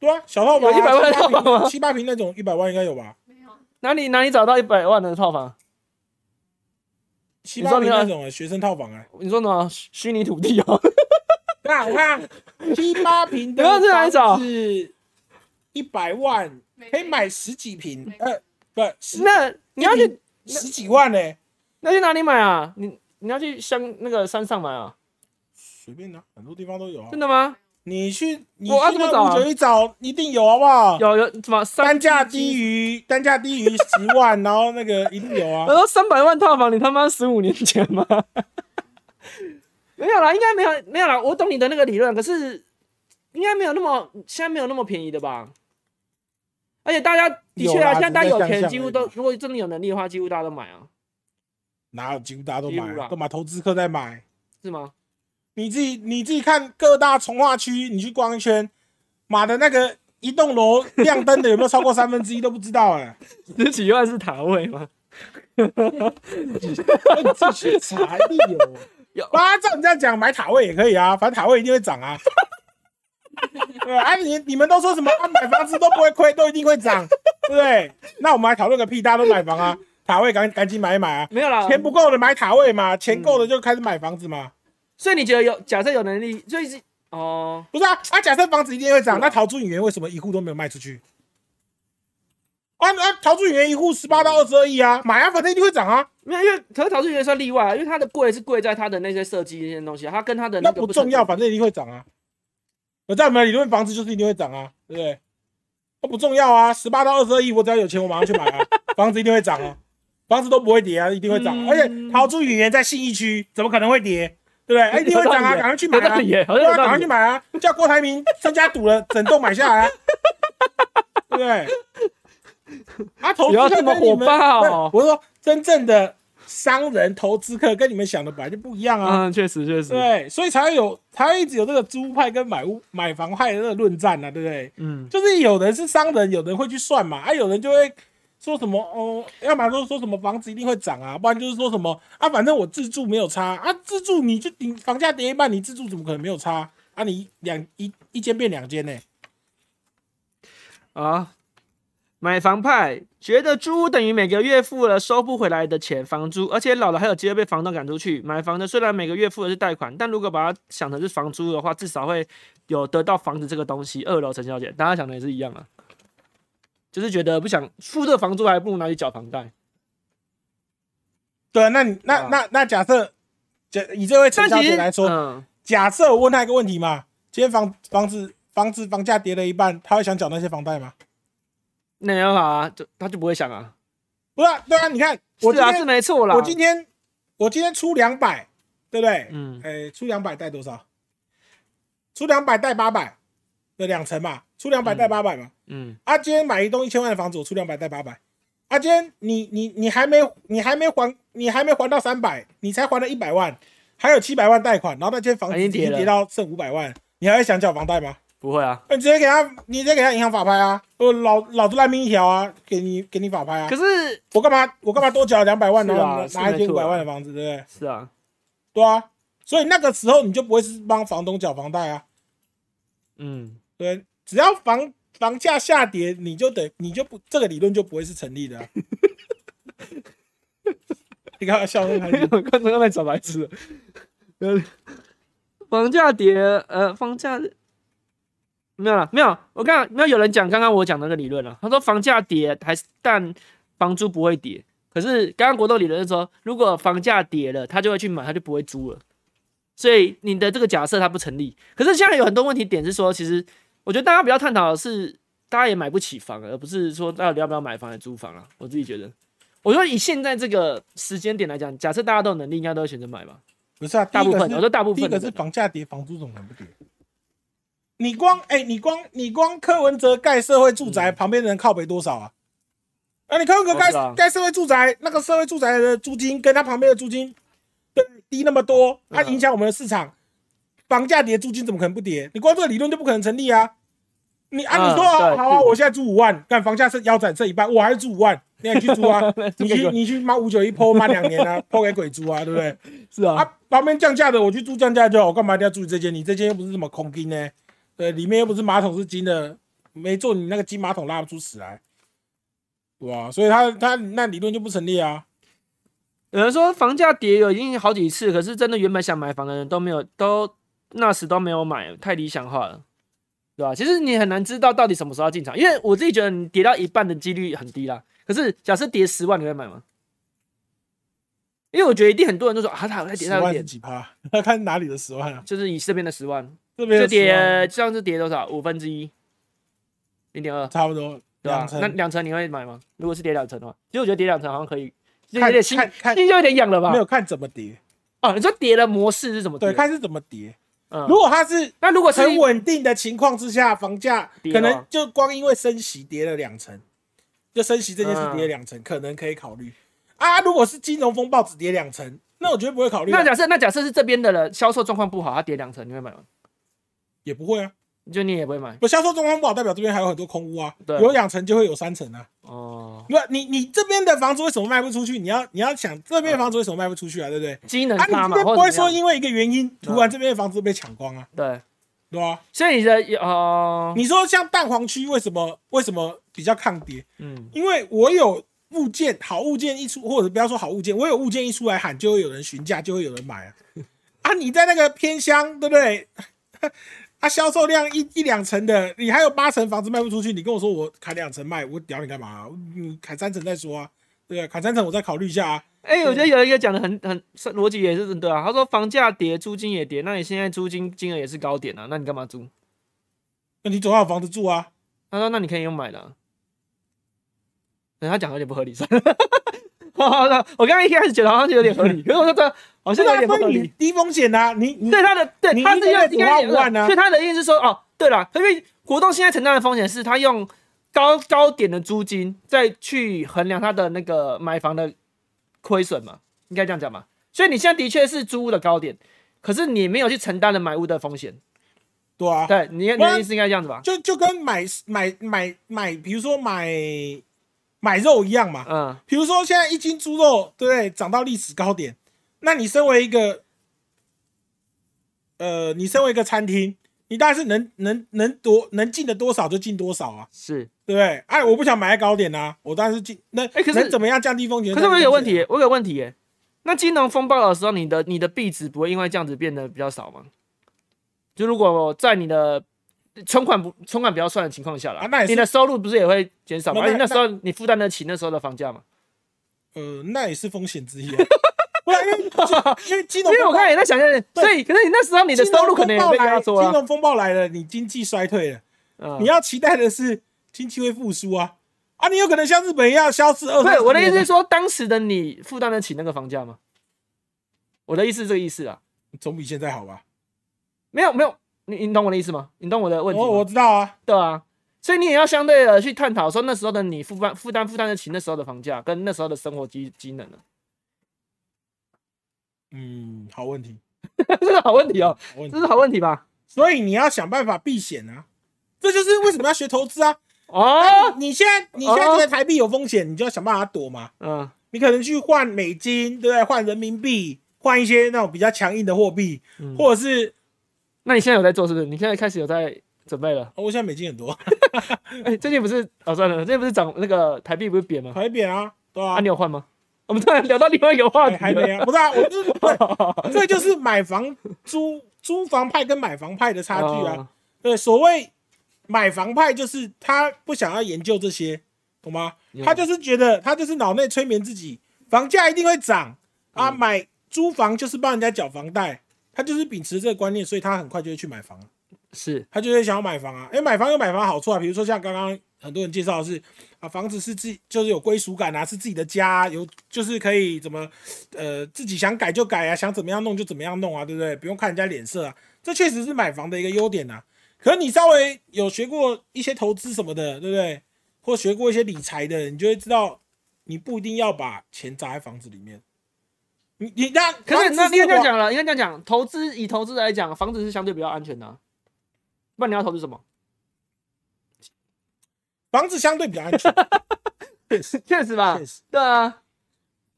对啊，小套房啊
有100万
七八平
套房吗
七八平那种一百万应该有吧？
没有，
哪里哪里找到一百万的套房？
七
你
八
说
平
你
那
看
种学生套房啊。
你说什么虚虚拟土地哦？
那我看啊七八平的
你要去哪里找
房子一百万可以买十几平
没，
呃，不十
那你要去
十几万呢、
那去哪里买啊？你你要去乡那个山上买啊？
随便拿，很多地方都有啊
真。的吗？
你去你去
我啊怎么找
那
啊
五九一找，一定有好不好？
有有什么三
单价低
于？
于单价低于十万，然后那个一定有啊
我。说呃三百万套房，你他妈十五年前吗？ 没有啦，应该没有没有啦。我懂你的那个理论，可是应该没有那么现在没有那么便宜的吧？而且大家的确
有啦
啊，现在大家有
只是在乡下
钱，几乎
而
都
已
如果真的有能力的话，几乎大家都买啊，
哪有几乎大家都买
几乎
啊，
啦
都买投资客在买。
是吗？
你自己你自己看各大从化区，你去逛一圈，妈的那个一栋楼亮灯的有没有超过三分之一都不知道哎、
十几万是塔位吗？
你 自己去查一哦定有。
有
妈，照你这样讲，买塔位也可以啊，反正塔位一定会涨啊。对啊，你你们都说什么、啊、买房子都不会亏，都一定会涨，对不对？那我们还讨论个屁，大家都买房啊，塔位赶赶紧买一买啊，
没有啦，
钱不够的买塔位嘛，钱够的就开始买房子嘛。
所以你觉得有假设有能力，所以是哦，
不是啊，啊，假设房子一定会涨，那陶朱影园为什么一户都没有卖出去？啊啊，陶朱影园一户十八到二十二亿啊，买啊，反正一定会涨啊，
没有，因为可是陶志源算例外啊，因为它的贵是贵在它的那些设计那些东西啊，它跟它的
那
个
不
不
重要，
成
反正一定会涨啊。我在我们的理论，房子就是一定会涨啊，对不对？那不重要啊，十八到二十二亿，我只要有钱，我马上去买 啊，房子一定会涨啊，房子都不会跌啊，一定会涨啊、
嗯
而且陶朱影园在信义区，怎么可能会跌？对不对？哎一定会涨啊，
有道理耶
赶快去买
有
啊
道！理耶，好
对啊，
像有
赶
道
快
理
去
耶。
买啊！叫郭台铭身家赌了，整栋买下来、啊，对不对？啊，投资
不要
客
这么
跟你
火
们
爆
不是我是说，真正的商人、投资客跟你们想的本来就不一样啊。
嗯，确实确实，
对，所以才会有，才会一直有这个租派跟买屋、买房派的这个论战呢、啊，对不对？
嗯，
就是有人是商人，有人会去算嘛，啊，有人就会说什么哦，要么就是说什么房子一定会涨啊，不然就是说什么啊，反正我自住没有差啊，自住你就你房价跌一半，你自住怎么可能没有差啊？你两一一间变两间呢？
啊，买房派觉得租屋等于每个月付了收不回来的钱房租，而且老了还有机会被房东赶出去。买房的虽然每个月付的是贷款，但如果把它想成是房租的话，至少会有得到房子这个东西。二楼陈小姐，大家想的也是一样啊，就是觉得不想付这个房租，还不如拿去缴房贷。
对啊，那你那
啊
那那假设，假以这位陈
但
小
其
姐
实，
来说，
嗯，
假设我问她一个问题嘛，今天房房子房子房价跌了一半，她会想缴那些房贷吗？
那没办法啊，就他就不会想啊。
不是、啊，对啊，你看我
是
今
啊，
天
是没错啦。
我今天我今天出两百，对不对？
嗯，
哎、出两百带多少？出两百带八百，对，两成嘛，出两百带八百嘛。
嗯
啊，今天买一栋一千万的房子，我出两百带八百。啊，今天你你你还没你还没还你还没还到三百，你才还了一百万，还有七百万贷款，然后那间房子
啊已
已
经跌
经
了
跌到剩五百万，你还会想缴房贷吗？
不会啊。
那你直接给他，你直接给他银行法拍啊！我老老子烂命一条啊，给你给你法拍啊！
可是
我干嘛我干嘛多缴两百万，
是啊
然后
是
拿一
没
间五
错啊
百万的房子，对不对？
是啊，
对啊，所以那个时候你就不会是帮房东缴房贷啊，
嗯，
对，只要房房价下跌，你就得你就不这个理论就不会是成立的 啊、你看笑得很开心，
我刚刚在找白痴了。呃房价跌，呃，房价没有了，没有。我刚刚没有有人讲刚刚我讲的那个理论了，他说房价跌还是但房租不会跌。可是刚刚国栋理论是说，如果房价跌了，他就会去买，他就不会租了。所以你的这个假设它不成立。可是现在有很多问题点是说，其实我觉得大家比较探讨的是，大家也买不起房，而不是说到底要不要买房来租房啊。我自己觉得。我说以现在这个时间点来讲，假设大家都有能力，应该都会选择买吧。
不是啊，
大
第一
部
个
分，我说
是
大部
第一
分的
个是
人，
房价跌，房租怎么可能不跌？你光哎、你光你光柯文哲盖社会住宅，旁边的人靠北多少啊？啊，你柯文哲盖
哦是啊
盖、社会住宅，那个社会住宅的租金跟他旁边的租金对低那么多，它、
嗯
影响我们的市场，房价跌，租金怎么可能不跌？你光这个理论就不可能成立啊！你啊，你
嗯
说、啊
对
好啊，
是，
我现在租五万，但房价是腰斩这一半，我还是租五万，你也去租啊 你去你去妈五九一抛妈两年啊，抛给鬼租啊，对不对？
是啊，
啊，旁边降价的我去住降价就好，我干嘛一定要住这间？你这间又不是什么空金呢、对，里面又不是马桶是金的，没做你那个金马桶拉不出屎来，哇！所以他他那理论就不成立啊。
有人说房价跌有已经好几次，可是真的原本想买房的人都没有，都那时都没有买，太理想化了，对吧、其实你很难知道到底什么时候要进场，因为我自己觉得你跌到一半的几率很低啦。可是假设跌十万，你会买吗？因为我觉得一定很多人都说啊，他再跌
十
到一
万是
点，
几趴？ 要看哪里的十万啊？
就是以这边的十万，
这边
就
的10
跌
啊万
上次跌多少？五分之一，零点二。
差不多
对啊吧、
两成
那。两层你会买吗？如果是跌两层的话，其实我觉得跌两层好像可以，就有
看
点心
看看
心就有点痒了吧？
没有看怎么跌，
哦，你说跌的模式是怎么跌？
对，看是怎么跌。
嗯
如，果它是
那如果是
很稳定的情况之下，房价
跌
可
了
能就光因为升息跌了两成，就升息这件事跌了两
嗯
成，可能可以考虑啊。如果是金融风暴只跌两成，那我觉得不会考虑啊、
那假设那假设是这边的人销售状况不好，它跌两层，你会买吗？
也不会啊。
就你也不会买
不销售状况不好，代表这边还有很多空屋啊，
对
有两成就会有三成啊。
哦，
那你你这边的房子为什么卖不出去？你要你要想这边的房子为什么卖不出去啊，对不对？
机能
啊，你
差
这
嘛，
边
或
不
者
会
怎
说
么样嗯
因为一个原因，突然这边的房子被抢光啊，
对，
对吧、
所以你的哦，
你说像蛋黄区为什么为什么比较抗跌？
嗯
因为我有物件，好物件一出，或者不要说好物件，我有物件一出来喊，就会有人询价，就会有人买啊。 啊，你在那个偏乡，对不对？ 啊，销售量一一两成的，你还有八成房子卖不出去，你跟我说我砍两成卖，我屌你干嘛、啊你砍三成再说啊，对不对？砍三成我再考虑一下啊。
哎、我觉得有一个讲的很很是逻辑也是对啊。他说房价跌，租金也跌，那你现在租金金额也是高点啊，那你干嘛租？
那你总要有房子住啊。
他说：“那你可以用买的、啊。嗯”他讲得有点不合理，算了我刚刚一开始觉得好像是有点合理，可是我觉得好像
对
有
啊，
点不合
所以你
理。
低风险啊，你你
对他的，对
你
他
一
是
个
要
月
应
只
该
花五万啊
所以他的意思是说，哦，对了，因为国栋现在承担的风险是他用高高点的租金再去衡量他的那个买房的亏损嘛，应该这样讲吧。所以你现在的确是租屋的高点，可是你没有去承担了买屋的风险。
对啊，
对，你你
不然
的意思应该这样子吧？
就就跟买买买买，比如说买买肉一样嘛。
嗯，
比如说现在一斤猪肉，对不对？涨到历史高点，那你身为一个，呃，你身为一个餐厅，你当然是能能能多能进的多少就进多少啊，
是。
对不对？哎，我不想买在高点啊，我当然是进那、
哎可是
能怎么样降低风险？
可是我有个问题
降低风险啊，，
我有个问题耶。那金融风暴的时候，你的你的币值不会因为这样子变得比较少吗？就如果在你的存款不存款不要算的情况下啦，
啊那也是
你的收入不是也会减少吗？
那
而且
那
那时候你负担得起那时候的房价吗？
呃，那也是风险之一啊。 不然因为因为金融
因为我
风暴
刚才也在想象，所以可是你那时候你的收入可能也被压缩
金
啊。
融风暴来了，你经济衰退了，你
嗯，
要期待的是经济会复苏啊啊！你有可能像日本一样消失二。
对，我的意思是
是，
说，当时的你负担得起那个房价吗？我的意思是这个意思啊，
总比现在好吧？
没有没有，你你懂我的意思吗？你懂我的问题吗？
我我知道啊，
对啊，所以你也要相对的去探讨说那时候的你负担负担负担得起那时候的房价跟那时候的生活机机能了，
嗯，好问题，
这是好问题哦，
好问
这
题。
是好问题吧？
所以你要想办法避险啊，这就是为什么要学投资啊。
哦，
你现在你现在觉得台币有风险，你就要想办法躲嘛。
嗯，
你可能去换美金，对不对？换人民币，换一些那种比较强硬的货币，
嗯
或者是
那你现在有在做是不是？你现在开始有在准备了？
哦我现在美金很多，
哎、最近不是哦，算了，最近不是涨那个台币不是贬吗？
台币啊，对
啊，
啊
你，有换吗？我们突然聊到另外一个话题
还
了，哦
还没啊，不是啊，我就是 对这就是买房租租房派跟买房派的差距啊。
哦
对，所谓买房派就是他不想要研究这些，懂吗？
嗯
他就是觉得他就是脑内催眠自己，房价一定会涨啊，
嗯
买租房就是帮人家缴房贷，他就是秉持这个观念，所以他很快就会去买房，
是
他就会想要买房啊。哎，买房有买房的好处啊，比如说像刚刚很多人介绍的是啊，房子是自己就是有归属感啊，是自己的家啊、有就是可以怎么呃自己想改就改啊，想怎么样弄就怎么样弄啊，对不对？不用看人家脸色啊，这确实是买房的一个优点啊。可是你稍微有学过一些投资什么的，对不对？或学过一些理财的，你就会知道，你不一定要把钱砸在房子里面。你你那
可是那
房子
应该这样
我
讲了，应该这样讲，投资以投资来讲，房子是相对比较安全的啊、不然你要投资什么？
房子相对比较安 全，
确实吧
确，实，
对啊。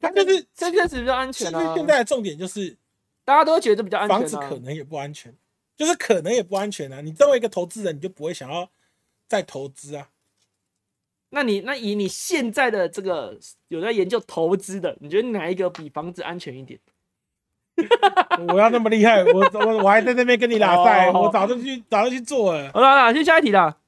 它就是
这确实比较安
其实
全啊。
现在的重点就是
大家都觉得比较安全、啊。
房子可能也不安全，就是可能也不安全啊。你作为一个投资人，你就不会想要再投资啊。
那你那以你现在的这个有在研究投资的，你觉得哪一个比房子安全一点？
我要那么厉害，我我我还在那边跟你打赛，
哦
我早就去早就去做了。
好啦好啦，去下一题啦。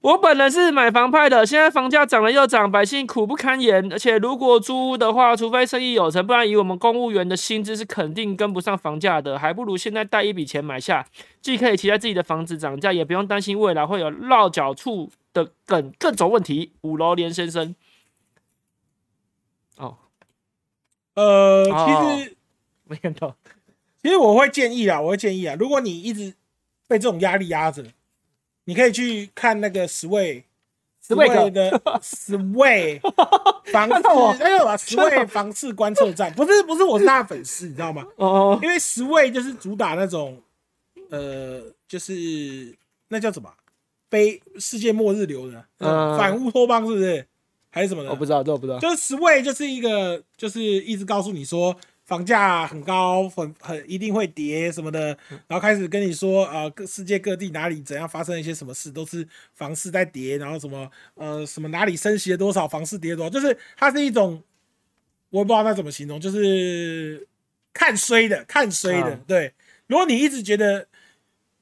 我本人是买房派的，现在房价涨了又涨，百姓苦不堪言。而且如果租屋的话，除非生意有成，不然以我们公务员的薪资是肯定跟不上房价的，还不如现在贷一笔钱买下，既可以期待自己的房子涨价，也不用担心未来会有落脚处的梗各种问题。五楼连先生，哦，
呃，
哦
其实
没看到，
其实我会建议啊，我会建议啊，如果你一直被这种压力压着，你可以去看那个 Sway。
Sway
的 Sway 房
看到我
市，哎呦啊，Sway 房市观测站，不是不是，我是他的粉丝，你知道吗？
哦，
因为 Sway 就是主打那种，呃，就是那叫什么啊，非世界末日流的，
嗯
反乌托邦是不是？还是什么的？
我不知道，这我不知道，
就是 Sway 就是一个，就是一直告诉你说房价很高，很很一定会跌什么的，然后开始跟你说，呃，各世界各地哪里怎样发生一些什么事，都是房市在跌，然后什么呃什么哪里升息了多少，房市跌多少，就是它是一种，我也不知道它怎么形容，就是看衰的，看衰的，
嗯
对。如果你一直觉得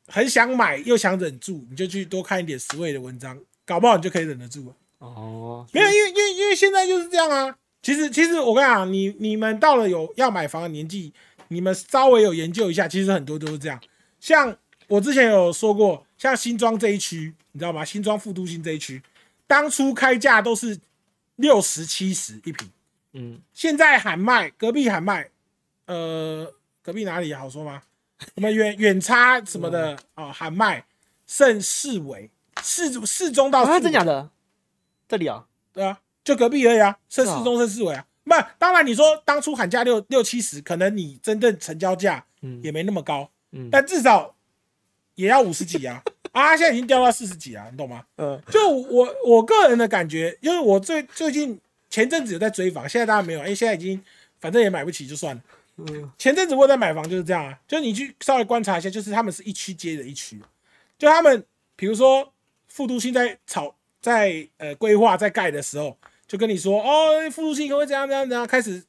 很想买又想忍住，你就去多看一点 Sway 的文章，搞不好你就可以忍得住了。
哦，
没有，因为因为因为现在就是这样啊。其实其实我跟你讲，你你们到了有要买房的年纪，你们稍微有研究一下，其实很多都是这样。像我之前有说过，像新庄这一区，你知道吗？新庄副都心这一区，当初开价都是六十七十一平，
嗯，
现在喊卖，隔壁喊卖，呃，隔壁哪里好说吗？什么远远差什么的哦，喊卖，剩四尾，四四中到四
啊，
尾
真假的？这里啊，
对啊，就隔壁而已啊，剩
是啊
四中剩四尾啊，不，当然你说当初喊价六六七十，可能你真正成交价
嗯
也没那么高，
嗯
但至少也要五十几 啊。啊，现在已经掉到四十几啊，你懂吗？
嗯
就我我个人的感觉，因为我最最近前阵子有在追房，现在当然没有，因为哎现在已经反正也买不起就算了。
嗯
前阵子我有在买房就是这样啊，就是你去稍微观察一下，就是他们是一区接着一区，就他们比如说复都新在炒在呃规划在盖的时候，就跟你说哦复都新可能会怎样怎样怎样，开始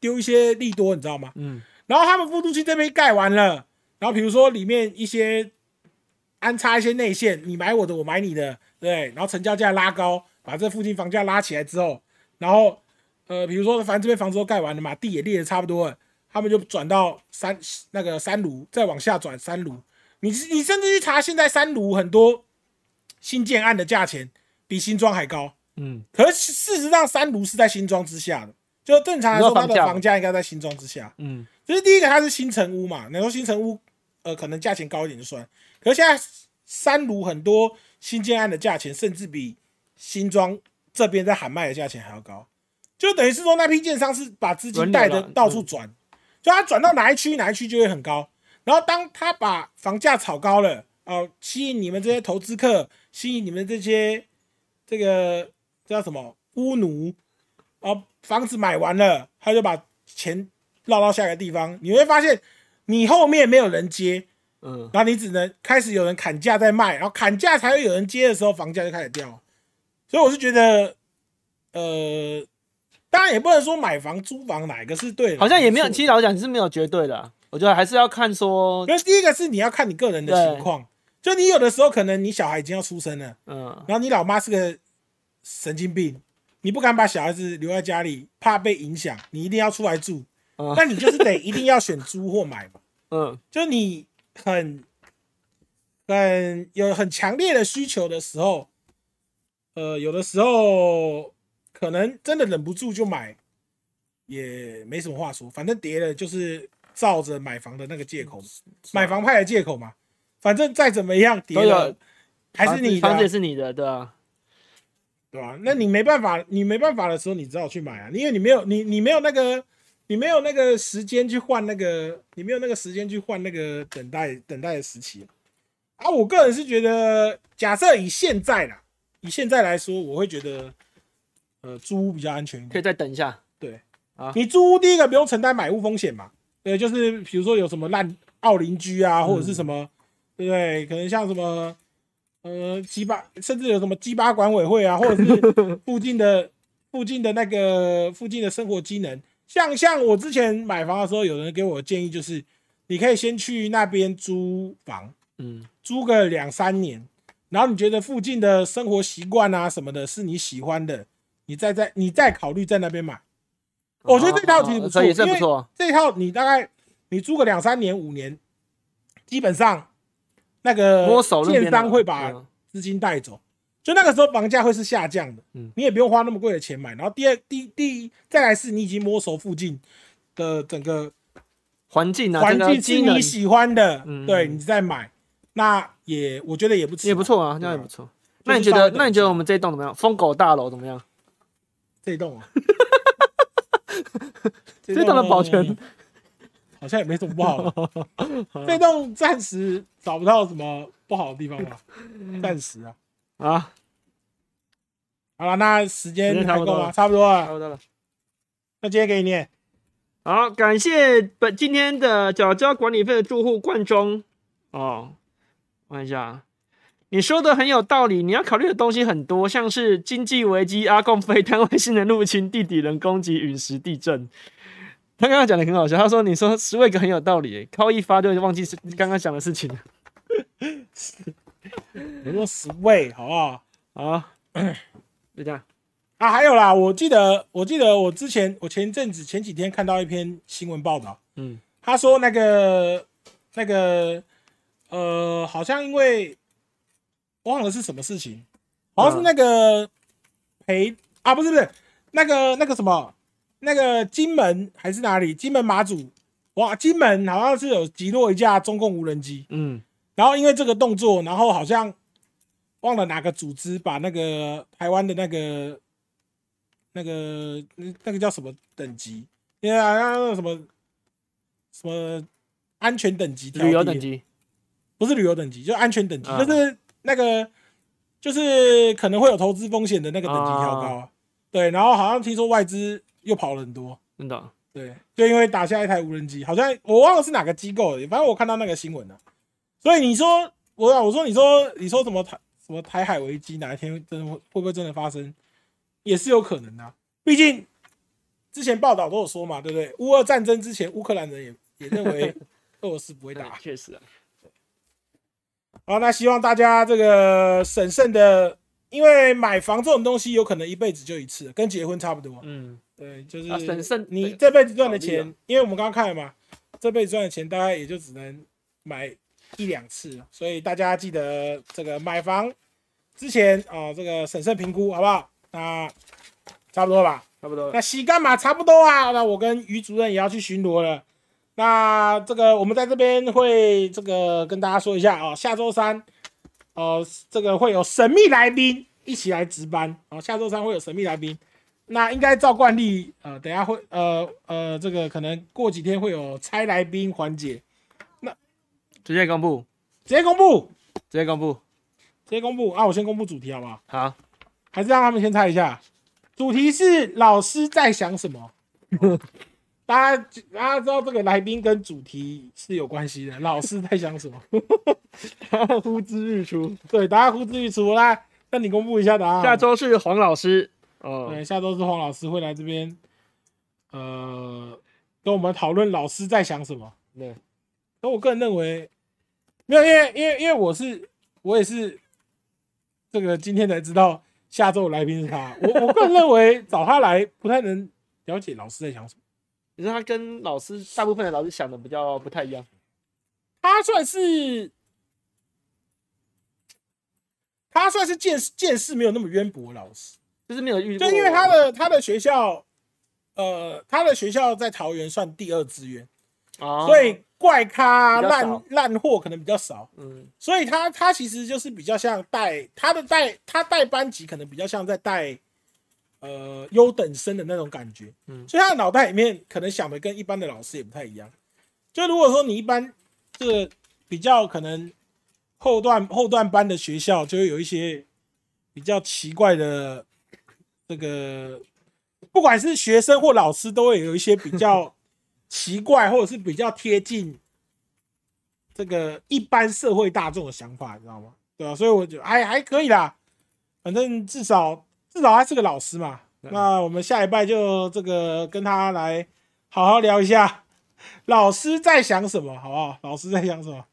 丢一些利多，你知道吗？
嗯
然后他们复都新这边盖完了，然后比如说里面一些安插一些内线，你买我的，我买你的，对，然后成交价拉高，把这附近房价拉起来之后，然后呃，比如说反正这边房子都盖完了嘛，地也裂的差不多了，他们就转到三那个三卢，再往下转三卢。你你甚至去查现在三卢很多新建案的价钱比新庄还高，
嗯，
可是事实上三卢是在新庄之下的，就正常来说
你
它
说房
的
价
房价应该在新庄之下。
嗯
就是第一个它是新城屋嘛，你说新城屋，呃，可能价钱高一点就算，可是现在三卢很多新建案的价钱甚至比新庄这边在喊卖的价钱还要高，就等于是说那批建商是把资金带
轮
的
流啦嗯
到处转，就他转到哪一区哪一区就会很高，然后当他把房价炒高了，哦、吸引你们这些投资客，吸引你们这些这个叫什么乌奴，哦，房子买完了，他就把钱绕到下一个地方，你会发现你后面没有人接，
嗯，
然后你只能开始有人砍价在卖，然后砍价才会有人接的时候，房价就开始掉。所以我是觉得，呃，当然也不能说买房、租房哪一个是对的，
好像也没有，
是
其实老实讲是没有绝对的啊，我觉得还是要看说
因，为第一个是你要看你个人的情况，就你有的时候可能你小孩已经要出生了，
嗯
然后你老妈是个神经病，你不敢把小孩子留在家里，怕被影响，你一定要出来住，
嗯
那你就是得一定要选租或买嘛。
嗯
就你很很有很强烈的需求的时候，呃，有的时候可能真的忍不住就买，也没什么话说，反正跌了就是照着买房的那个借
嗯
口，
啊
买房派的借口嘛，反正再怎么样跌
都有
了，还是你的
房
啊
子也，是你的，对吧？
对吧、那你没办法，你没办法的时候，你只好去买啊，因为你没有你你没有那个。你没有那个时间去换那个，你没有那个时间去换那个等待等待的时期啊。我个人是觉得，假设以现在啦，以现在来说，我会觉得，呃，租屋比较安全一
可以
点。
再等一下，
对，
啊
你租屋第一个不用承担买屋风险嘛，对，就是比如说有什么烂奥邻居啊，或者是什么，对不对？可能像什么，呃，鸡巴，甚至有什么鸡巴管委会啊，或者是附近的附近的那个附近的生活机能，像像我之前买房的时候，有人给我建议就是，你可以先去那边租房，
嗯
租个两三年，然后你觉得附近的生活习惯啊什么的是你喜欢的，你再在你再考虑在那边买。我觉得这套其实不错，
哦所以这
因
不
为
错，啊
这套你大概你租个两三年、五年，基本上那个
摸手路边
建
的
商会把
嗯
资金带走，就那个时候房价会是下降的，
嗯
你也不用花那么贵的钱买。然后第二、第第再来是你已经摸熟附近的整个
环境啊，
环
这个
境是
机能
你喜欢的，
嗯
对你再买，那也我觉得也不迟，
也不错啊，
对
那
啊
也不
就
错。
是
那你觉
稍微
得，
等一
那你觉得
下
我们这一栋怎么样？疯狗大楼怎么样？
这一栋啊，这
这一栋的保全
好像也没什么不好的。 这栋暂时找不到什么不好的地方 吧，暂时啊。
啊，
好了，那时间
时间
还
差
够
不多
吗？
了
差不多
差
了，
不多了。
那今天给你念。
好，感谢本今天的缴交管理费的住户冠中哦，我看一下啊，你说的很有道理，你要考虑的东西很多，像是经济危机、阿贡非单外星人入侵、地底人攻击、陨石、地震。他刚刚讲的很好笑，他说：“你说十位哥很有道理耶，靠一发就忘记是刚刚讲的事情了。嗯
我说十位好不好？”
好，就这样。
啊，还有啦，我记得，我记得我之前，我前一阵子前几天看到一篇新闻报道，
嗯
他说那个那个呃，好像因为忘了是什么事情，好像是那个陪、啊，不是不是那个那个什么那个金门还是哪里，金门马祖哇，金门好像是有击落一架中共无人机，
嗯
然后因为这个动作，然后好像忘了哪个组织把那个台湾的那个那个嗯那个叫什么等级？因为啊，那个什么什么安全等级、
旅游等，级，
不是旅游等级，就安全等级，
啊
就是那个就是可能会有投资风险的那个等级调高。啊对，然后好像听说外资又跑了很多，
真的
对，就因为打下一台无人机，好像我忘了是哪个机构了，反正我看到那个新闻了、啊所以你说我我说你说你说什么台什么台海危机哪一天真的会会不会真的发生，也是有可能的啊、毕竟之前报道都有说嘛，对不对？乌俄战争之前，乌克兰人也也认为 俄罗斯不会打，
确实啊，
好，那希望大家这个审慎的，因为买房这种东西有可能一辈子就一次，跟结婚差不多。
嗯，
对，就是
啊审慎
你
对
这辈子赚的
考虑
钱，因为我们刚刚看了嘛，这辈子赚的钱大概也就只能买一两次，所以大家记得这个买房之前啊、这个审慎评估好不好？那差不多吧。
差不多 了
那洗干嘛差不多啊？那我跟于主任也要去巡逻了。那这个我们在这边会这个跟大家说一下哦，下周三哦、这个会有神秘来宾一起来值班哦，下周三会有神秘来宾。那应该照惯例，呃，等一下会呃呃，这个可能过几天会有猜来宾环节，
直接公布，
直接公布，
直接公布，
直接公布啊！我先公布主题好不好？
好，
还是让他们先猜一下。主题是老师在想什么？大家大家知道这个来宾跟主题是有关系的，老师在想什么？
呼之欲出。
对，大家呼之欲出啦。那你公布一下答案。
下，周是黄老师哦，
对，下周是黄老师会来这边，呃，跟我们讨论老师在想什么。
对，
可我个人认为，没有，因为因为因为我是我也是这个今天才知道下周来宾是他。我我个人认 为找他来不太能了解老师在想什么。
你说他跟老师大部分的老师想的比较不太一样，
他算是他算是见识见识没有那么渊博的老师，
就是没有遇过，
就因为他的他的学校，呃，他的学校在桃园算第二志愿，
哦，
所以怪咖
比较
烂
少
烂货可能比较少。
嗯，
所以他他其实就是比较像带他的带他带班级，可能比较像在带呃优等生的那种感觉。
嗯
所以他的脑袋里面可能想的跟一般的老师也不太一样。就如果说你一般这个比较可能后段后段班的学校，就会有一些比较奇怪的这个，不管是学生或老师，都会有一些比较 奇怪或者是比较贴近这个一般社会大众的想法，你知道吗？对啊，所以我觉得还还可以啦，反正至少至少他是个老师嘛。
嗯
那我们下一拜就这个跟他来好好聊一下，老师在想什么，好不好？老师在想什么？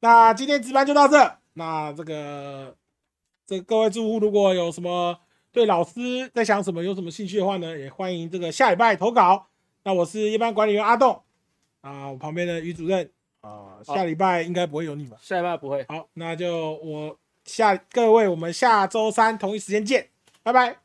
那今天值班就到这。那这个这各位住户如果有什么对老师在想什么有什么兴趣的话呢，也欢迎这个下礼拜投稿。那我是一班管理员阿栋啊，我旁边的于主任啊，下礼拜应该不会有你吧？
下一拜不会，
好，那就我下各位，我们下周三同一时间见，拜拜。